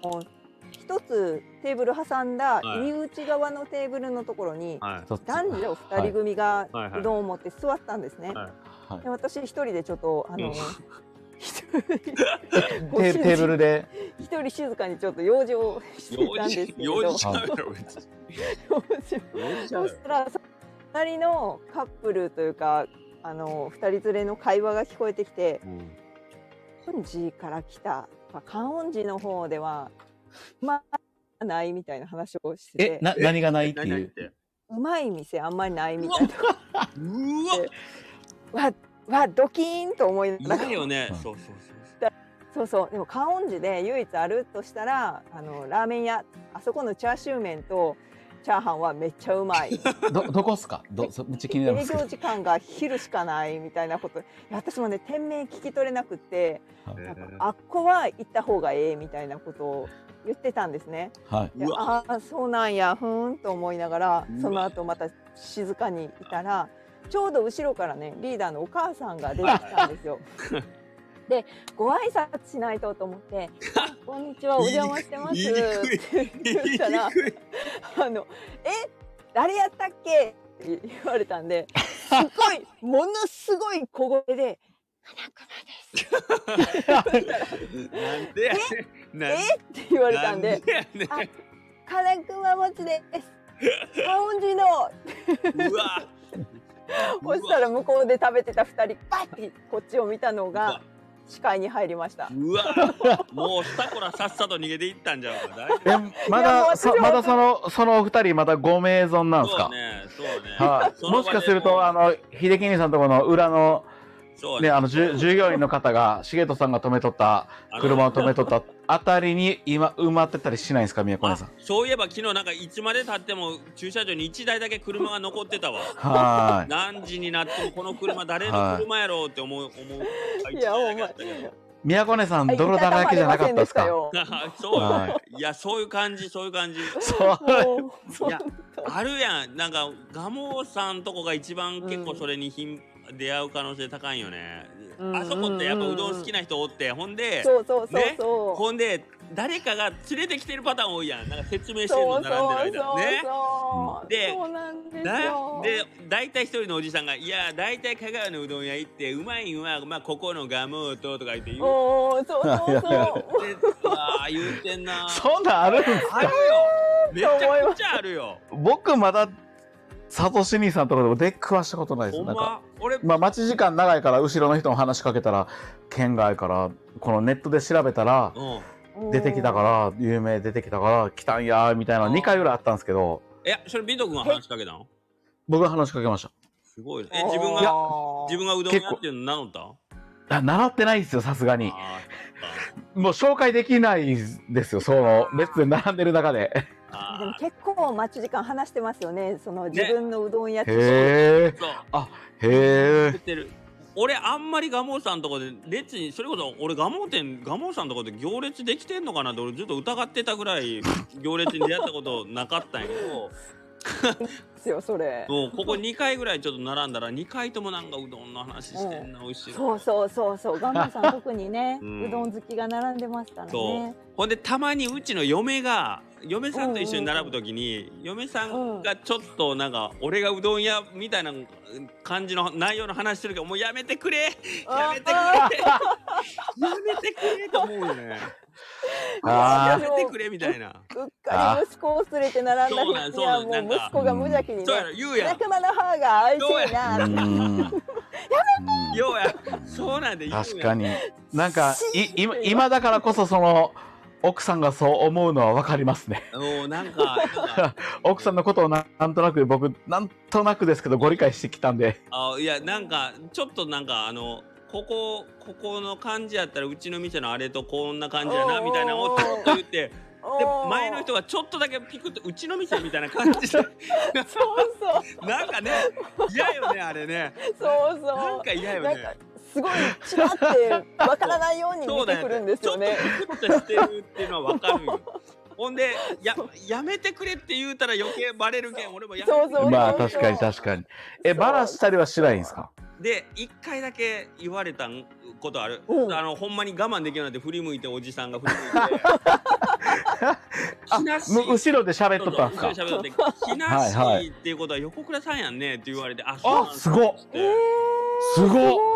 [SPEAKER 4] 一つテーブル挟んだ入り口側のテーブルのところに
[SPEAKER 2] はい。
[SPEAKER 3] そっち
[SPEAKER 4] 男女二人組が
[SPEAKER 2] はいはいう
[SPEAKER 4] どんを持って座ったんですね、
[SPEAKER 2] はい
[SPEAKER 3] はい
[SPEAKER 4] で私一人でちょっとあ
[SPEAKER 2] うん
[SPEAKER 4] の一人ご
[SPEAKER 3] テ
[SPEAKER 4] 主人
[SPEAKER 3] テーブルで。
[SPEAKER 4] 一人静かにちょっと用事をしてたん
[SPEAKER 2] 用
[SPEAKER 4] です
[SPEAKER 2] 事
[SPEAKER 4] けれど
[SPEAKER 2] 用事ちゃうやろ別に。
[SPEAKER 4] 用 <laughs> 事
[SPEAKER 2] 用事ちゃうや
[SPEAKER 4] そし
[SPEAKER 2] ろ
[SPEAKER 4] たらその二人のカップルというかあの二人連れの会話が聞こえてきて
[SPEAKER 2] うん
[SPEAKER 4] 「本寺から来た」まあ観音寺の方ではまあないみたいな話をして
[SPEAKER 3] え
[SPEAKER 4] て、
[SPEAKER 3] な、何がないって
[SPEAKER 2] 何々
[SPEAKER 3] い
[SPEAKER 2] っ
[SPEAKER 3] う。
[SPEAKER 2] て。
[SPEAKER 4] うまい店あんまりないみたいな
[SPEAKER 2] うわ。
[SPEAKER 4] わわドキーンと思いながら
[SPEAKER 2] 嫌よね
[SPEAKER 3] うん。
[SPEAKER 2] そうそうそうそう。
[SPEAKER 4] そうそうでも観音寺で唯一あるとしたらあのラーメン屋あそこのチャーシュー麺とチャーハンはめっちゃうまい
[SPEAKER 3] ど、どこっすか。ど、そ、めっちゃ <laughs> 気になりま
[SPEAKER 4] 営
[SPEAKER 3] すけど
[SPEAKER 4] 業。時間が昼しかないみたいなこといや私もね店名聞き取れなくってなんかあっこは行った方がええみたいなことを言ってたんですね。
[SPEAKER 3] はい。
[SPEAKER 4] で
[SPEAKER 2] うわ
[SPEAKER 4] ああそうなんやふーんと思いながら
[SPEAKER 2] うわ
[SPEAKER 4] その後また静かにいたらちょうど後ろからねリーダーのお母さんが出てきたん
[SPEAKER 2] <laughs>
[SPEAKER 4] ですよ。でご挨拶しないとと思って「あこんにちはお邪魔してます」
[SPEAKER 2] 言いに
[SPEAKER 4] って言
[SPEAKER 2] 言
[SPEAKER 4] っ
[SPEAKER 2] い
[SPEAKER 4] たら
[SPEAKER 2] にくい
[SPEAKER 4] 「あのえ誰やったっけ?」って言われたんですご
[SPEAKER 2] <laughs>
[SPEAKER 4] いものすごい小声で「花熊です」
[SPEAKER 2] なんでやねん。なん
[SPEAKER 4] えって言われたんで。
[SPEAKER 2] なんでやね
[SPEAKER 4] 「金熊餅です」「観音寺の」
[SPEAKER 2] ん。うわ。
[SPEAKER 4] そしたら向こうで食べてた2人バッてこっちを見たの
[SPEAKER 2] うわ
[SPEAKER 4] が視界に入りました
[SPEAKER 2] うわもうしたこらさっさと逃げていったんじゃうか大丈
[SPEAKER 3] え、ま
[SPEAKER 4] いやもう
[SPEAKER 3] だ、
[SPEAKER 4] 私
[SPEAKER 3] そ
[SPEAKER 4] は
[SPEAKER 3] まだその、そのお二人、まだご名存なん
[SPEAKER 2] 夫
[SPEAKER 3] です
[SPEAKER 2] そう
[SPEAKER 3] か。
[SPEAKER 2] ねそうね
[SPEAKER 3] はい。もしかすると、あの、秀樹兄さんとこの裏の、
[SPEAKER 2] そう
[SPEAKER 3] ね、あの、じゅ従業員の方が、重人さんが止めとった、
[SPEAKER 2] あの
[SPEAKER 3] 車を止めとったあたりに、今、埋まってたりしないんですか、宮古根さん。
[SPEAKER 2] そういえば昨日なんかいつまで経っても駐車場に1台だけ車が残ってたわ
[SPEAKER 3] はーい。
[SPEAKER 2] 何時になってもこの車誰の車やろうって思う思う
[SPEAKER 4] いやお前
[SPEAKER 3] 宮古根さん、泥だらけじゃなかったですか。
[SPEAKER 4] も
[SPEAKER 2] <laughs> そう
[SPEAKER 3] はい
[SPEAKER 2] やそういう感じそういう感じ
[SPEAKER 3] そう
[SPEAKER 4] うそ
[SPEAKER 2] いやあるやんなんか蒲生さんとこが一番結構それにひん、出会う可能性高いよね、
[SPEAKER 4] うん
[SPEAKER 2] あそこってやっぱうどん好きな人おってほんで
[SPEAKER 4] そうそうそうそう
[SPEAKER 2] ほんで誰かが連れてきてるパターン多いやんなんか説明してるの並んでる間
[SPEAKER 4] そう
[SPEAKER 2] ね
[SPEAKER 4] そうそう
[SPEAKER 2] で
[SPEAKER 4] そうなんです
[SPEAKER 2] だ
[SPEAKER 4] よ
[SPEAKER 2] で大体一人のおじさんが「いや大体香川のうどん屋行ってうまいんは、まあ、ここのガムート」とか言って言う
[SPEAKER 4] おーそうそう
[SPEAKER 3] いやいやいや
[SPEAKER 4] そう
[SPEAKER 2] てああ言うてんな
[SPEAKER 3] そんなんあるんです
[SPEAKER 2] あ
[SPEAKER 3] か
[SPEAKER 2] るよめちゃくちゃあるよ
[SPEAKER 3] 僕まだサトシ兄さんとかでも出くわしたことないです
[SPEAKER 2] ほん
[SPEAKER 3] なんか
[SPEAKER 2] ま俺
[SPEAKER 3] まあ、待ち時間長いから後ろの人も話しかけたら県外からこのネットで調べたら
[SPEAKER 2] うん
[SPEAKER 4] うん
[SPEAKER 3] 出てきたから有名出てきたから来たんやーみたいな
[SPEAKER 2] あー
[SPEAKER 3] 2回ぐらいあったんですけど
[SPEAKER 2] えそれビト君が話しかけたの
[SPEAKER 3] 僕が話しかけました
[SPEAKER 2] すごいねえ自分が
[SPEAKER 4] あー
[SPEAKER 2] 自分がうどん屋っていうの名乗った
[SPEAKER 3] あ習ってないですよさすがに
[SPEAKER 2] あ
[SPEAKER 3] もう紹介できないですよその列で並んでる中で
[SPEAKER 2] ーあ
[SPEAKER 4] でも
[SPEAKER 2] ー
[SPEAKER 4] 結構待ち時間話してますよねその自分のうどん屋
[SPEAKER 3] <laughs> へ
[SPEAKER 4] と
[SPEAKER 3] え
[SPEAKER 2] そう
[SPEAKER 3] へ
[SPEAKER 2] 言
[SPEAKER 3] え
[SPEAKER 2] ってる俺あんまりガモさんとこで列にそれこそ俺ガモ店ガモさんとこで行列できてんのかなって俺ずっと疑ってたぐらい行列に出会ったことなかったんやけど
[SPEAKER 4] ですよそれ
[SPEAKER 2] もうここ2回ぐらいちょっと並んだら2回ともなんかうどんの話してんな美味しいな
[SPEAKER 4] そうそうそうそうガ
[SPEAKER 2] <laughs>
[SPEAKER 4] ンマさん特にね、
[SPEAKER 2] う
[SPEAKER 4] うんどん好きが並んでますから
[SPEAKER 2] そ
[SPEAKER 4] ね
[SPEAKER 2] うほんでたまにうちの嫁が嫁さんと一緒に並ぶ時に、嫁さんがちょっとなんか俺がうどん屋みたいな感じの内容の話してるけどもうやめてくれやめてくれやめてくれと思うよねや
[SPEAKER 3] あ
[SPEAKER 2] めてくれみたいな
[SPEAKER 4] うっかり息子を連れて並んだ
[SPEAKER 2] そうなん
[SPEAKER 4] 日
[SPEAKER 2] そう
[SPEAKER 4] に
[SPEAKER 2] な
[SPEAKER 4] は
[SPEAKER 2] ん
[SPEAKER 4] も
[SPEAKER 2] な
[SPEAKER 4] うん
[SPEAKER 2] か
[SPEAKER 4] 息子が無邪気にね
[SPEAKER 2] そうやろ言うやん
[SPEAKER 4] 仲間の歯が愛しい
[SPEAKER 3] あう
[SPEAKER 4] な
[SPEAKER 3] ーんうん
[SPEAKER 2] ようやそうなんで言うやん
[SPEAKER 3] 確かになんかい今今だからこそその奥さんがそう思うのは分かりますね
[SPEAKER 2] もうなんかなんか
[SPEAKER 3] 奥さんのことをななんとなく僕なんとなくですけどご理解してきたんで
[SPEAKER 2] あいやなんかちょっとなんかあのここここの感じやったらうちの店のあれとこんな感じやなみたいなのをちょっと言って
[SPEAKER 4] おー
[SPEAKER 2] で前の人がちょっとだけピクってうちの店みたいな感じ
[SPEAKER 4] <laughs>
[SPEAKER 2] で
[SPEAKER 4] そうそう
[SPEAKER 2] なんかね嫌よねあれね
[SPEAKER 4] そうそう
[SPEAKER 2] なんか嫌よ
[SPEAKER 4] なん
[SPEAKER 2] ね
[SPEAKER 4] かすごいちらってわからないように見てくるんですよね
[SPEAKER 2] ちょっとしてるっていうのはわかるよほんでややめてくれって言うたら余計バレるけん俺もやめて
[SPEAKER 4] そうそう
[SPEAKER 3] まあ確かに確かにえ
[SPEAKER 4] そう
[SPEAKER 3] バラしたりはしないんですか
[SPEAKER 2] で一回だけ言われたことある、
[SPEAKER 4] うん
[SPEAKER 2] あのほんまに我慢できなくて振り向いておじさんが振り向いて
[SPEAKER 3] あ
[SPEAKER 2] ひなしい
[SPEAKER 3] む後ろで喋っとったんです
[SPEAKER 2] そう
[SPEAKER 3] か
[SPEAKER 2] そう喋って「ひな
[SPEAKER 3] はいは
[SPEAKER 2] しい
[SPEAKER 3] い
[SPEAKER 2] っていうことは横倉さんやんね」って言われて「あそうなん
[SPEAKER 3] あ
[SPEAKER 2] だ
[SPEAKER 3] すごっ
[SPEAKER 4] えー
[SPEAKER 3] すごっ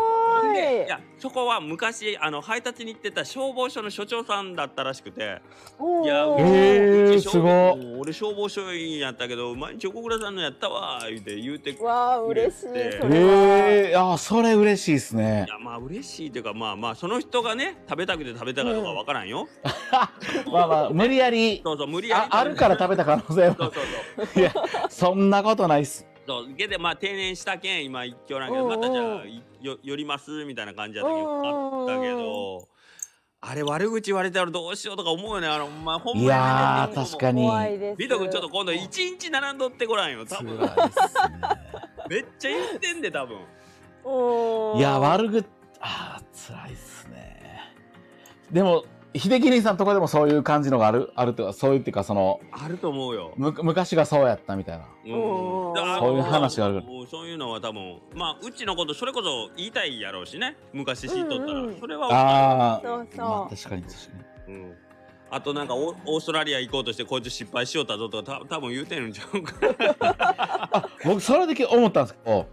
[SPEAKER 4] ご
[SPEAKER 2] でい
[SPEAKER 4] い
[SPEAKER 2] やそこは昔あの配達に行ってた消防署の署長さんだったらしくて
[SPEAKER 4] おー
[SPEAKER 2] いや
[SPEAKER 4] お
[SPEAKER 2] う
[SPEAKER 4] ー
[SPEAKER 3] えー
[SPEAKER 2] うち消
[SPEAKER 3] すごっ
[SPEAKER 2] もう俺消防署員やったけど毎日横倉さんのやったわ」言うて言うてい
[SPEAKER 4] わあ嬉しいそれ
[SPEAKER 2] そ
[SPEAKER 4] は、
[SPEAKER 3] えー、あそれ嬉しいですね
[SPEAKER 2] やまあ嬉しいというかまあまあその人がね食べたくて食べたかとかわからんよ、
[SPEAKER 3] まあまあ無理やり
[SPEAKER 2] そうそう無理やり
[SPEAKER 3] ああるから食べた可能性
[SPEAKER 2] そ
[SPEAKER 3] は
[SPEAKER 2] うそうそう
[SPEAKER 3] いやそんなことないっす
[SPEAKER 2] そうけどまあ定年したけん今一挙なんやけど
[SPEAKER 4] うん
[SPEAKER 2] ま
[SPEAKER 4] うん
[SPEAKER 2] たじゃあいよ寄りますみたいな感じだったけどあったけどあれ悪口言われたらどうしようとか思うよねあのまあほんま
[SPEAKER 3] い
[SPEAKER 2] に
[SPEAKER 3] やー確かに
[SPEAKER 4] 怖いです
[SPEAKER 2] ビト君ちょっと今度一日並んどってごらんよ多
[SPEAKER 3] 辛い
[SPEAKER 2] 分
[SPEAKER 3] っすね
[SPEAKER 2] めっちゃ言ってんで多分
[SPEAKER 4] おー
[SPEAKER 3] いや悪ぐあー辛いっすねでも秀樹兄さんとかでもそういう感じのがあるあるとかそういうっていうかその
[SPEAKER 2] あると思うよ
[SPEAKER 3] む昔がそうやったみたいな
[SPEAKER 2] うん
[SPEAKER 4] おー
[SPEAKER 2] あ
[SPEAKER 3] そういう話がある
[SPEAKER 2] もうそういうのは多分まあうちのことそれこそ言いたいやろうしね昔知っとったら、
[SPEAKER 4] うんうん
[SPEAKER 2] それは
[SPEAKER 3] あー
[SPEAKER 4] そうそう、
[SPEAKER 3] まあ確かに確かに
[SPEAKER 2] うんあとなんかオーオーストラリア行こうとしてこいつ失敗しよったぞとかた多分言うてるんちゃうかな、
[SPEAKER 3] 僕それだけ思ったんですけど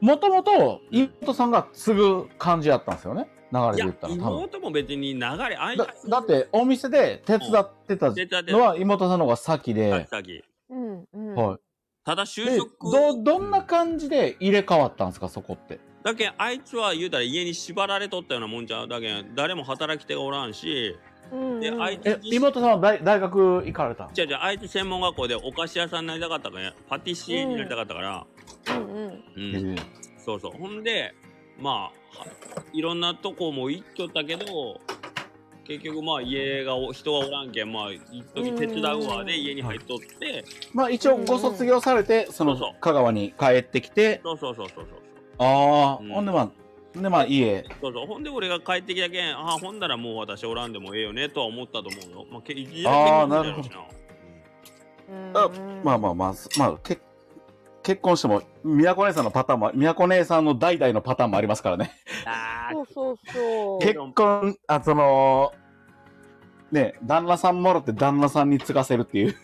[SPEAKER 3] もともと妹さんが継ぐ感じやったんですよね流れ
[SPEAKER 2] い
[SPEAKER 3] で
[SPEAKER 2] や
[SPEAKER 3] 言ったら多分
[SPEAKER 2] 妹も別に流れあい
[SPEAKER 3] だだってお店で手伝ってた
[SPEAKER 2] 手伝って
[SPEAKER 3] のは妹さんの方が先で、はい
[SPEAKER 2] 先
[SPEAKER 4] うんうん、
[SPEAKER 2] ただ就
[SPEAKER 3] で
[SPEAKER 2] 職
[SPEAKER 3] どどんな感じで入れ替わったんですかそこって
[SPEAKER 2] だけんあいつは言うたら家に縛られとったようなもんちゃうだけん誰も働き手がおらんし
[SPEAKER 4] うん
[SPEAKER 2] で
[SPEAKER 4] うん
[SPEAKER 2] あいつ
[SPEAKER 3] え妹さんは大大学行かれたん
[SPEAKER 2] じゃじゃあいつ専門学校でお菓子屋さんになりたかったからパティシエになりたかったから、
[SPEAKER 4] うんうん
[SPEAKER 2] うん
[SPEAKER 3] ええ
[SPEAKER 2] そうそうほんでまあはいろんなとこも行っとったけど結局まあ家がお人がおらんけんまあ一時手伝うわ
[SPEAKER 4] うん
[SPEAKER 2] で家に入っとって
[SPEAKER 3] まあ一応ご卒業されて、その
[SPEAKER 2] そうそう
[SPEAKER 3] 香川に帰ってきて、
[SPEAKER 2] そうそうそうそうそう
[SPEAKER 3] ああ、
[SPEAKER 2] うん
[SPEAKER 3] ほんでまあ、ほんでまあ家、
[SPEAKER 2] そうそうほんで俺が帰ってきたけんああほんならもう私おらんでもええよねとは思ったと思うよ、まあ、け家だけ
[SPEAKER 3] あー
[SPEAKER 2] 見てやろうし
[SPEAKER 4] うん
[SPEAKER 3] あまあまあまあ、まあけ結婚しても、宮子姉さんのパターンも、宮子姉さんの代々のパターンもありますからね。
[SPEAKER 2] あ
[SPEAKER 4] そうそうそう
[SPEAKER 2] け
[SPEAKER 3] 結婚、あ、その、ね、旦那さんもろって旦那さんに継がせるっていう、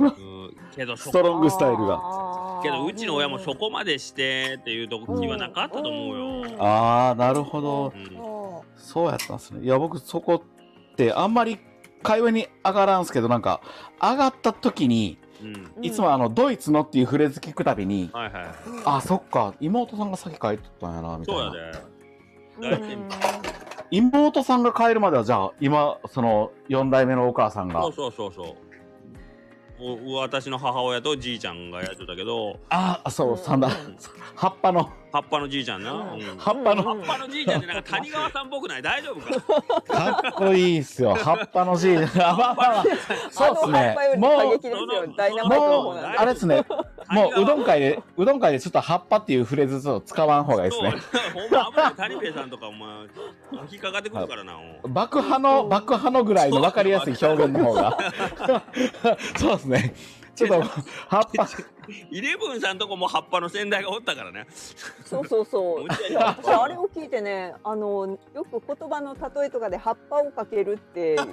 [SPEAKER 2] うんけどそ
[SPEAKER 3] ストロングスタイルが。
[SPEAKER 4] が
[SPEAKER 2] けどうちの親もそこまでしてっていう時はなかったと思うよ。
[SPEAKER 3] ああ、なるほど。
[SPEAKER 2] うん
[SPEAKER 3] そうやったんですね。いや、僕、そこって、あんまり会話に上がらんすけど、なんか、上がった時に、
[SPEAKER 2] うん
[SPEAKER 3] いつもあの、ドイツのっていうフレーズ聞くたびに、
[SPEAKER 2] はいはい。
[SPEAKER 3] あ、そっか、妹さんが先帰っとったんやな、みたい
[SPEAKER 2] そう
[SPEAKER 3] な。 <laughs>
[SPEAKER 2] やで。
[SPEAKER 3] 妹さんが帰るまでは、じゃあ、今、その、4代目のお母さんが
[SPEAKER 2] そう、そうそうそう。お私の母親とじいちゃんがやってたけど、
[SPEAKER 3] ああ、そう、さんだ、葉っぱの、
[SPEAKER 2] 葉っぱのじいちゃんな。
[SPEAKER 4] うん
[SPEAKER 2] うん
[SPEAKER 3] 葉っぱの、
[SPEAKER 2] 葉っぱのじいちゃんってなんか谷川さんっぽくない大丈夫か
[SPEAKER 3] かっこいいっすよ、葉っぱの字。あまあまあまあ
[SPEAKER 4] そ
[SPEAKER 3] そうう
[SPEAKER 4] で
[SPEAKER 3] っ
[SPEAKER 4] す
[SPEAKER 3] す
[SPEAKER 4] ね
[SPEAKER 3] ね。
[SPEAKER 4] も
[SPEAKER 3] も
[SPEAKER 4] う
[SPEAKER 3] う
[SPEAKER 4] 過激ですよダイナマイトの
[SPEAKER 3] も
[SPEAKER 4] 方
[SPEAKER 3] う、
[SPEAKER 4] なんで
[SPEAKER 3] あれですね、もううどん会で、うどん会でちょっと葉っぱっていうフレーズちょっと使わん方がいいです
[SPEAKER 2] そう、
[SPEAKER 3] ね。
[SPEAKER 2] ほんま危ない谷兵衛さんとかお前、引っかかってくるからな。
[SPEAKER 3] 爆破の、爆破のぐらいの分かりやすい表現の方が。 <laughs> そうですね。ちょっと、葉っぱ、
[SPEAKER 2] イレブンさんとこも葉っぱの先代がおったから
[SPEAKER 3] <laughs>
[SPEAKER 2] ね。
[SPEAKER 4] そうそうそう
[SPEAKER 2] もう一回
[SPEAKER 4] いや私あれを聞いてねあのよく言葉の例えとかで葉っぱをかけるっていう言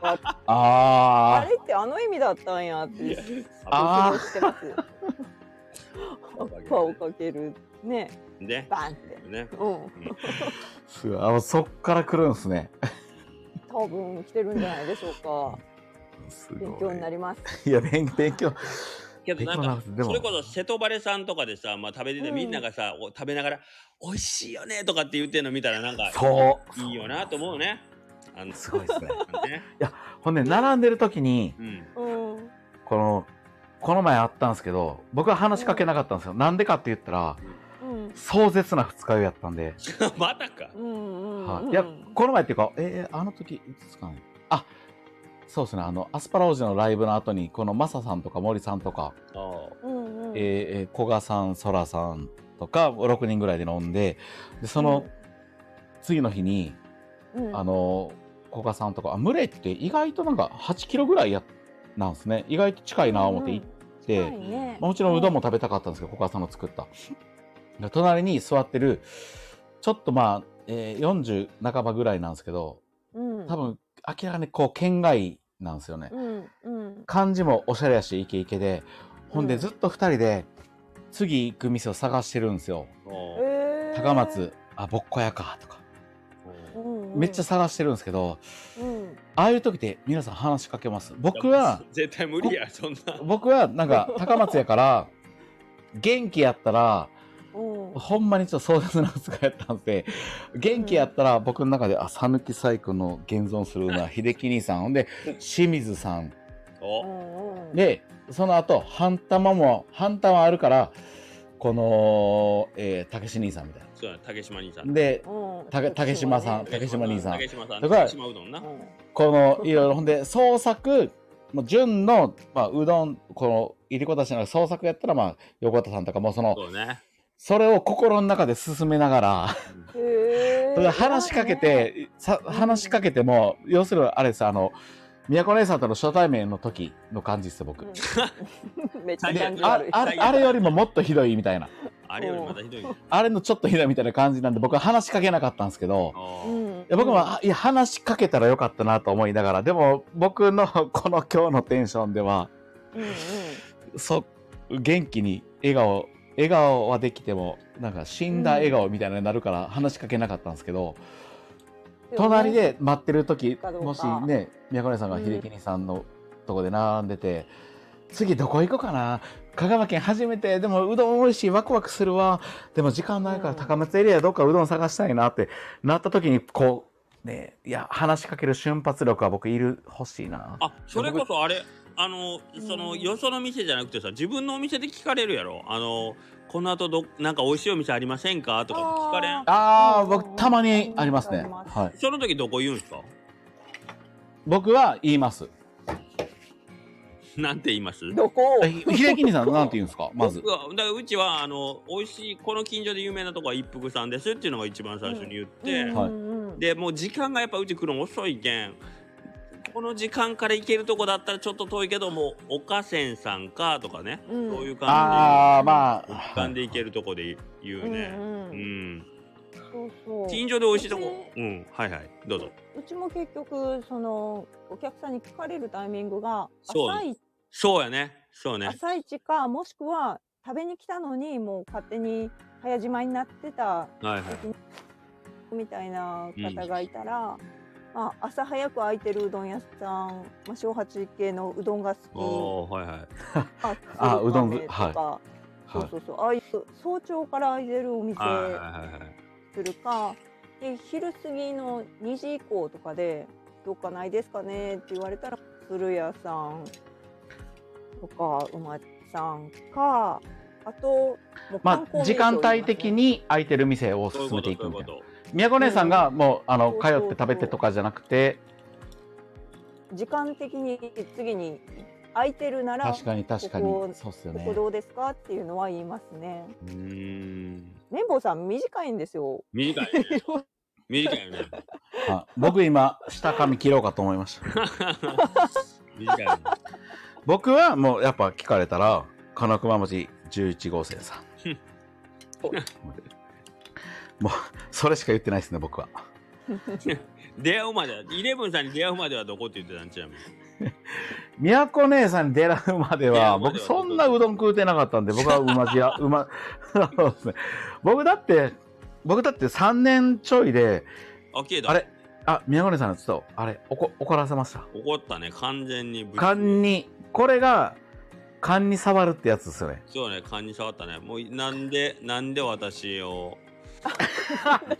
[SPEAKER 4] 葉あ
[SPEAKER 3] あ
[SPEAKER 4] れってあの意味だったんやって
[SPEAKER 3] あ
[SPEAKER 4] 想像してます葉っぱをかけるね
[SPEAKER 2] ね。
[SPEAKER 4] バンって
[SPEAKER 2] ね。
[SPEAKER 4] うん
[SPEAKER 3] ーあ、そっから来るんですね。
[SPEAKER 4] 多分来てるんじゃないでしょうか
[SPEAKER 3] すごい
[SPEAKER 4] 勉強になります
[SPEAKER 3] <laughs> いや、勉勉強。
[SPEAKER 2] けどなんか
[SPEAKER 3] 勉強になるでも
[SPEAKER 2] それこそ瀬戸バレさんとかでさ、まあ、食べててみんながさ、お食べながら「美味しいよね」とかって言ってるの見たらなんか
[SPEAKER 3] そう。
[SPEAKER 2] いいよなと思うね。あの
[SPEAKER 3] すごいですね。
[SPEAKER 2] ね
[SPEAKER 3] ほんで、並んでる時に、
[SPEAKER 2] うん、
[SPEAKER 4] うん
[SPEAKER 3] この、この前あったんですけど、僕は話しかけなかったんですよ。なんでかって言ったら、
[SPEAKER 4] うん
[SPEAKER 3] 壮絶な二日酔いやったんで、
[SPEAKER 2] またか
[SPEAKER 4] う。んうん
[SPEAKER 3] は
[SPEAKER 4] う
[SPEAKER 3] い、
[SPEAKER 4] ん
[SPEAKER 3] いや、この前っていうか、えーあの時、いつですかね。あ、そうですね、あの、アスパラ王子のライブの後に、このマサさんとか森さんとか、
[SPEAKER 2] あ
[SPEAKER 4] うん
[SPEAKER 3] え
[SPEAKER 4] うん
[SPEAKER 3] ーえー古賀さん、ソラさんとか、6人ぐらいで飲んで、で、その次の日に、
[SPEAKER 4] うん
[SPEAKER 3] あの、古賀さんとか、あ、群れって意外となんか8キロぐらいや、なんですね。意外と近いなぁ思って行って、
[SPEAKER 4] うんうん近いね
[SPEAKER 3] まあもちろんうどんも食べたかったんですけど、コカさんの作った。で隣に座ってる、ちょっとまあ、えー40半ばぐらいなんですけど、
[SPEAKER 4] うん
[SPEAKER 3] 多分、明らかにこう、県外なんですよね。
[SPEAKER 4] うんうん
[SPEAKER 3] 漢字もおしゃれやし、イケイケで、ほん
[SPEAKER 4] う
[SPEAKER 3] で
[SPEAKER 4] ん
[SPEAKER 3] ずっと二人で、次行く店を探してるんですよ。
[SPEAKER 2] あ
[SPEAKER 4] えー
[SPEAKER 3] 高松、あ、ぼっこ屋か、とか。
[SPEAKER 4] うんうん
[SPEAKER 3] めっちゃ探してるんですけど、
[SPEAKER 4] うん
[SPEAKER 3] ああいう時って皆さん話しかけます。僕は、
[SPEAKER 2] 絶対無理やそんな。
[SPEAKER 3] 僕はなんか、高松やから、元気やったら、
[SPEAKER 4] うん
[SPEAKER 3] ほんまにちょっと壮絶な扱いやったんで、元気やったら僕の中で、あ、讃岐最古の現存するのは秀樹兄さん、ほんで、清水さん。
[SPEAKER 2] お
[SPEAKER 4] ね、
[SPEAKER 3] で、その後、半玉も、半玉あるから、この、えー、竹志兄さんみたい
[SPEAKER 2] そうや竹島兄さ
[SPEAKER 3] な。
[SPEAKER 2] ん。
[SPEAKER 3] で、
[SPEAKER 4] うん
[SPEAKER 3] たけ竹島さん
[SPEAKER 4] そうね
[SPEAKER 3] 竹島兄さん
[SPEAKER 2] 竹島さん。
[SPEAKER 3] だから
[SPEAKER 2] 竹島うどんな。
[SPEAKER 3] この、いろいろ、ほんで、創作、もう純の、まあ、うどん、この、いりこたちの創作やったら、まあ、横田さんとかも、その、
[SPEAKER 2] そうね。
[SPEAKER 3] それを心の中で進めながら、そ
[SPEAKER 4] へー
[SPEAKER 3] れで <laughs> 話しかけ、て、さ
[SPEAKER 4] うん
[SPEAKER 3] 話しかけても、要するにあれです、あの、宮古姉さんとの初対面の時の感じです、僕。
[SPEAKER 4] う
[SPEAKER 3] で
[SPEAKER 4] んめっちゃ
[SPEAKER 2] で
[SPEAKER 4] 感じ
[SPEAKER 3] あ
[SPEAKER 4] 悪い。
[SPEAKER 3] あ
[SPEAKER 2] 最
[SPEAKER 3] れ
[SPEAKER 2] 悪
[SPEAKER 3] あれよりももっとひどいみたいな。
[SPEAKER 2] あれよりまたひどい。
[SPEAKER 3] あれのちょっとひどいみたいな感じなんで、僕は話しかけなかったんですけど、
[SPEAKER 2] あ
[SPEAKER 4] う
[SPEAKER 2] ー
[SPEAKER 4] ん
[SPEAKER 3] いや僕も、あいや、話しかけたらよかったなと思いながら、でも、僕の <laughs> この今日のテンションでは、
[SPEAKER 4] うんうん
[SPEAKER 3] そ、元気に笑顔、笑顔はできても、なんか死んだ笑顔みたいなになるから話しかけなかったんですけど、隣、で待ってる時
[SPEAKER 4] かどうか
[SPEAKER 3] もしね宮古根さんが秀樹兄さんのとこで並んでて、次どこ行こうかな香川県初めてでもうどん美味しいワクワクするわでも時間ないか
[SPEAKER 4] う
[SPEAKER 3] ら
[SPEAKER 4] ん
[SPEAKER 3] 高松エリアどっかうどん探したいなってなった時にこうねいや話しかける瞬発力は僕いる欲しいな
[SPEAKER 2] あそれこそあれあのそのよその店じゃなくてさ自分のお店で聞かれるやろあのこの後どなんか美味しいお店ありませんかとか聞かれん
[SPEAKER 4] あ
[SPEAKER 3] あー
[SPEAKER 4] うん
[SPEAKER 3] 僕たまにあります
[SPEAKER 4] あ
[SPEAKER 3] ね
[SPEAKER 4] ります
[SPEAKER 3] はい
[SPEAKER 2] その時どこ言うんすか
[SPEAKER 3] 僕は言います
[SPEAKER 2] なんて言います
[SPEAKER 4] どこを
[SPEAKER 3] え秀樹兄さんなんて言うんですかまず
[SPEAKER 2] 僕はだからうちはあの美味しいこの近所で有名なとこは一服さんですっていうのが一番最初に言って、
[SPEAKER 3] はい
[SPEAKER 4] うんうん
[SPEAKER 2] でもう時間がやっぱうち来るの遅いけんこの時間から行けるとこだったらちょっと遠いけどもう岡せんさんかとかね、
[SPEAKER 4] うん
[SPEAKER 2] そういう感
[SPEAKER 3] ああま
[SPEAKER 2] じで時
[SPEAKER 3] あ
[SPEAKER 2] 間で行けるとこで言うね。
[SPEAKER 4] うん
[SPEAKER 2] う
[SPEAKER 4] うん
[SPEAKER 2] ん
[SPEAKER 4] そうそう
[SPEAKER 2] 近所で美味しいとこ。うん、はいはい、どうぞ。
[SPEAKER 4] うちも結局そのお客さんに聞かれるタイミングが
[SPEAKER 2] そう
[SPEAKER 4] 朝い
[SPEAKER 2] そうやね。そうね。
[SPEAKER 4] 朝一かもしくは食べに来たのにもう勝手に早じまいになってた
[SPEAKER 2] はいはい。
[SPEAKER 4] みたいな方がいたら、まあ、朝早く空いてるうどん屋さん、まあ、小八系のうどんが好き
[SPEAKER 2] おお、はいはい。
[SPEAKER 4] あ
[SPEAKER 3] あうどん
[SPEAKER 4] 鶴亀とかそ
[SPEAKER 3] は
[SPEAKER 4] うそうそうああいう早朝から空いてるお店
[SPEAKER 2] はいはいはいはい。
[SPEAKER 4] するかで昼過ぎの2時以降とかで「どっかないですかね?」って言われたら鶴屋さんとか馬さんかあともう観
[SPEAKER 3] ま
[SPEAKER 4] 光名所
[SPEAKER 3] あ、時間帯的
[SPEAKER 4] いい
[SPEAKER 3] に空いてる店を
[SPEAKER 2] そういうこ
[SPEAKER 3] 進めて
[SPEAKER 2] と、
[SPEAKER 3] い
[SPEAKER 2] そういうこ
[SPEAKER 3] くみたいな。
[SPEAKER 2] と。
[SPEAKER 3] 宮古姉さんがもうあの
[SPEAKER 4] そう
[SPEAKER 3] 通
[SPEAKER 4] そう
[SPEAKER 3] っ
[SPEAKER 4] そう
[SPEAKER 3] て食べてとかじゃなくて
[SPEAKER 4] ますね時間的に次に空いてるなら
[SPEAKER 3] 確かに確かに
[SPEAKER 4] ここ
[SPEAKER 3] そうっすよ
[SPEAKER 4] こ
[SPEAKER 3] ね
[SPEAKER 4] こどうですかっていうのは言いますね。
[SPEAKER 2] うーん。
[SPEAKER 4] 綿棒さん短いんですよ。
[SPEAKER 2] 短い
[SPEAKER 4] <laughs>
[SPEAKER 2] ね。短いよね。
[SPEAKER 3] あ僕今下髪切ろうかと思いま <laughs> した
[SPEAKER 2] 短いよね。
[SPEAKER 3] 僕はもうやっぱ聞かれたら金熊町11号線 <laughs> さんもうそれしか言ってないですね僕は
[SPEAKER 2] 出会うまでは、イレブンさんに出会うまではどこって言ってたんちなみに。
[SPEAKER 3] 宮古姉さんに出会うま
[SPEAKER 2] 出会
[SPEAKER 3] では
[SPEAKER 2] うまで
[SPEAKER 3] 僕
[SPEAKER 2] は
[SPEAKER 3] そんなうどん食うてなか <laughs> ったんで僕はうまじやうま <laughs> そうですね僕だって僕だって3年ちょいで
[SPEAKER 2] あ、消えた。
[SPEAKER 3] あれあ宮古姉さんちょっとあれおこ怒らせました
[SPEAKER 2] 怒ったね、完全にぶち。
[SPEAKER 3] 勘にこれが勘に触るってやつですよね
[SPEAKER 2] そうね、勘に触ったね。もう、なんで、なんで私を。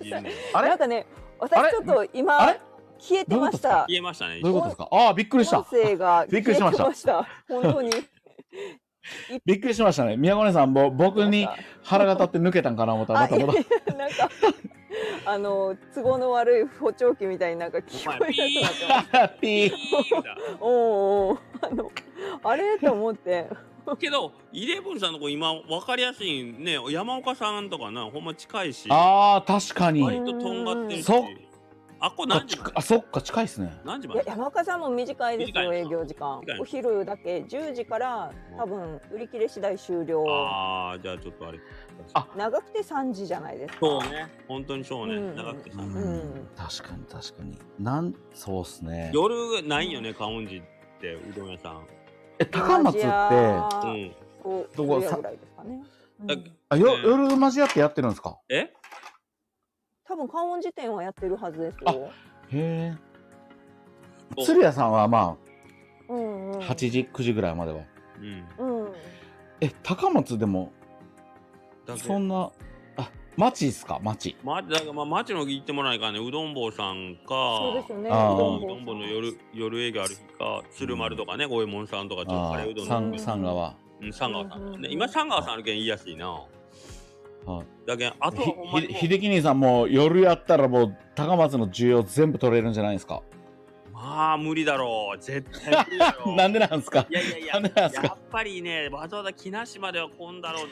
[SPEAKER 2] いじんねん
[SPEAKER 3] あれ
[SPEAKER 4] なんかね、
[SPEAKER 3] あれ
[SPEAKER 4] 私ちょっと今
[SPEAKER 3] あれ
[SPEAKER 4] 消えてました。
[SPEAKER 2] 消えましたね。
[SPEAKER 3] どういうことですかああびっくりした
[SPEAKER 4] 音声が
[SPEAKER 3] びっくりしました
[SPEAKER 4] 消えてした。本当に。
[SPEAKER 3] びっくりしましたね宮古姉さんも僕に腹が立って抜けたんかな思ったらま
[SPEAKER 4] あ、
[SPEAKER 3] た
[SPEAKER 4] いや
[SPEAKER 3] 戻っ
[SPEAKER 4] いやなんかあの都合の悪い補聴器みたいになんか聞こ
[SPEAKER 2] お前、
[SPEAKER 4] え
[SPEAKER 2] ピー
[SPEAKER 4] なくなっ
[SPEAKER 3] ピ
[SPEAKER 2] ピ
[SPEAKER 3] ー
[SPEAKER 2] ーだ。
[SPEAKER 4] た。おうおうあのあれと思って。
[SPEAKER 2] けど、イレブンさんの子今分かりやすいね、山岡さんとかな、ほんま近いし、
[SPEAKER 3] <laughs> ああ確か
[SPEAKER 2] 割
[SPEAKER 3] に
[SPEAKER 2] ととんがってるし。
[SPEAKER 3] そっ
[SPEAKER 2] あっこ
[SPEAKER 3] あ
[SPEAKER 2] 何時
[SPEAKER 3] ち
[SPEAKER 2] まで
[SPEAKER 3] あそっか近いですね
[SPEAKER 2] 何時ま
[SPEAKER 4] いや
[SPEAKER 2] で
[SPEAKER 4] 山岡さんも短いですよ
[SPEAKER 2] 短い
[SPEAKER 4] 営
[SPEAKER 2] の
[SPEAKER 4] 業時間
[SPEAKER 2] 短い。の
[SPEAKER 4] お昼だけ10時から多分売り切れ次第終了。
[SPEAKER 2] ああ、じゃあちょっとあれ。
[SPEAKER 3] あ
[SPEAKER 4] 長くて3時じゃないですか。
[SPEAKER 2] そうね、本当にそうね、
[SPEAKER 4] うん
[SPEAKER 2] 長くてさ
[SPEAKER 3] う。
[SPEAKER 4] ん
[SPEAKER 3] ん確かに確かになんそうっすね
[SPEAKER 2] 夜ないよね、カウンジって、うどん屋さん。
[SPEAKER 3] え高松ってあ
[SPEAKER 2] う
[SPEAKER 4] て
[SPEAKER 2] ん。
[SPEAKER 4] こう
[SPEAKER 3] どこ
[SPEAKER 4] 昼夜ぐらいですかね。うん
[SPEAKER 2] だ
[SPEAKER 3] よ夜マジやってやってるんですか
[SPEAKER 2] え
[SPEAKER 4] 多分観音辞典はやってるはずです
[SPEAKER 3] あ
[SPEAKER 4] よ。
[SPEAKER 3] へ
[SPEAKER 2] そ
[SPEAKER 3] え
[SPEAKER 2] う
[SPEAKER 3] 鶴屋さんはま
[SPEAKER 4] うんうん。
[SPEAKER 3] あ8時9時ぐらいまでは
[SPEAKER 2] うん。
[SPEAKER 4] うん。
[SPEAKER 3] え高松でも
[SPEAKER 2] だけ
[SPEAKER 3] そんなあ町っすか町
[SPEAKER 2] ま、だからまあ、町の行ってもらえないからね、うどん坊さんか、
[SPEAKER 4] そうですよね。
[SPEAKER 3] あー
[SPEAKER 2] う
[SPEAKER 3] ど
[SPEAKER 2] ど
[SPEAKER 3] ん
[SPEAKER 2] ん
[SPEAKER 3] 坊
[SPEAKER 2] 坊の夜夜営業ある日か、鶴丸とかね、五右衛門さんとか、ちょっと
[SPEAKER 3] あ
[SPEAKER 2] カ
[SPEAKER 3] あ
[SPEAKER 2] レーうどん
[SPEAKER 4] さ
[SPEAKER 2] の
[SPEAKER 3] 三
[SPEAKER 4] ん
[SPEAKER 3] 三川
[SPEAKER 2] うん、三川さんとか
[SPEAKER 4] うんうん
[SPEAKER 2] ね。
[SPEAKER 4] うん
[SPEAKER 2] 今、三川さんあるけん言いやすいな。
[SPEAKER 3] はい
[SPEAKER 2] だけん、あとはほんまに
[SPEAKER 3] ひ
[SPEAKER 2] もう
[SPEAKER 3] ひ秀樹兄さんも夜やったらもう高松の需要全部取れるんじゃないですか
[SPEAKER 2] まあ、無理だろう。絶対無理だろう。
[SPEAKER 3] <laughs> なんでなんですか
[SPEAKER 2] いやいやいや、
[SPEAKER 3] なんでなんですか
[SPEAKER 2] やっぱりね、わざわざ木梨までは混んだろう。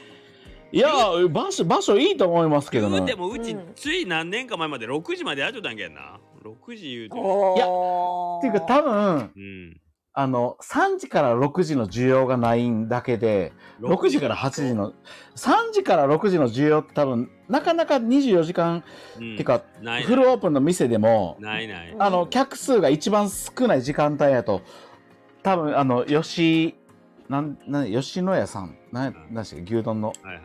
[SPEAKER 3] いや場所場所いいと思いますけど
[SPEAKER 2] 言う
[SPEAKER 3] ね
[SPEAKER 2] てもうち、
[SPEAKER 4] うん
[SPEAKER 2] つい何年か前まで6時までやっとったんけんな。6時言うても。
[SPEAKER 4] い
[SPEAKER 3] やっ
[SPEAKER 4] っ
[SPEAKER 3] ていうか多分
[SPEAKER 2] うん。
[SPEAKER 3] あの3時から6時の需要がないんだけで6時から8時の3時から6時の需要って多分なかなか24時間、
[SPEAKER 2] うん
[SPEAKER 3] っていうか
[SPEAKER 2] ない
[SPEAKER 3] フルオープンの店でも
[SPEAKER 2] ないない。
[SPEAKER 3] あの客数が一番少ない時間帯やと多分あの吉なんなん吉野家さんなんなんでしたっけ牛丼の
[SPEAKER 2] はいはい。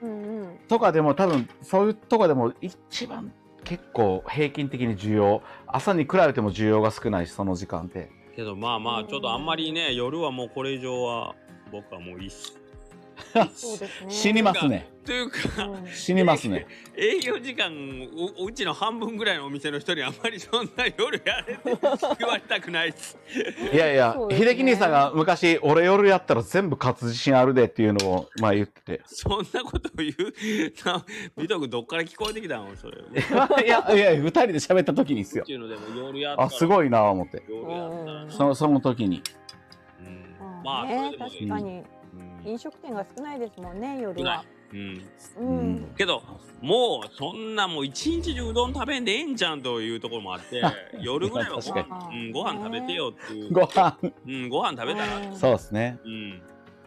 [SPEAKER 4] うんうん。
[SPEAKER 3] とかでも多分そういうとこでも一番結構平均的に需要朝に比べても需要が少ないしその時間って
[SPEAKER 2] けどまあま
[SPEAKER 4] う
[SPEAKER 2] あ、
[SPEAKER 4] ん
[SPEAKER 2] ちょっとあんまりね、夜はもうこれ以上は僕はもういいっす。
[SPEAKER 4] そうですね。
[SPEAKER 3] 死にますね
[SPEAKER 2] というか、 <laughs>
[SPEAKER 4] うん
[SPEAKER 3] 死にますね
[SPEAKER 2] 営業時間ううちの半分ぐらいのお店の人にあんまりそんな夜やれって言われたくないっす。 <laughs>
[SPEAKER 3] いやいや、
[SPEAKER 4] そうですね
[SPEAKER 3] 秀樹兄さんが昔俺夜やったら全部勝つ自信あるでっていうのをまあ言って
[SPEAKER 4] <laughs>
[SPEAKER 3] て
[SPEAKER 2] そんなこと言うな美徳どっから聞こえてきたのそれ。
[SPEAKER 3] いやいや二人で喋った時にですよ
[SPEAKER 2] っていうのでも夜やったら
[SPEAKER 3] あすごいなあ思って
[SPEAKER 2] 夜やったらな
[SPEAKER 3] そのその時に
[SPEAKER 2] うんま
[SPEAKER 4] ま
[SPEAKER 2] あ
[SPEAKER 4] あ
[SPEAKER 2] それ
[SPEAKER 4] ね
[SPEAKER 2] でも
[SPEAKER 4] 確かに
[SPEAKER 2] うん
[SPEAKER 4] 飲食店が少ないですもんね夜
[SPEAKER 2] 少な。
[SPEAKER 4] はい
[SPEAKER 2] うん
[SPEAKER 4] う
[SPEAKER 3] うんん。
[SPEAKER 2] けどもうそんなもう一日中うどん食べんでええんじゃんというところもあって夜ぐらいはご
[SPEAKER 3] 確
[SPEAKER 2] 飯
[SPEAKER 4] か、
[SPEAKER 2] う
[SPEAKER 4] に
[SPEAKER 2] ん、ご飯食べてよっていう
[SPEAKER 3] ご飯
[SPEAKER 2] うん、ご飯食べたら
[SPEAKER 4] うん
[SPEAKER 3] そうですね
[SPEAKER 2] うん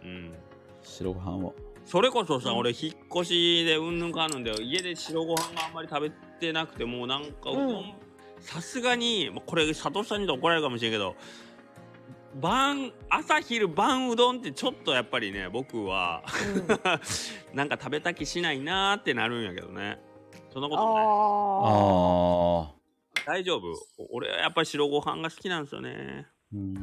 [SPEAKER 2] うん
[SPEAKER 3] 白ご飯を
[SPEAKER 2] それこそさ、俺引っ越しでうんぬんかんぬんで家で白ご飯があんまり食べてなくてもうなんかうどん
[SPEAKER 4] うん
[SPEAKER 2] さすがにまあこれ佐藤さんに怒られるかもしれんけど晩朝昼晩うどんってちょっとやっぱりね僕は <laughs> なんか食べた気しないなーってなるんやけどねそんなことない
[SPEAKER 4] あ
[SPEAKER 3] ああ。
[SPEAKER 4] あ
[SPEAKER 2] 大丈夫お俺はやっぱり白ご飯が好きなんですよね
[SPEAKER 3] うーん。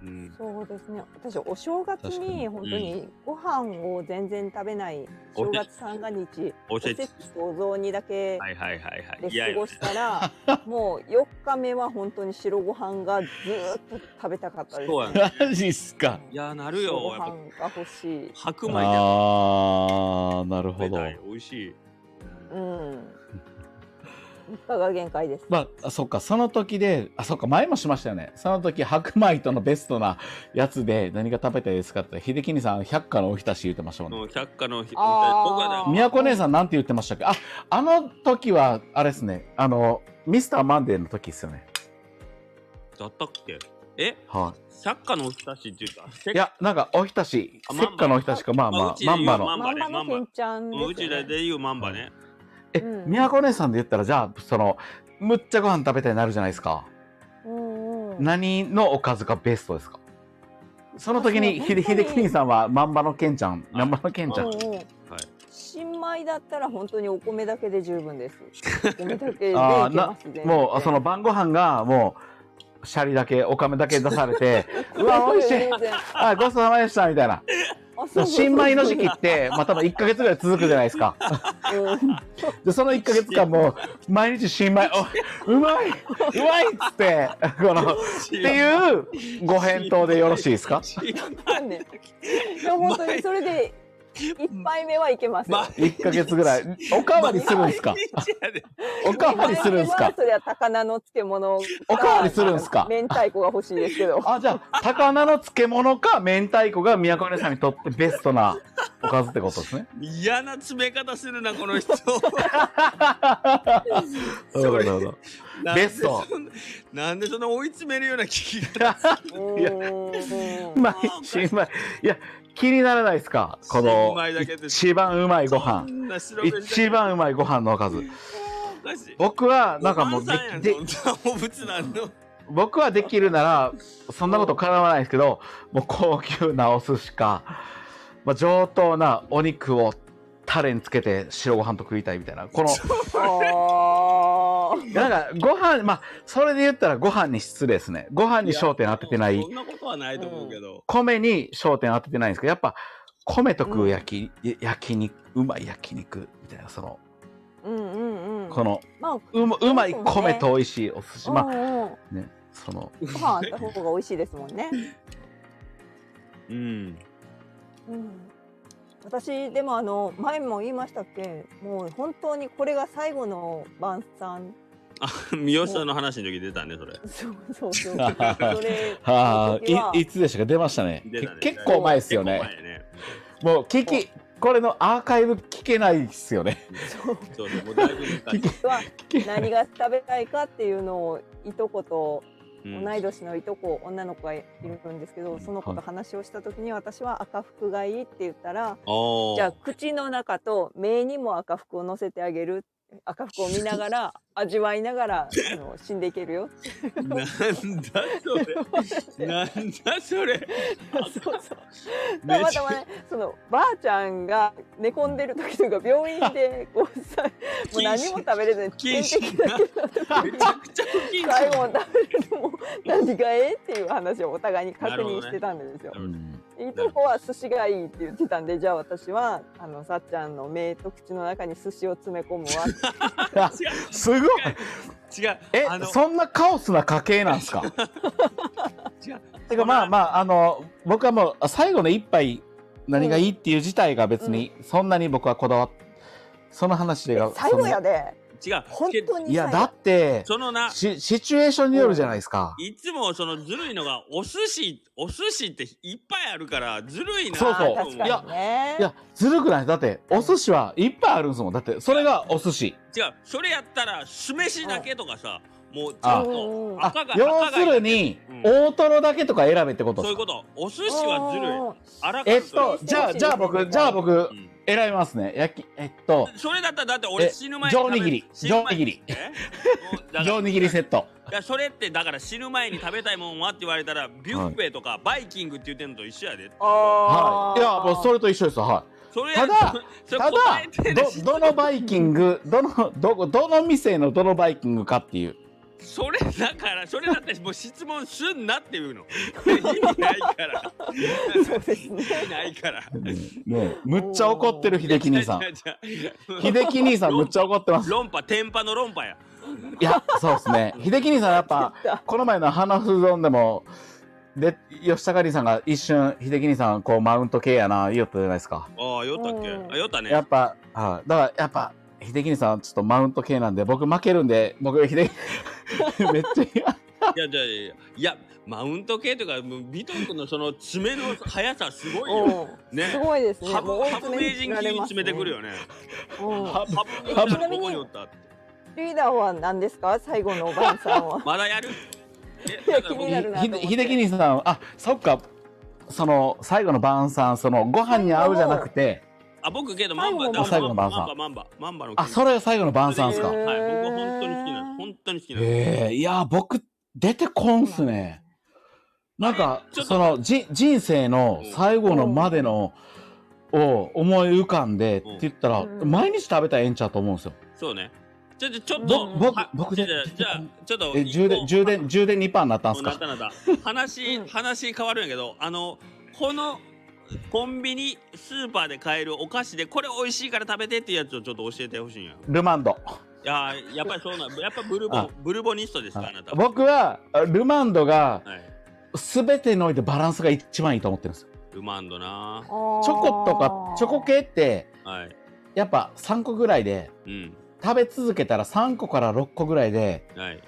[SPEAKER 2] うん
[SPEAKER 4] そうですね私お正月
[SPEAKER 3] 確かに
[SPEAKER 4] に本当にご飯を全然食べない
[SPEAKER 2] お
[SPEAKER 4] 正
[SPEAKER 2] せち
[SPEAKER 4] 月三が日
[SPEAKER 2] お
[SPEAKER 4] おせ
[SPEAKER 2] せ
[SPEAKER 4] ち
[SPEAKER 2] ち
[SPEAKER 4] お雑煮だけ
[SPEAKER 2] はいはいはいはい
[SPEAKER 4] で
[SPEAKER 2] いや
[SPEAKER 4] 過ごしたらもう4日目は本当に白ご飯がずーっと食べたかったです、
[SPEAKER 2] そうやね
[SPEAKER 3] マジっすか。
[SPEAKER 2] いやなる
[SPEAKER 4] 白ご
[SPEAKER 2] よや
[SPEAKER 4] 飯
[SPEAKER 2] っ
[SPEAKER 4] が欲しい
[SPEAKER 2] ぱ白米で
[SPEAKER 3] ああ、なるほ
[SPEAKER 2] 食べ
[SPEAKER 3] ど。
[SPEAKER 2] たい美味しい
[SPEAKER 4] うん3日が限界です、
[SPEAKER 3] まあ、あそっか、その時で、あ、そっか、前もしましたよね。その時、白米とのベストなやつで、何が食べたいですかって、秀樹兄さん、百花のおひたし言ってましたもんね。
[SPEAKER 2] の百花の日僕
[SPEAKER 4] あー
[SPEAKER 2] はね
[SPEAKER 3] 宮古姉さん、なんて言ってましたっけあ、あの時は、あれですね、あの、ミスターマンデーの時ですよね。
[SPEAKER 2] だったっけえ
[SPEAKER 3] は
[SPEAKER 2] 百花のおひたしって言ったせ
[SPEAKER 3] い。
[SPEAKER 2] っ
[SPEAKER 3] いや、なんか、おひたし、
[SPEAKER 2] あ
[SPEAKER 3] せ
[SPEAKER 2] まんま
[SPEAKER 3] っかのおひたしか、まあ
[SPEAKER 2] まあ
[SPEAKER 3] ま
[SPEAKER 2] う
[SPEAKER 3] あ、
[SPEAKER 2] ち
[SPEAKER 3] まんまの
[SPEAKER 2] ま。
[SPEAKER 4] ま
[SPEAKER 2] ん
[SPEAKER 4] ん
[SPEAKER 2] ま
[SPEAKER 4] ま
[SPEAKER 2] ね
[SPEAKER 4] のけんちゃん
[SPEAKER 2] もうう
[SPEAKER 4] です
[SPEAKER 2] ち
[SPEAKER 4] よ
[SPEAKER 2] ら
[SPEAKER 4] ね
[SPEAKER 2] で言うマンバね
[SPEAKER 3] え、
[SPEAKER 4] うん
[SPEAKER 3] 宮古姉さんで言ったら、じゃあ、その、むっちゃご飯食べたいになるじゃないですか。
[SPEAKER 4] うんうん
[SPEAKER 3] 何のおかずがベストですかその時に
[SPEAKER 4] あ
[SPEAKER 3] ひ
[SPEAKER 4] そう
[SPEAKER 3] で
[SPEAKER 4] 本当
[SPEAKER 3] 秀
[SPEAKER 4] に
[SPEAKER 3] 樹兄さんはまんばのけんちゃん
[SPEAKER 2] あ
[SPEAKER 3] まんばのけんちゃん
[SPEAKER 4] うんうん
[SPEAKER 2] はい
[SPEAKER 4] 新米だったら本当にお米だけで十分 <laughs> です。お米だけでいけ
[SPEAKER 3] あー
[SPEAKER 4] ま
[SPEAKER 3] な
[SPEAKER 4] すね。
[SPEAKER 3] もうその晩ご飯がもうシャリだけおかめだけ出され
[SPEAKER 4] <laughs>
[SPEAKER 3] てうわ美味しい
[SPEAKER 4] 全然あ
[SPEAKER 3] あごちそうさまでしたみたいな
[SPEAKER 4] そうそうそう
[SPEAKER 3] 新米の時期ってまあ多分1か月ぐらい続くじゃないですか
[SPEAKER 4] うん
[SPEAKER 3] でその1か月間もう毎日新米おうまいうまいっつってこのって
[SPEAKER 2] <laughs>
[SPEAKER 3] いうご返答でよろしいですか
[SPEAKER 4] なんでいや本当にそれで一杯目はいけます。
[SPEAKER 2] ま
[SPEAKER 3] 1か月ぐらいおかわりするんすかおかわりするんす
[SPEAKER 4] 一杯目
[SPEAKER 3] か
[SPEAKER 4] はそれは高菜の漬物か。
[SPEAKER 3] おかわりするんすか
[SPEAKER 4] 明太子が欲しいですけど。
[SPEAKER 3] あ、じゃあ、高菜の漬物か明太子が宮古姉さんにとってベストなおかずってことですね。
[SPEAKER 2] 嫌な詰め方するなこの
[SPEAKER 3] <laughs>
[SPEAKER 2] 人
[SPEAKER 3] なるほど、なるほど。
[SPEAKER 2] なんで
[SPEAKER 3] ベスト
[SPEAKER 2] そんなんでそんな追い詰めるような聞き方
[SPEAKER 4] うんうん
[SPEAKER 3] まい、新米。いや、気にならないですかこ
[SPEAKER 2] 新
[SPEAKER 3] の
[SPEAKER 2] 米だけ、で
[SPEAKER 3] 一番うまいご
[SPEAKER 2] そ。
[SPEAKER 3] 飯
[SPEAKER 2] んな白飯
[SPEAKER 3] 一番うまいご飯のおかず。
[SPEAKER 2] おかしい
[SPEAKER 3] 僕は、なんかもう
[SPEAKER 2] お
[SPEAKER 3] で
[SPEAKER 2] ばさんやん
[SPEAKER 3] で
[SPEAKER 2] そんなお仏なんの
[SPEAKER 3] 僕はできるなら、そんなことからわないですけど、もう高級なお寿司か、まあ、上等なお肉をタレにつけて白ご飯と食いたいみたいな。この、
[SPEAKER 4] あー
[SPEAKER 3] いやなんかご飯まあそれで言ったらご飯に失礼ですねご飯に焦点当ててない
[SPEAKER 2] そんなことはないと思うけど
[SPEAKER 3] 米に焦点当ててないんですけどやっぱ米と食う焼き、焼肉うまい焼肉みたいなその
[SPEAKER 4] うんうんうん。
[SPEAKER 3] この
[SPEAKER 4] まあ
[SPEAKER 3] うまうまい
[SPEAKER 4] そうですね
[SPEAKER 3] 米と美味しいお寿司ま
[SPEAKER 4] うん
[SPEAKER 3] あ
[SPEAKER 4] うん
[SPEAKER 3] ねその
[SPEAKER 4] ご飯あった方が美味しいですもんね。
[SPEAKER 2] うん
[SPEAKER 4] うん私でもあの前も言いましたっけもう本当にこれが最後の晩餐
[SPEAKER 2] あ三好さんの <laughs> 話の時出たねそれ
[SPEAKER 4] そうそうそう <laughs> それ
[SPEAKER 3] あ
[SPEAKER 4] の時は
[SPEAKER 3] あいいつでしたか出ましたね
[SPEAKER 2] 出たね
[SPEAKER 3] け結構前ですよ
[SPEAKER 2] 結
[SPEAKER 3] ね
[SPEAKER 2] 構前
[SPEAKER 3] もう聞きこれのアーカイブ聞けないですよね
[SPEAKER 4] そう
[SPEAKER 2] そうねもうだいぶ昔
[SPEAKER 3] <laughs>
[SPEAKER 4] は何が食べたいかっていうのをいとこと
[SPEAKER 2] うん
[SPEAKER 4] 同い年のいとこ女の子がいるんですけどその子と話をした時に私は赤服がいいって言ったら
[SPEAKER 2] おー
[SPEAKER 4] じゃあ口の中と目にも赤服を乗せてあげる赤服を見ながら味わいながらあの死んでいけるよ
[SPEAKER 2] なんだそれ。なんだそ
[SPEAKER 3] <laughs>
[SPEAKER 2] れ。
[SPEAKER 4] そうそう
[SPEAKER 2] め
[SPEAKER 4] たま
[SPEAKER 2] ちゃ
[SPEAKER 4] たまねそのばあちゃんが寝込んでる時とか病院でごさ
[SPEAKER 2] <laughs>
[SPEAKER 4] もう何も食べれずに
[SPEAKER 2] 不謹
[SPEAKER 4] 点滴
[SPEAKER 2] 慎
[SPEAKER 4] だ
[SPEAKER 2] な。
[SPEAKER 4] けだった
[SPEAKER 2] めちゃくちゃ不謹
[SPEAKER 4] 最
[SPEAKER 2] 慎。
[SPEAKER 4] 後食べれても何がええっていう話をお互いに確認してたんですよ。
[SPEAKER 2] なる
[SPEAKER 3] うん
[SPEAKER 4] いいとこは寿司がいいって言ってたんでじゃあ私はあのさっちゃんの目と口の中に寿司を詰め込むわって
[SPEAKER 3] あ <laughs> すごい
[SPEAKER 2] 違う。
[SPEAKER 3] え
[SPEAKER 2] あの
[SPEAKER 3] そんなカオスな家系なんですか
[SPEAKER 2] 違う。
[SPEAKER 3] てかまあまああの僕はもうあ最後の一杯何がいいっていう自体が別にそんなに僕はこだわっその話でが
[SPEAKER 4] 最後やで
[SPEAKER 2] 違う。
[SPEAKER 4] 本
[SPEAKER 2] けど
[SPEAKER 4] 当に
[SPEAKER 3] いやだって
[SPEAKER 2] そのな。
[SPEAKER 3] しシチュエーションによるじゃないですか、
[SPEAKER 2] いつもそのずるいのがお寿司お寿司っていっぱいあるからずるいな
[SPEAKER 3] そうそう
[SPEAKER 2] と思
[SPEAKER 4] 確か
[SPEAKER 3] いや
[SPEAKER 4] にね
[SPEAKER 3] いやずるくないだってお寿司はいっぱいあるんですもんだってそれがお寿司
[SPEAKER 2] 違うそれやったら酢飯だけとかさ、もうちゃん
[SPEAKER 4] うんう
[SPEAKER 2] と
[SPEAKER 4] ん
[SPEAKER 3] あ
[SPEAKER 2] 赤が
[SPEAKER 3] 要する
[SPEAKER 2] に
[SPEAKER 3] に、
[SPEAKER 2] 赤
[SPEAKER 3] 大トロだけとか選べってこと
[SPEAKER 2] そういう
[SPEAKER 3] ですか
[SPEAKER 2] ことお寿司はずるいあら
[SPEAKER 3] えっ
[SPEAKER 2] かた
[SPEAKER 3] とじゃあじゃあ僕じゃあ僕
[SPEAKER 2] うん
[SPEAKER 3] 選びますね焼きえっと
[SPEAKER 2] それだったらだって俺
[SPEAKER 3] え
[SPEAKER 2] 死ぬ前に食べ
[SPEAKER 3] 上握り
[SPEAKER 2] 死ぬ前に
[SPEAKER 3] 上握り
[SPEAKER 2] えもうだから
[SPEAKER 3] <laughs> 上握りセット
[SPEAKER 2] いやそれってだから死ぬ前に食べたいもんはって言われたらビュッフェとかバイキングって言ってんのと一緒やで
[SPEAKER 3] はいいやもうそれと一緒ですは
[SPEAKER 2] それ
[SPEAKER 3] ただ
[SPEAKER 2] <laughs> そ
[SPEAKER 3] い
[SPEAKER 2] れ
[SPEAKER 3] ただ
[SPEAKER 2] 答えてるし
[SPEAKER 3] どどのバイキングどのどこどの店のどのバイキングかっていう
[SPEAKER 2] それだからそれだっても
[SPEAKER 3] <laughs>
[SPEAKER 2] う質問すんなっていうの意味ないから
[SPEAKER 4] そうですね。
[SPEAKER 2] 意味ないから
[SPEAKER 3] ねむっちゃ怒ってる秀樹兄さん
[SPEAKER 2] じゃあじゃあ
[SPEAKER 3] 秀樹兄さ
[SPEAKER 2] <laughs>
[SPEAKER 3] んむっちゃ怒ってます
[SPEAKER 2] 論破天パの論破や
[SPEAKER 3] いやそうですね秀樹兄さんやっぱこの前の花不丼でもで吉高兄さんが一瞬秀樹兄さんこうマウント系やな言おったじゃないですか
[SPEAKER 2] ああ酔ったっけ
[SPEAKER 4] うん
[SPEAKER 2] あ酔ったね
[SPEAKER 3] やっぱ、はい、だからやっぱ、秀樹さん、ちょっとマウント系なんで、僕負けるんで、僕、秀
[SPEAKER 4] <laughs>
[SPEAKER 3] 樹、めっちゃ、
[SPEAKER 2] いやいやいやいやマウント系とかもうビトン君のその爪の速さすごいよ
[SPEAKER 4] うん
[SPEAKER 2] ね
[SPEAKER 4] すごいですね。
[SPEAKER 2] ハ
[SPEAKER 4] もう
[SPEAKER 2] ブ
[SPEAKER 4] 追い
[SPEAKER 2] ハブ
[SPEAKER 4] 詰
[SPEAKER 2] 名
[SPEAKER 4] め
[SPEAKER 2] 人
[SPEAKER 4] ら
[SPEAKER 2] 級
[SPEAKER 4] れ
[SPEAKER 2] に
[SPEAKER 4] ます
[SPEAKER 2] 詰
[SPEAKER 4] ね
[SPEAKER 2] めてくるよね
[SPEAKER 4] うん
[SPEAKER 2] ハブハ
[SPEAKER 3] ハ
[SPEAKER 2] ブ名
[SPEAKER 3] ブ
[SPEAKER 2] 人ここにおったって
[SPEAKER 4] リーダーは何ですか？最後のおばあさんは。
[SPEAKER 2] まだやるえ
[SPEAKER 4] いや
[SPEAKER 2] だから
[SPEAKER 4] 気になるなと思って
[SPEAKER 3] 秀樹さん、あ、そっか、その、最後の晩餐、その、ご飯に合うじゃなくて、
[SPEAKER 2] あ僕けどマンバ
[SPEAKER 4] 最後
[SPEAKER 2] だ
[SPEAKER 4] の
[SPEAKER 2] から
[SPEAKER 3] 晩餐
[SPEAKER 2] マンバマンバマンバの
[SPEAKER 3] あ、それ最後の晩餐ですか。
[SPEAKER 2] は
[SPEAKER 3] へ
[SPEAKER 2] い
[SPEAKER 4] へ
[SPEAKER 2] 僕は
[SPEAKER 4] ー
[SPEAKER 2] 本当に好きなんです本当に好きなんです
[SPEAKER 3] え、いや、僕、出てこんっすね。なんか、
[SPEAKER 2] ちょっと
[SPEAKER 3] その、じ、人生の最後のまでの、を思い浮かんでって言ったら、
[SPEAKER 4] うん
[SPEAKER 3] 毎日食べたらええんちゃうと思うんですよ。
[SPEAKER 2] そうねちょっとちょっ
[SPEAKER 4] う
[SPEAKER 2] と
[SPEAKER 4] ん
[SPEAKER 3] 僕
[SPEAKER 2] は
[SPEAKER 3] 僕
[SPEAKER 2] じゃ
[SPEAKER 3] で
[SPEAKER 2] あじゃあちょっと
[SPEAKER 3] え、充電、充電、充電2パーになった
[SPEAKER 2] も
[SPEAKER 3] んす
[SPEAKER 2] う
[SPEAKER 3] か
[SPEAKER 2] なったなった話
[SPEAKER 4] うん
[SPEAKER 2] 話変わるんやけどあのこのコンビニスーパーで買えるお菓子でこれ美味しいから食べてっていうやつをちょっと教えてほしいんや
[SPEAKER 3] ルマンド。
[SPEAKER 2] いやーやっぱりそうなんやっぱブルボ
[SPEAKER 3] あ
[SPEAKER 2] ンブルボニストですかあなた
[SPEAKER 3] 僕はルマンドが
[SPEAKER 2] はい
[SPEAKER 3] 全てにおいてバランスが一番いいと思ってるんですよ。
[SPEAKER 2] ルマンドな
[SPEAKER 4] あー
[SPEAKER 3] チョコとかチョコ。系って
[SPEAKER 2] はい
[SPEAKER 3] やっぱ3個ぐらいで
[SPEAKER 2] うん
[SPEAKER 3] 食べ続けたら3個から6個ぐらいで
[SPEAKER 2] はい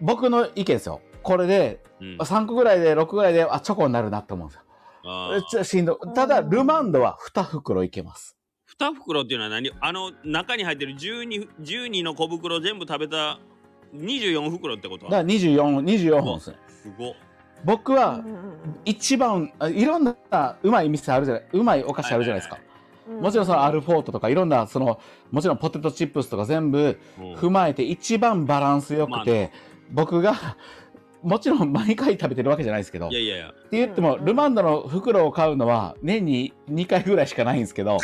[SPEAKER 3] 僕の意見ですよ。これで
[SPEAKER 2] うん
[SPEAKER 3] 3個ぐらいで6ぐらいであチョコになるなって思うんですよ。
[SPEAKER 2] あ
[SPEAKER 3] え
[SPEAKER 2] ー
[SPEAKER 3] ちょしんどいただルマンドは2袋いけます。
[SPEAKER 2] 二袋っていうのは何あの中に入ってる 12, 12の小袋全部食べた24袋ってこと
[SPEAKER 3] だから24 24本ですね。
[SPEAKER 2] すごっ
[SPEAKER 3] 僕
[SPEAKER 4] う
[SPEAKER 3] は
[SPEAKER 4] んうん
[SPEAKER 3] 一番あいろんなうまい店あるじゃないうまいお菓子あるじゃないですか。
[SPEAKER 4] うん
[SPEAKER 3] もちろんそのアルフォートとかいろんなそのもちろんポテトチップスとか全部
[SPEAKER 2] うん
[SPEAKER 3] 踏まえて一番バランスよくて、僕がもちろん毎回食べてるわけじゃないですけどっ
[SPEAKER 2] い
[SPEAKER 3] て
[SPEAKER 2] やいやいや
[SPEAKER 3] 言っても、
[SPEAKER 4] うんうん
[SPEAKER 3] ルマンドの袋を買うのは年に2回ぐらいしかないんですけど、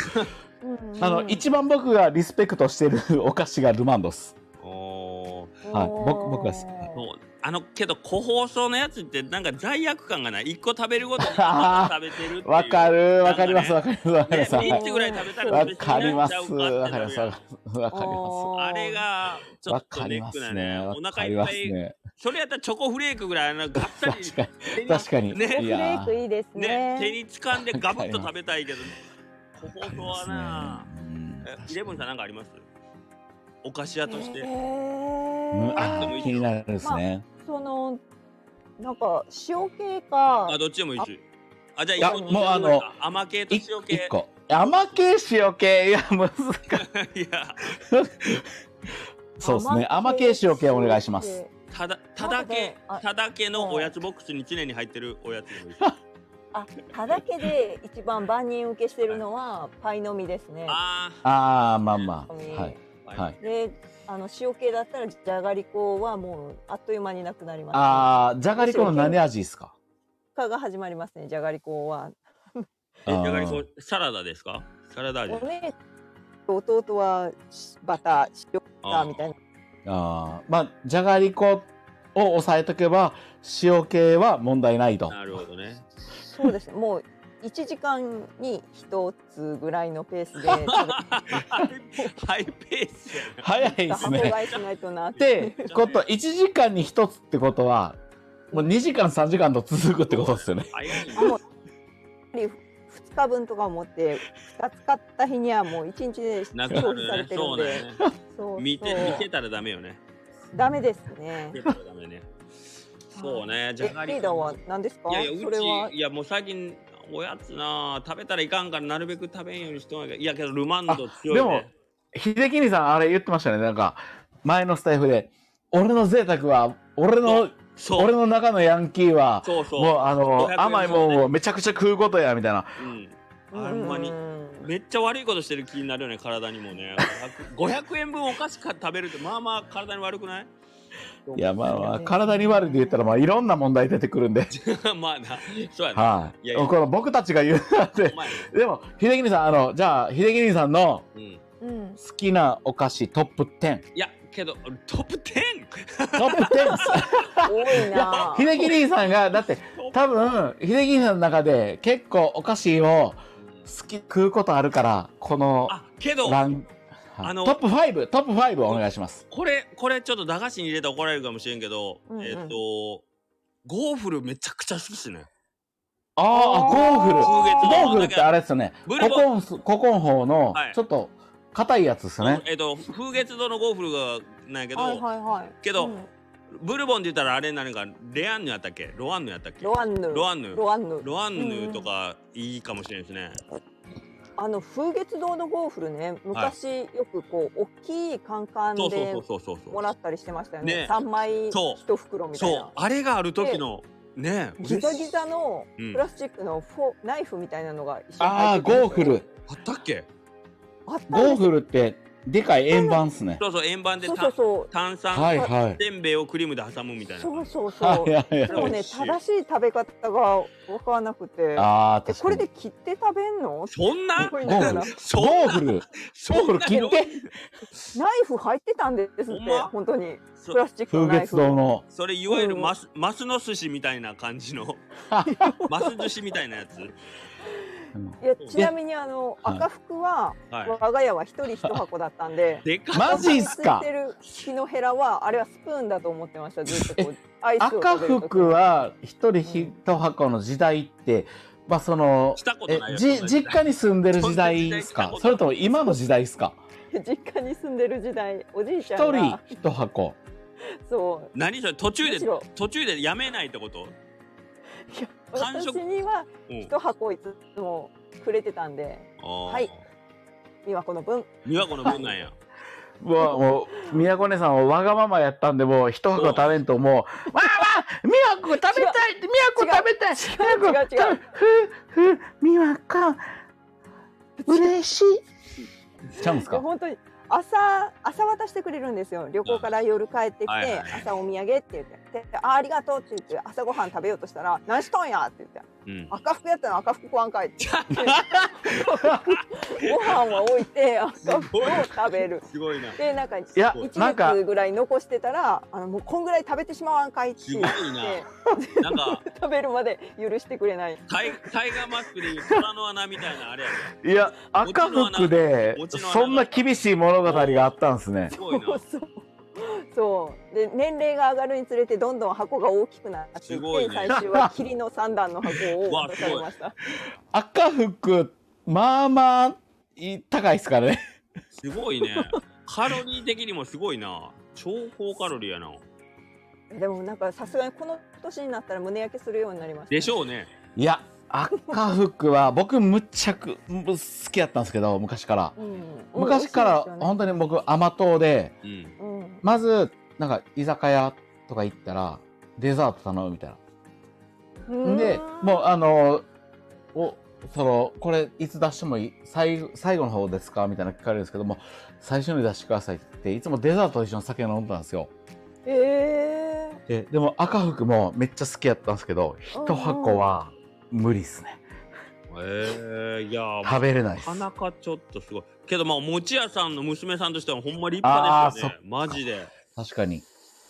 [SPEAKER 4] うんうん
[SPEAKER 3] あの一番僕がリスペクトしてる <laughs> お菓子がルマンドっす。
[SPEAKER 2] おー
[SPEAKER 3] はい
[SPEAKER 4] おー
[SPEAKER 3] 僕僕が好き
[SPEAKER 2] そうあのけど個包装のやつってなんか罪悪感がない一個食べる
[SPEAKER 3] <laughs>
[SPEAKER 2] ごとに
[SPEAKER 3] あー
[SPEAKER 2] 食べてるっていう
[SPEAKER 3] わかるわかります
[SPEAKER 2] な
[SPEAKER 3] わ
[SPEAKER 2] ん
[SPEAKER 3] かりますわ
[SPEAKER 2] ね
[SPEAKER 3] かります。
[SPEAKER 2] 三つぐらい食べたら
[SPEAKER 3] わ
[SPEAKER 2] 食べ過
[SPEAKER 3] か
[SPEAKER 2] ぎに
[SPEAKER 3] り
[SPEAKER 2] な
[SPEAKER 3] ま
[SPEAKER 2] っち
[SPEAKER 3] す
[SPEAKER 2] ゃうか
[SPEAKER 3] わ
[SPEAKER 2] って
[SPEAKER 3] か
[SPEAKER 2] なる
[SPEAKER 3] ります
[SPEAKER 2] やん
[SPEAKER 3] わかりま
[SPEAKER 2] あれがち
[SPEAKER 3] す。
[SPEAKER 2] ょ
[SPEAKER 3] わ
[SPEAKER 2] っと
[SPEAKER 3] か
[SPEAKER 2] ネッ
[SPEAKER 3] りま
[SPEAKER 2] ク
[SPEAKER 3] す
[SPEAKER 2] な
[SPEAKER 3] ね。
[SPEAKER 2] ね
[SPEAKER 3] わ
[SPEAKER 2] お
[SPEAKER 3] か
[SPEAKER 2] 腹い
[SPEAKER 3] り
[SPEAKER 2] っ
[SPEAKER 3] ま
[SPEAKER 2] ぱ
[SPEAKER 3] す
[SPEAKER 2] い
[SPEAKER 3] ね。
[SPEAKER 2] それやったらチョコフレークぐらいあのがっさり
[SPEAKER 3] 確かに
[SPEAKER 2] 手に
[SPEAKER 3] <laughs> 確かに。
[SPEAKER 2] ね
[SPEAKER 4] フ
[SPEAKER 3] い
[SPEAKER 4] レ
[SPEAKER 3] や
[SPEAKER 4] ー
[SPEAKER 3] ー
[SPEAKER 4] クいいです
[SPEAKER 2] ね
[SPEAKER 4] ね。
[SPEAKER 2] 手に掴んでガブッと食べたいけど個包装はな
[SPEAKER 3] ね
[SPEAKER 2] えイレブンさんなんかありますお菓子屋として、
[SPEAKER 4] へ
[SPEAKER 3] うん
[SPEAKER 4] ー
[SPEAKER 3] うんあー気になるですね。
[SPEAKER 4] そのなんか塩系か
[SPEAKER 2] あどっちでもいいしあじゃあ
[SPEAKER 3] いや
[SPEAKER 2] 一個
[SPEAKER 3] もうあの
[SPEAKER 2] 甘系と
[SPEAKER 3] い
[SPEAKER 2] 塩系
[SPEAKER 3] 一個。甘系塩系いや難しい。
[SPEAKER 2] <laughs> いや
[SPEAKER 3] そうですね。甘系塩系お願いします。。
[SPEAKER 2] ただただけ
[SPEAKER 4] あ
[SPEAKER 2] ただけのおやつボックスに常に入ってるおやつでもいいし
[SPEAKER 4] あ、ただけで一番万人受けしてるのはパイのみですね。
[SPEAKER 2] あ
[SPEAKER 3] ああまあまあ
[SPEAKER 4] パイのみ
[SPEAKER 3] はい
[SPEAKER 2] ー
[SPEAKER 3] はい。
[SPEAKER 4] で、あの塩系だったらじゃがりこはもうあっという間になくなります、ね。
[SPEAKER 3] ああじゃがりこの何味ですか。
[SPEAKER 4] 化が始まりますね。じゃがりこは。
[SPEAKER 2] えじゃがり
[SPEAKER 3] あ
[SPEAKER 2] こ
[SPEAKER 3] ー
[SPEAKER 2] サラダですかサラダ味
[SPEAKER 4] お姉と弟はバター、塩バターみたいな。
[SPEAKER 3] あーまあじゃがりこを抑えとけば塩系は問題ない
[SPEAKER 2] あー
[SPEAKER 3] と。
[SPEAKER 2] なるほどね
[SPEAKER 4] そうですね。もう一時間に一つぐらいのペース
[SPEAKER 2] <laughs>
[SPEAKER 4] で
[SPEAKER 2] ハイハイペースやな
[SPEAKER 3] 早いです
[SPEAKER 4] 箱
[SPEAKER 3] ね。
[SPEAKER 4] 買いしないとなっ。
[SPEAKER 3] っててこと1時間に1つってことはもう2時間3時間と続くってことですよね。
[SPEAKER 2] 早いな
[SPEAKER 4] あもうやっぱり2日分とか持って2日使った日にはもう1日で
[SPEAKER 2] なくな
[SPEAKER 4] 消費され
[SPEAKER 2] るね
[SPEAKER 4] てる
[SPEAKER 2] そ
[SPEAKER 4] ん
[SPEAKER 2] うだ
[SPEAKER 4] で
[SPEAKER 2] よね
[SPEAKER 4] そう
[SPEAKER 2] 見て
[SPEAKER 4] そう
[SPEAKER 2] 見てたらダメよね
[SPEAKER 4] ダメですね
[SPEAKER 2] 見てたらダメねそうね
[SPEAKER 4] え
[SPEAKER 2] じ
[SPEAKER 4] リ
[SPEAKER 2] ゃがり
[SPEAKER 4] ーダー
[SPEAKER 2] こ
[SPEAKER 4] は何ですか
[SPEAKER 2] いやいや
[SPEAKER 4] それは
[SPEAKER 2] うちいやもう最近おやつな食べたらいかんからなるべく食べんようにしてもらうけどいやけどルマンド強いね
[SPEAKER 3] でも秀樹兄さんあれ言ってましたねなんか前のスタイフで俺の贅沢は、俺の、
[SPEAKER 2] そう
[SPEAKER 3] 俺の中のヤンキーは、
[SPEAKER 2] そうそう
[SPEAKER 3] もうあの
[SPEAKER 2] 500、円
[SPEAKER 3] 甘いもんをめちゃくちゃ食うことや、みたいな。
[SPEAKER 2] うん
[SPEAKER 4] うん
[SPEAKER 2] あんまりめっちゃ悪いことしてる気になるよね体にもね <laughs> 500, 500円分お菓子か食べるってまあまあ体に悪くない <laughs>
[SPEAKER 3] いや、まあまあ、体に悪いで言ったら、まあ、いろんな問題出てくる
[SPEAKER 2] <laughs>
[SPEAKER 3] んで。
[SPEAKER 2] まあなそうやな
[SPEAKER 3] はい。
[SPEAKER 2] いやいや
[SPEAKER 3] この僕たちが言うなんて
[SPEAKER 2] お。前
[SPEAKER 3] でも、秀樹兄さん、あの、じゃあ、秀樹兄さんの
[SPEAKER 2] うんい
[SPEAKER 4] うん、
[SPEAKER 3] 好きなお菓子トップ10。
[SPEAKER 2] やけどトップ 10!
[SPEAKER 3] トップ 10!
[SPEAKER 4] 多いな。
[SPEAKER 3] 秀樹兄さんが、だって、多分、秀樹兄さんの中で結構お菓子を好き、食うことあるから、この
[SPEAKER 2] <laughs> あけど
[SPEAKER 3] ラン、はい
[SPEAKER 2] あの
[SPEAKER 3] トップ5、トップ5お願いします。
[SPEAKER 2] これこれちょっと駄菓子に入れたら怒られるかもしれんけど、
[SPEAKER 4] うんうん
[SPEAKER 2] えっ、とゴーフルめちゃくちゃ好きっすね
[SPEAKER 3] ああ、ゴーフル。
[SPEAKER 4] あ
[SPEAKER 2] 風月
[SPEAKER 3] ゴ
[SPEAKER 2] の
[SPEAKER 3] ーフルってあれですよね。
[SPEAKER 2] ブ
[SPEAKER 3] コ
[SPEAKER 2] ルボン
[SPEAKER 3] コン、ココンホーの
[SPEAKER 2] はい、
[SPEAKER 3] ちょっと硬いやつですね。
[SPEAKER 2] えっ、と風月堂のゴーフルがなんやけど、
[SPEAKER 4] はいはいはい。
[SPEAKER 2] けど
[SPEAKER 4] うん
[SPEAKER 2] ブルボンって言ったらあれになるんかレアンヌやったっけロアンヌやったっけ
[SPEAKER 4] ロアンヌ。
[SPEAKER 2] ロアンヌ
[SPEAKER 4] ロアンヌ。
[SPEAKER 2] ロアンヌとかいいかもしれないですね、
[SPEAKER 4] あの風月堂のゴーフルね、昔よくこう、大きいカンカン
[SPEAKER 2] そうそう
[SPEAKER 4] で
[SPEAKER 2] そうそうそう
[SPEAKER 4] もらったりしてましたよ
[SPEAKER 2] ね
[SPEAKER 4] ね。三、枚
[SPEAKER 2] そう
[SPEAKER 4] 一袋みたい
[SPEAKER 2] そう
[SPEAKER 4] な。
[SPEAKER 2] あれがある時のね
[SPEAKER 4] ギザギザの
[SPEAKER 2] うん
[SPEAKER 4] プラスチックのフォ、ナイフみたいなのが一緒
[SPEAKER 3] あ
[SPEAKER 4] に入
[SPEAKER 3] あ、
[SPEAKER 4] ってた
[SPEAKER 3] ゴ
[SPEAKER 4] んですよ
[SPEAKER 3] ーフル。
[SPEAKER 2] あったっけ
[SPEAKER 4] あったん
[SPEAKER 3] ゴ
[SPEAKER 4] で
[SPEAKER 3] ーフルって、でかい円盤っすね。
[SPEAKER 2] そうそう円盤
[SPEAKER 4] す
[SPEAKER 2] で
[SPEAKER 4] そうそう
[SPEAKER 2] た
[SPEAKER 4] そう。
[SPEAKER 2] 炭酸、
[SPEAKER 3] はいはい。
[SPEAKER 2] せんべいをクリームで挟むみたいな
[SPEAKER 4] そうそうそう。
[SPEAKER 3] はいはいはい
[SPEAKER 4] でも
[SPEAKER 2] 美
[SPEAKER 4] ね
[SPEAKER 2] 味しい
[SPEAKER 4] 正しい食べ方が分からなくて
[SPEAKER 3] ああ、
[SPEAKER 4] え
[SPEAKER 3] 確
[SPEAKER 4] こ
[SPEAKER 3] か
[SPEAKER 4] れ
[SPEAKER 3] に。
[SPEAKER 4] で切って食べんの
[SPEAKER 2] そんな
[SPEAKER 4] すごい
[SPEAKER 3] ゴ
[SPEAKER 4] な
[SPEAKER 3] ー
[SPEAKER 4] が
[SPEAKER 3] フ
[SPEAKER 4] ら
[SPEAKER 3] ル。
[SPEAKER 2] そ
[SPEAKER 3] ゴーフル。ゴーフル
[SPEAKER 2] そんな
[SPEAKER 3] 切って。
[SPEAKER 4] ナイフ入ってたんですって
[SPEAKER 2] ほんま
[SPEAKER 4] 本当に
[SPEAKER 2] そ
[SPEAKER 4] プラスチックの
[SPEAKER 3] 風
[SPEAKER 4] ナイ
[SPEAKER 3] 月
[SPEAKER 4] フ
[SPEAKER 3] 堂の。
[SPEAKER 2] それいわゆるマス,、マスの寿司みたいな感じ
[SPEAKER 3] <laughs>
[SPEAKER 2] のマス寿司みたいなやつ
[SPEAKER 3] うん
[SPEAKER 4] いやちなみにあの
[SPEAKER 3] はい
[SPEAKER 4] 赤服は
[SPEAKER 2] は
[SPEAKER 4] 我が家は一人一箱だったんで
[SPEAKER 2] いでかっ
[SPEAKER 3] <laughs> マジっすか
[SPEAKER 4] ついてる木のヘラはあれはスプーンだと思ってましたずっとこうアイスを
[SPEAKER 3] 赤
[SPEAKER 4] 食べる時
[SPEAKER 3] 福は一人一箱の時代って、まあその
[SPEAKER 2] 来、たこと
[SPEAKER 3] え
[SPEAKER 2] ない、やつ
[SPEAKER 3] じ実家に住んでる時代ですか
[SPEAKER 2] そんな時代来たことない
[SPEAKER 3] それとも今の時代ですか
[SPEAKER 4] 実家に住んでる時代おじい
[SPEAKER 3] 一
[SPEAKER 4] ちゃ
[SPEAKER 3] 人
[SPEAKER 4] んが
[SPEAKER 3] 一箱。
[SPEAKER 4] そう
[SPEAKER 2] 何それ途中
[SPEAKER 4] む
[SPEAKER 2] で
[SPEAKER 4] しろ
[SPEAKER 2] 途中でやめないってこと、
[SPEAKER 4] いや
[SPEAKER 2] 完食
[SPEAKER 4] 私には
[SPEAKER 2] うん、
[SPEAKER 4] 一箱いつもくれてたんで
[SPEAKER 2] は
[SPEAKER 4] はい美和子の分
[SPEAKER 2] 美和子の分なんや
[SPEAKER 3] もう、もう、宮古姉さんはわがままやったんで、もう一箱食べんと、もう、わあわあ宮古食べたい宮古食べたい
[SPEAKER 4] 違う違う違う
[SPEAKER 3] ふうふう、美和子、嬉しい。ちゃうんです
[SPEAKER 4] い
[SPEAKER 3] か
[SPEAKER 4] や本当に朝朝渡してくれるんですよ旅行から夜帰ってきて、
[SPEAKER 2] はいはいはい
[SPEAKER 4] 朝お土産って言ってであありがとうって言って朝ごはん食べようとしたら何しとんやって言って
[SPEAKER 2] うん
[SPEAKER 4] 赤服やったら赤服食わんかいって言ってご飯は置
[SPEAKER 2] <laughs>
[SPEAKER 4] いて赤服を食べる
[SPEAKER 2] <laughs> すごいな
[SPEAKER 4] でなんか1
[SPEAKER 3] いや、なんか
[SPEAKER 4] 月、ぐらい残してたらあのもうこんぐらい食べてしまわんかいって
[SPEAKER 2] す
[SPEAKER 4] 言
[SPEAKER 2] ごい
[SPEAKER 4] って
[SPEAKER 2] ななんか
[SPEAKER 4] <laughs> 食べるまで許してくれない
[SPEAKER 2] タイタイガーマスクでいう虎の穴みたいなあれやね
[SPEAKER 3] いや、赤服で
[SPEAKER 2] も、ちろん
[SPEAKER 3] そんな厳しい物語があったんですね。
[SPEAKER 2] すごいな
[SPEAKER 4] <laughs> そうそうそうで年齢が上がるにつれてどんどん箱が大きくなっていって
[SPEAKER 2] すごいね
[SPEAKER 4] 最終は霧の三段の箱
[SPEAKER 2] <laughs>
[SPEAKER 4] を
[SPEAKER 2] わ
[SPEAKER 4] 出
[SPEAKER 2] す
[SPEAKER 4] さ
[SPEAKER 2] ごい
[SPEAKER 4] れました
[SPEAKER 3] 赤服、まあまあ、い高いですからね。
[SPEAKER 2] すごいねカロリー的にもすごいな超高カロリーやな
[SPEAKER 4] でもなんかさすがにこの年になったら胸焼けするようになりました
[SPEAKER 2] でしょうね
[SPEAKER 3] いや、赤服は、僕、むっちゃく、む好きやったんですけど、昔から。
[SPEAKER 4] うん、うん
[SPEAKER 3] 昔から、
[SPEAKER 4] 美味しいですよね
[SPEAKER 3] 本当に僕、甘党で、
[SPEAKER 2] うん
[SPEAKER 4] うん
[SPEAKER 3] まず、なんか、居酒屋とか行ったら、デザート頼むみたいな。
[SPEAKER 4] うん
[SPEAKER 3] でもうあのおそのこれいつ出してもいい最最後の方ですかみたいなの聞かれるんですけども最初に出してくださいって言っていつもデザートと一緒に酒飲んでたんですよ
[SPEAKER 4] え
[SPEAKER 3] ででも赤服もめっちゃ好きやったんですけど一箱は無理っすね
[SPEAKER 2] えー、いやー
[SPEAKER 3] 食べれないっす
[SPEAKER 2] なかなかちょっとすごいけどまあお餅屋さんの娘さんとしてはほんま立派
[SPEAKER 3] あー
[SPEAKER 2] ですよねマジで
[SPEAKER 3] 確かに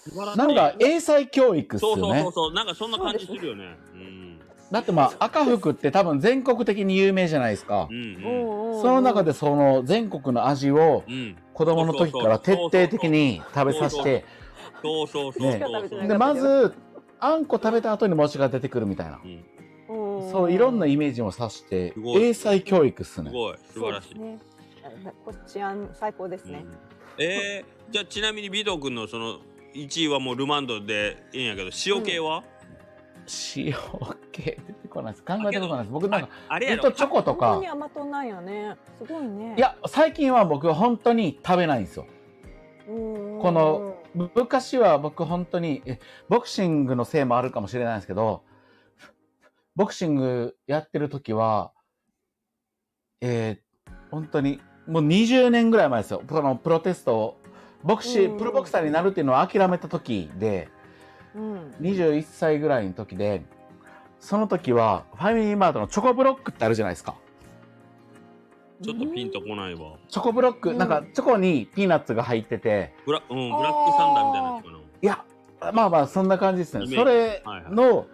[SPEAKER 2] 素晴らしい
[SPEAKER 3] なんか英才教育っす
[SPEAKER 2] そうそ
[SPEAKER 3] よ
[SPEAKER 2] う
[SPEAKER 3] ね
[SPEAKER 2] そうそうなんかそんな感じするよねうん
[SPEAKER 3] だってまあ赤服って多分全国的に有名じゃないですか
[SPEAKER 2] う、ん
[SPEAKER 4] ーうん
[SPEAKER 2] うん
[SPEAKER 4] うんうん
[SPEAKER 3] その中でその全国の味を
[SPEAKER 2] うん
[SPEAKER 3] 子供の時から徹底的に食べさせて
[SPEAKER 2] そうそうそう
[SPEAKER 3] ね
[SPEAKER 2] そうそう、
[SPEAKER 3] でまずあんこ食べた後に餅が出てくるみたいな、
[SPEAKER 2] うん、
[SPEAKER 4] うん
[SPEAKER 3] そういろんなイメージもさして
[SPEAKER 2] すごい
[SPEAKER 3] 英才教育っす
[SPEAKER 2] す
[SPEAKER 3] ね
[SPEAKER 2] ごい素晴らしい、
[SPEAKER 4] そうですねこ治安最高です
[SPEAKER 2] う
[SPEAKER 4] ね
[SPEAKER 2] ん、えー、じゃあちなみにビト君のその1位はもうルマンドでいいんやけど塩系は、
[SPEAKER 3] 塩系出てこないです考えたことないです僕なんか
[SPEAKER 2] あれ
[SPEAKER 3] ず
[SPEAKER 2] や
[SPEAKER 3] っ
[SPEAKER 2] ろ
[SPEAKER 3] とチョコとか
[SPEAKER 4] 本当に甘党なんやねすごいね
[SPEAKER 3] いや最近は僕本当に食べないんですよ
[SPEAKER 4] うんうんうん
[SPEAKER 3] この昔は僕本当に、えボクシングのせいもあるかもしれないですけど、ボクシングやってる時は、えー本当に、もう20年ぐらい前ですよ。そのプロテストを、ボクシ
[SPEAKER 4] うん
[SPEAKER 3] プロボクサーになるっていうのを諦めた時で、
[SPEAKER 4] うん。
[SPEAKER 3] 21歳ぐらいの時で、その時は、ファミリーマートのチョコブロックってあるじゃないですか。
[SPEAKER 2] ちょっとピンとこないわ。
[SPEAKER 3] チョコブロック、
[SPEAKER 4] うん
[SPEAKER 3] なんかチョコにピーナッツが入ってて、
[SPEAKER 2] ブラ,、うん、ブラックサンダーみたいなやつかな。
[SPEAKER 3] いや、まあまあそんな感じですね。
[SPEAKER 2] イメ
[SPEAKER 3] そ
[SPEAKER 2] ー
[SPEAKER 3] れ
[SPEAKER 2] ジはいはい
[SPEAKER 3] の、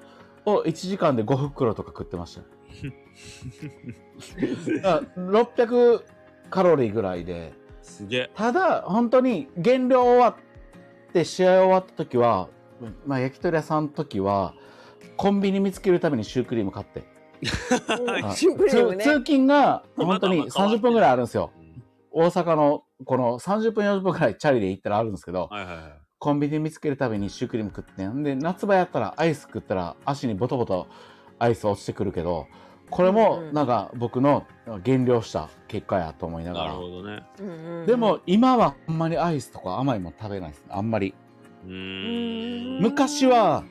[SPEAKER 3] を1時間で5袋とか食って
[SPEAKER 2] <laughs>
[SPEAKER 3] ました。だから600カロリーぐらいで。
[SPEAKER 2] すげえ。
[SPEAKER 3] ただ、本当に減量終わって、試合終わった時は、まあ焼き鳥屋さんの時は、コンビニ見つけるためにシュークリーム買って。あ
[SPEAKER 4] シュークリームね
[SPEAKER 3] 通通勤が本当
[SPEAKER 2] ま
[SPEAKER 3] に
[SPEAKER 2] だまだ変わって
[SPEAKER 3] 30分ぐらいあるんですよ。大阪のこの30分40分ぐらいチャリで行ったらあるんですけど、
[SPEAKER 2] はいはいは。
[SPEAKER 3] コンビニ見つけるたびにシュークリーム食ってんで夏場やったらアイス食ったら足にボトボトアイス落ちてくるけどこれ
[SPEAKER 4] う
[SPEAKER 3] も
[SPEAKER 4] んうん
[SPEAKER 3] なんか僕の減量した結果やと思いないが
[SPEAKER 2] なる
[SPEAKER 3] ら、
[SPEAKER 2] ほどね。
[SPEAKER 4] うんうんうん
[SPEAKER 3] でも今はあんまりアイスとか甘いもん食べないですあんまり
[SPEAKER 2] うー
[SPEAKER 4] うん
[SPEAKER 2] ん。
[SPEAKER 3] 昔は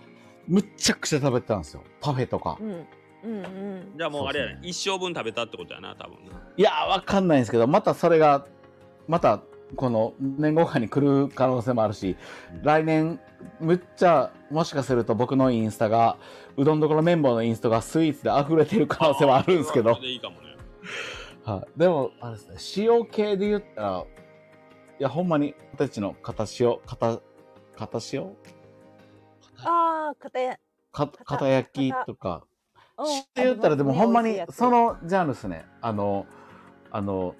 [SPEAKER 3] むっちゃくちゃ食べてたんですよパフェとか
[SPEAKER 4] うんうんうん
[SPEAKER 2] じゃあもうあれや
[SPEAKER 3] そう
[SPEAKER 2] ね
[SPEAKER 3] そ。う
[SPEAKER 2] 一生分食べたってことやな、多分な。
[SPEAKER 3] いやわかんないんですけどまたそれがまたこの年後半に来る可能性もあるし来年むっちゃもしかすると僕のインスタがうどんどころ綿棒のインスタがスイーツで溢れてる可能性はあるんですけ
[SPEAKER 2] あ
[SPEAKER 3] <laughs>
[SPEAKER 2] ー
[SPEAKER 3] ど
[SPEAKER 2] それ、でいいかもね。
[SPEAKER 3] はい、でもあれですね塩系で言ったらいやほんまに私たちの片塩片片塩
[SPEAKER 4] ああ片や
[SPEAKER 3] か
[SPEAKER 4] 片
[SPEAKER 3] 片焼きとか
[SPEAKER 4] うん
[SPEAKER 3] 塩で言ったらでもほんまに
[SPEAKER 4] 美味しいやつ
[SPEAKER 3] そのジャンルですねあのあの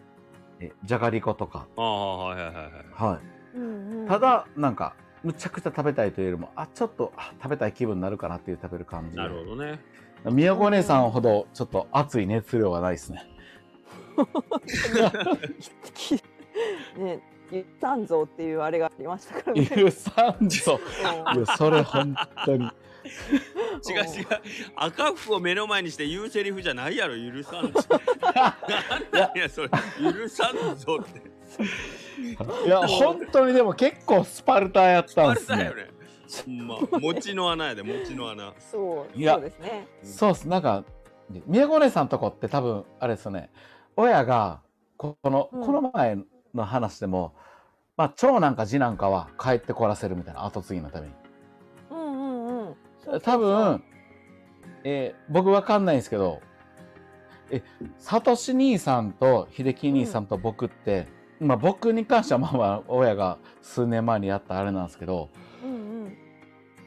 [SPEAKER 3] えじゃがりことか、
[SPEAKER 2] ああ、はいはいはいはい。
[SPEAKER 3] はい、
[SPEAKER 4] うんうん
[SPEAKER 3] ただなんかむちゃくちゃ食べたいというよりもあちょっとあ食べたい気分になるかなっていう食べる感じで
[SPEAKER 2] なるほどね。
[SPEAKER 3] 宮古姉さんほどちょっと熱い熱量がないですね
[SPEAKER 4] <laughs> ねゆったんぞって <laughs> いうあれがありましたから
[SPEAKER 3] ゆ
[SPEAKER 4] ね
[SPEAKER 3] うさんぞ
[SPEAKER 4] うん
[SPEAKER 3] いやそれ本当に
[SPEAKER 2] 違う違う。赤服を目の前にして言うセリフじゃないやろ、許さ
[SPEAKER 3] <laughs>
[SPEAKER 2] んぞ。なんなんや、それ。許さんぞって。
[SPEAKER 3] いや本当にでも結構スパルタやった
[SPEAKER 2] あれ
[SPEAKER 3] んです
[SPEAKER 2] だ
[SPEAKER 3] ね
[SPEAKER 2] よね。ほんま餅の穴やで、餅の穴。
[SPEAKER 4] そう
[SPEAKER 3] いや
[SPEAKER 4] そうですね
[SPEAKER 3] そうっすなんか宮古姉さんとこって多分あれですよね親がこの、
[SPEAKER 4] うん
[SPEAKER 3] この前の話でもまあ長男か次男かは帰ってこらせるみたいな後継ぎのために
[SPEAKER 4] うんうんうんそうそうそう
[SPEAKER 3] 多分、えー僕わかんないんですけど、え、サトシ兄さんと秀樹兄さんと僕って、まあ僕に関してはまあまあ親が数年前にやったあれなんですけど、
[SPEAKER 4] うんうん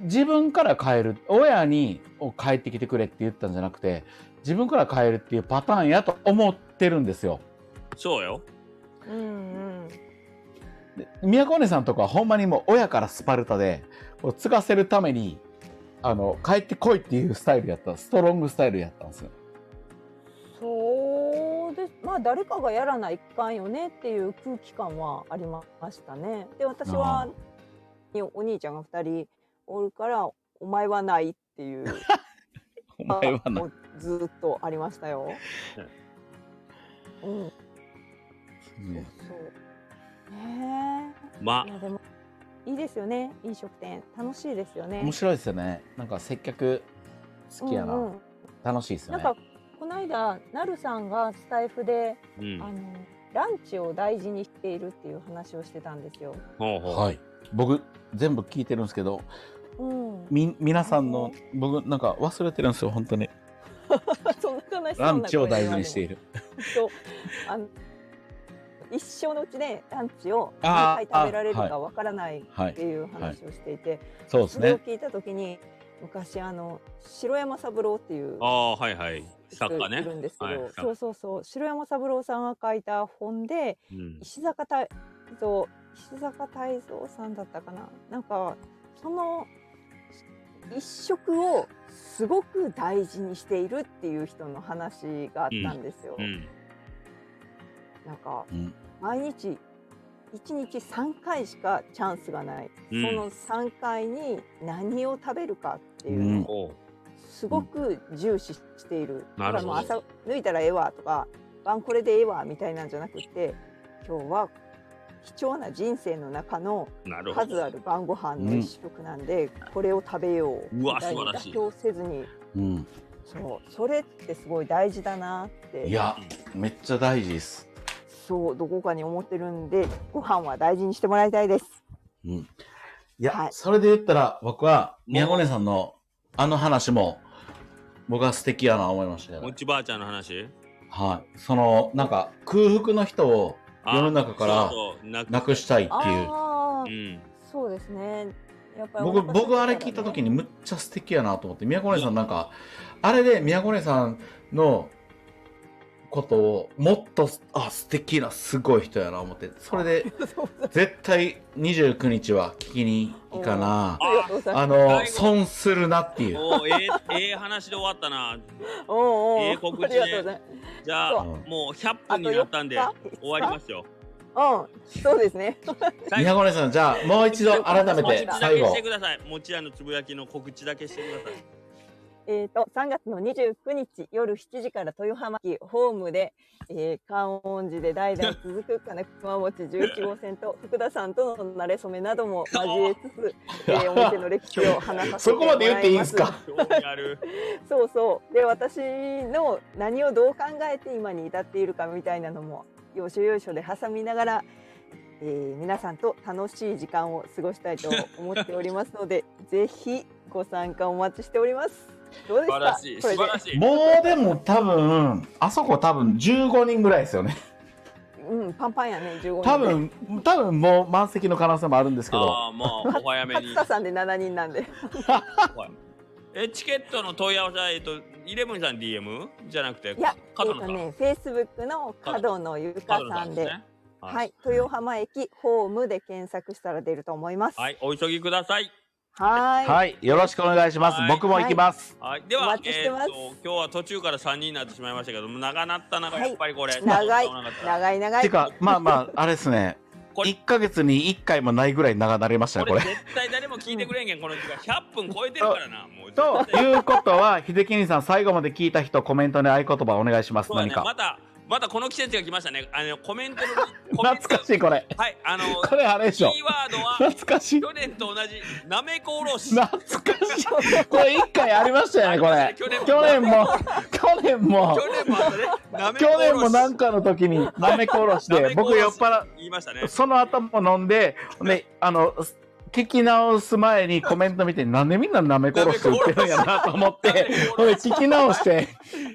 [SPEAKER 3] 自分から変える、親にを帰ってきてくれって言ったんじゃなくて、自分から変えるっていうパターンやと思ってるんですよ。
[SPEAKER 2] そうよ。
[SPEAKER 4] うんうん
[SPEAKER 3] で宮古姉さんとかはほんまにもう親からスパルタで、こう継がせるために、あの、帰ってこいっていうスタイルやった、ストロングスタイルやったんですよ。
[SPEAKER 4] そうですまあ誰かがやらないかんよねっていう空気感はありましたねで私
[SPEAKER 3] あ
[SPEAKER 4] はお兄ちゃんが2人おるからお前はないっていう
[SPEAKER 3] <laughs> お前はな
[SPEAKER 4] もうずっとありまし
[SPEAKER 3] <laughs>
[SPEAKER 4] たよ。うん、そうそう。ね
[SPEAKER 2] ま
[SPEAKER 4] え、いやでもいいですよね。飲食店楽しいですよね。
[SPEAKER 3] 面白いですよねなんか接客好きやな、
[SPEAKER 4] うんうん
[SPEAKER 3] 楽しいですよ
[SPEAKER 4] なん
[SPEAKER 3] ね
[SPEAKER 4] かこの間なるさんがスタイフで、
[SPEAKER 2] う
[SPEAKER 4] あの
[SPEAKER 2] ん。
[SPEAKER 4] ランチを大事にしているっていう話をしてたんですよ。
[SPEAKER 2] ほうほう。
[SPEAKER 3] はい僕全部聞いてるんですけど
[SPEAKER 4] <laughs> うん。
[SPEAKER 3] み皆さんの僕なんか忘れてるんですよ本当に
[SPEAKER 4] そんな悲しそうな
[SPEAKER 3] ランチを大事にしてい
[SPEAKER 4] る。
[SPEAKER 3] る
[SPEAKER 4] そうあの一生のうちでランチを
[SPEAKER 3] あ
[SPEAKER 4] 何
[SPEAKER 3] ー
[SPEAKER 4] 回食べられる
[SPEAKER 3] あはい
[SPEAKER 4] かわからないっ
[SPEAKER 3] はい
[SPEAKER 4] ていう話をしていて、
[SPEAKER 3] そうです
[SPEAKER 4] それを
[SPEAKER 3] ね
[SPEAKER 4] 聞いた時に昔あの城山三郎っていう
[SPEAKER 2] ああ、はいはい。作家
[SPEAKER 4] い
[SPEAKER 2] ね
[SPEAKER 4] る。んですけど、
[SPEAKER 2] はい
[SPEAKER 4] そうそうそう城山三郎さんが書いた本で
[SPEAKER 2] うん。
[SPEAKER 4] 石坂泰造石坂泰造さんだったかななんかその一食をすごく大事にしているっていう人の話があったんですよ。
[SPEAKER 2] うん。
[SPEAKER 4] なんか
[SPEAKER 3] うん
[SPEAKER 4] 毎日1日3回しかチャンスがない、
[SPEAKER 2] うん
[SPEAKER 4] その3回に何を食べるかっていう
[SPEAKER 3] う
[SPEAKER 4] の
[SPEAKER 3] ん
[SPEAKER 4] を
[SPEAKER 2] おう
[SPEAKER 4] すごく重視している、
[SPEAKER 2] な
[SPEAKER 4] だか
[SPEAKER 2] る
[SPEAKER 4] ら
[SPEAKER 2] ほ
[SPEAKER 4] も
[SPEAKER 2] ど
[SPEAKER 4] う朝抜いたらええわとか晩これでええわみたいなんじゃなくて今日は貴重な人生の中の
[SPEAKER 2] なるほ
[SPEAKER 4] 数
[SPEAKER 2] ど。
[SPEAKER 4] ある晩ご飯の一食なんで、これを食べよう
[SPEAKER 2] うわ
[SPEAKER 4] みたいに
[SPEAKER 2] 素晴らしい
[SPEAKER 4] 妥協せずに
[SPEAKER 3] うん、
[SPEAKER 4] そうそれってすごい大事だなって
[SPEAKER 3] いやめっちゃ大事です
[SPEAKER 4] そうどこかに思ってるんでご飯は大事にしてもらいたいです
[SPEAKER 3] うんいや、
[SPEAKER 4] はい
[SPEAKER 3] それで言ったら、僕は、宮古根さんの、あの話も、僕は素敵やな思いましたよ
[SPEAKER 2] もっちばあちゃんの話
[SPEAKER 3] はい。その、なんか、空腹の人を
[SPEAKER 2] あ
[SPEAKER 3] 世の中から
[SPEAKER 2] そうそうなく
[SPEAKER 3] なくしたいっていう。
[SPEAKER 4] ああ
[SPEAKER 2] うん。
[SPEAKER 4] そうですねやっぱり
[SPEAKER 3] 僕、僕あれ聞いた時
[SPEAKER 4] に
[SPEAKER 3] にむっちゃ素敵やなと思って、宮古根さんなんか、あれで宮古根さんのことを、もっと、あ、素敵な、すごい人やな思って、それで、絶対29日は聞きに行かな。
[SPEAKER 4] ありがとうございます
[SPEAKER 3] あの、損するなっていう。
[SPEAKER 2] おーええええ話で終わったな。
[SPEAKER 4] おうおう
[SPEAKER 2] ええ告知
[SPEAKER 4] ありがとうございます
[SPEAKER 2] じゃあ、
[SPEAKER 3] そう
[SPEAKER 2] もう100分になったんで
[SPEAKER 4] あと4日
[SPEAKER 2] 終わりますよ。
[SPEAKER 4] うんそうですね
[SPEAKER 2] 最
[SPEAKER 3] 宮
[SPEAKER 2] 後
[SPEAKER 3] 古根さん、じゃあ、もう一度改め
[SPEAKER 2] 告知
[SPEAKER 3] て
[SPEAKER 2] だ、け
[SPEAKER 3] 最
[SPEAKER 2] し
[SPEAKER 3] 後
[SPEAKER 2] て。ください。もちやのつぶやきの告知だけしてください。
[SPEAKER 4] えー、と3月の29日夜7時から豊浜駅ホームで、えー、観音寺で代々続く金熊餅11号線 <laughs> と福田さんとの馴れ初めなども交え <laughs> つつ、えーお店の歴史を話させ
[SPEAKER 3] そ
[SPEAKER 4] ても
[SPEAKER 3] こ
[SPEAKER 4] らい
[SPEAKER 3] ま
[SPEAKER 4] ます
[SPEAKER 3] で言っていいですか
[SPEAKER 2] 興味あ
[SPEAKER 4] <laughs>
[SPEAKER 2] る。
[SPEAKER 4] そうそうで私の何をどう考えて今に至っているかみたいなのも要所要所で挟みながら、えー皆さんと楽しい時間を過ごしたいと思っておりますの
[SPEAKER 2] <laughs>
[SPEAKER 4] でぜひご参加お待ちしておりますどうです
[SPEAKER 2] 素
[SPEAKER 4] か
[SPEAKER 2] 晴らしい。
[SPEAKER 4] こ
[SPEAKER 2] 素
[SPEAKER 4] れで
[SPEAKER 2] 晴らしい。
[SPEAKER 3] もうでも多分、あそこ多分15人ぐらいですよね。
[SPEAKER 4] うん、パンパンやね、15人。
[SPEAKER 3] 多。分、多分もう満席の可能性もあるんですけど。
[SPEAKER 2] ああ、もうお早めに <laughs>
[SPEAKER 4] 勝。田さんで7人なんで。
[SPEAKER 2] え、チケットの問い合わせは、えっと、イレブンさん DM? じゃなくて、
[SPEAKER 4] いや、えっ
[SPEAKER 2] 角野
[SPEAKER 4] と
[SPEAKER 2] さん。
[SPEAKER 4] ね、Facebook の角野ゆか
[SPEAKER 2] 角野
[SPEAKER 4] さんで、
[SPEAKER 2] すね
[SPEAKER 4] は、
[SPEAKER 2] はい
[SPEAKER 4] 豊浜駅ホームで検索したら出ると思います。
[SPEAKER 2] はい、お急ぎください。
[SPEAKER 4] はーい。
[SPEAKER 3] はい、よろしくお願いします
[SPEAKER 2] は。い
[SPEAKER 3] 僕も行きます。
[SPEAKER 2] はい、で
[SPEAKER 4] お
[SPEAKER 2] は
[SPEAKER 4] 待、ちし
[SPEAKER 2] え
[SPEAKER 4] て
[SPEAKER 2] ー
[SPEAKER 4] ます
[SPEAKER 2] と、今日は途中から3人になってしまいましたけども、長なったな、
[SPEAKER 4] はい
[SPEAKER 2] やっぱりこれ。
[SPEAKER 4] 長い
[SPEAKER 2] 長かった、
[SPEAKER 4] 長い長
[SPEAKER 3] て
[SPEAKER 4] い。
[SPEAKER 3] か、まあまあ、あれですね。
[SPEAKER 2] これ
[SPEAKER 3] 1ヶ月に1回もないぐらい長なりましたね、
[SPEAKER 2] こ
[SPEAKER 3] こ
[SPEAKER 2] れ
[SPEAKER 3] れ。
[SPEAKER 2] 絶対誰も聞いてくれんけん、この時間。100分超えてるからな、もう。
[SPEAKER 3] と
[SPEAKER 2] 絶対
[SPEAKER 3] いうことは、秀樹兄さん、最後まで聞いた人、コメントに合言葉お願いします。
[SPEAKER 2] そうだ
[SPEAKER 3] 何
[SPEAKER 2] ね、
[SPEAKER 3] か
[SPEAKER 2] ま。た、またこの季節が来ましたね。あの、コメントの、コメント
[SPEAKER 3] <laughs> 懐かしい、これ。
[SPEAKER 2] はい、あの、
[SPEAKER 3] これあれでし
[SPEAKER 2] キ
[SPEAKER 3] ょ。
[SPEAKER 2] ーワードは、
[SPEAKER 3] 懐かしい。
[SPEAKER 2] 去年と同じ、なめこおろし。
[SPEAKER 3] 懐かしい。これ1回ありましたよね、これ。去年も、去年も。
[SPEAKER 2] 去年もあったね。
[SPEAKER 3] <laughs>
[SPEAKER 2] なめこ
[SPEAKER 3] 去
[SPEAKER 2] おろし
[SPEAKER 3] 年もなんかの時になめこおろし
[SPEAKER 2] な
[SPEAKER 3] で
[SPEAKER 2] めこお
[SPEAKER 3] 僕
[SPEAKER 2] ろし
[SPEAKER 3] 酔っ払
[SPEAKER 2] 言いましたね
[SPEAKER 3] う。その頭飲んで、ね、あの聞き直す前にコメント見てなんでみんななめこおろし売ってるんやなと思ってほんで聞き直して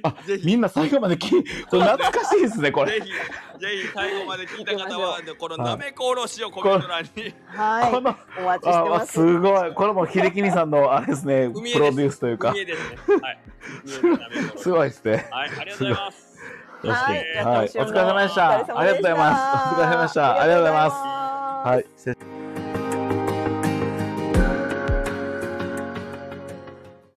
[SPEAKER 3] あ
[SPEAKER 2] ぜひ
[SPEAKER 3] みんな最後まで聞いこれ懐かしいですねこれ
[SPEAKER 4] <laughs>
[SPEAKER 2] ぜひ、ぜひ最後まで聞いた方は、この
[SPEAKER 3] はい
[SPEAKER 2] なめこおろしをコメント欄に。
[SPEAKER 4] はい。
[SPEAKER 3] この
[SPEAKER 4] お待ちして
[SPEAKER 3] あ
[SPEAKER 4] ますす。
[SPEAKER 3] ごいこれも秀樹兄さんのあれです
[SPEAKER 4] <laughs>
[SPEAKER 3] ねプ
[SPEAKER 2] 海
[SPEAKER 3] ロ
[SPEAKER 2] へ
[SPEAKER 3] デュースというか
[SPEAKER 2] 海へですね。はい。海へのなめこおろし
[SPEAKER 3] すごいですね
[SPEAKER 2] はい、ありがとうございます。
[SPEAKER 4] はい。
[SPEAKER 3] はいお疲れ様でしたありがとうございますお疲れ様でしたありがとうございます
[SPEAKER 4] は
[SPEAKER 3] はい失礼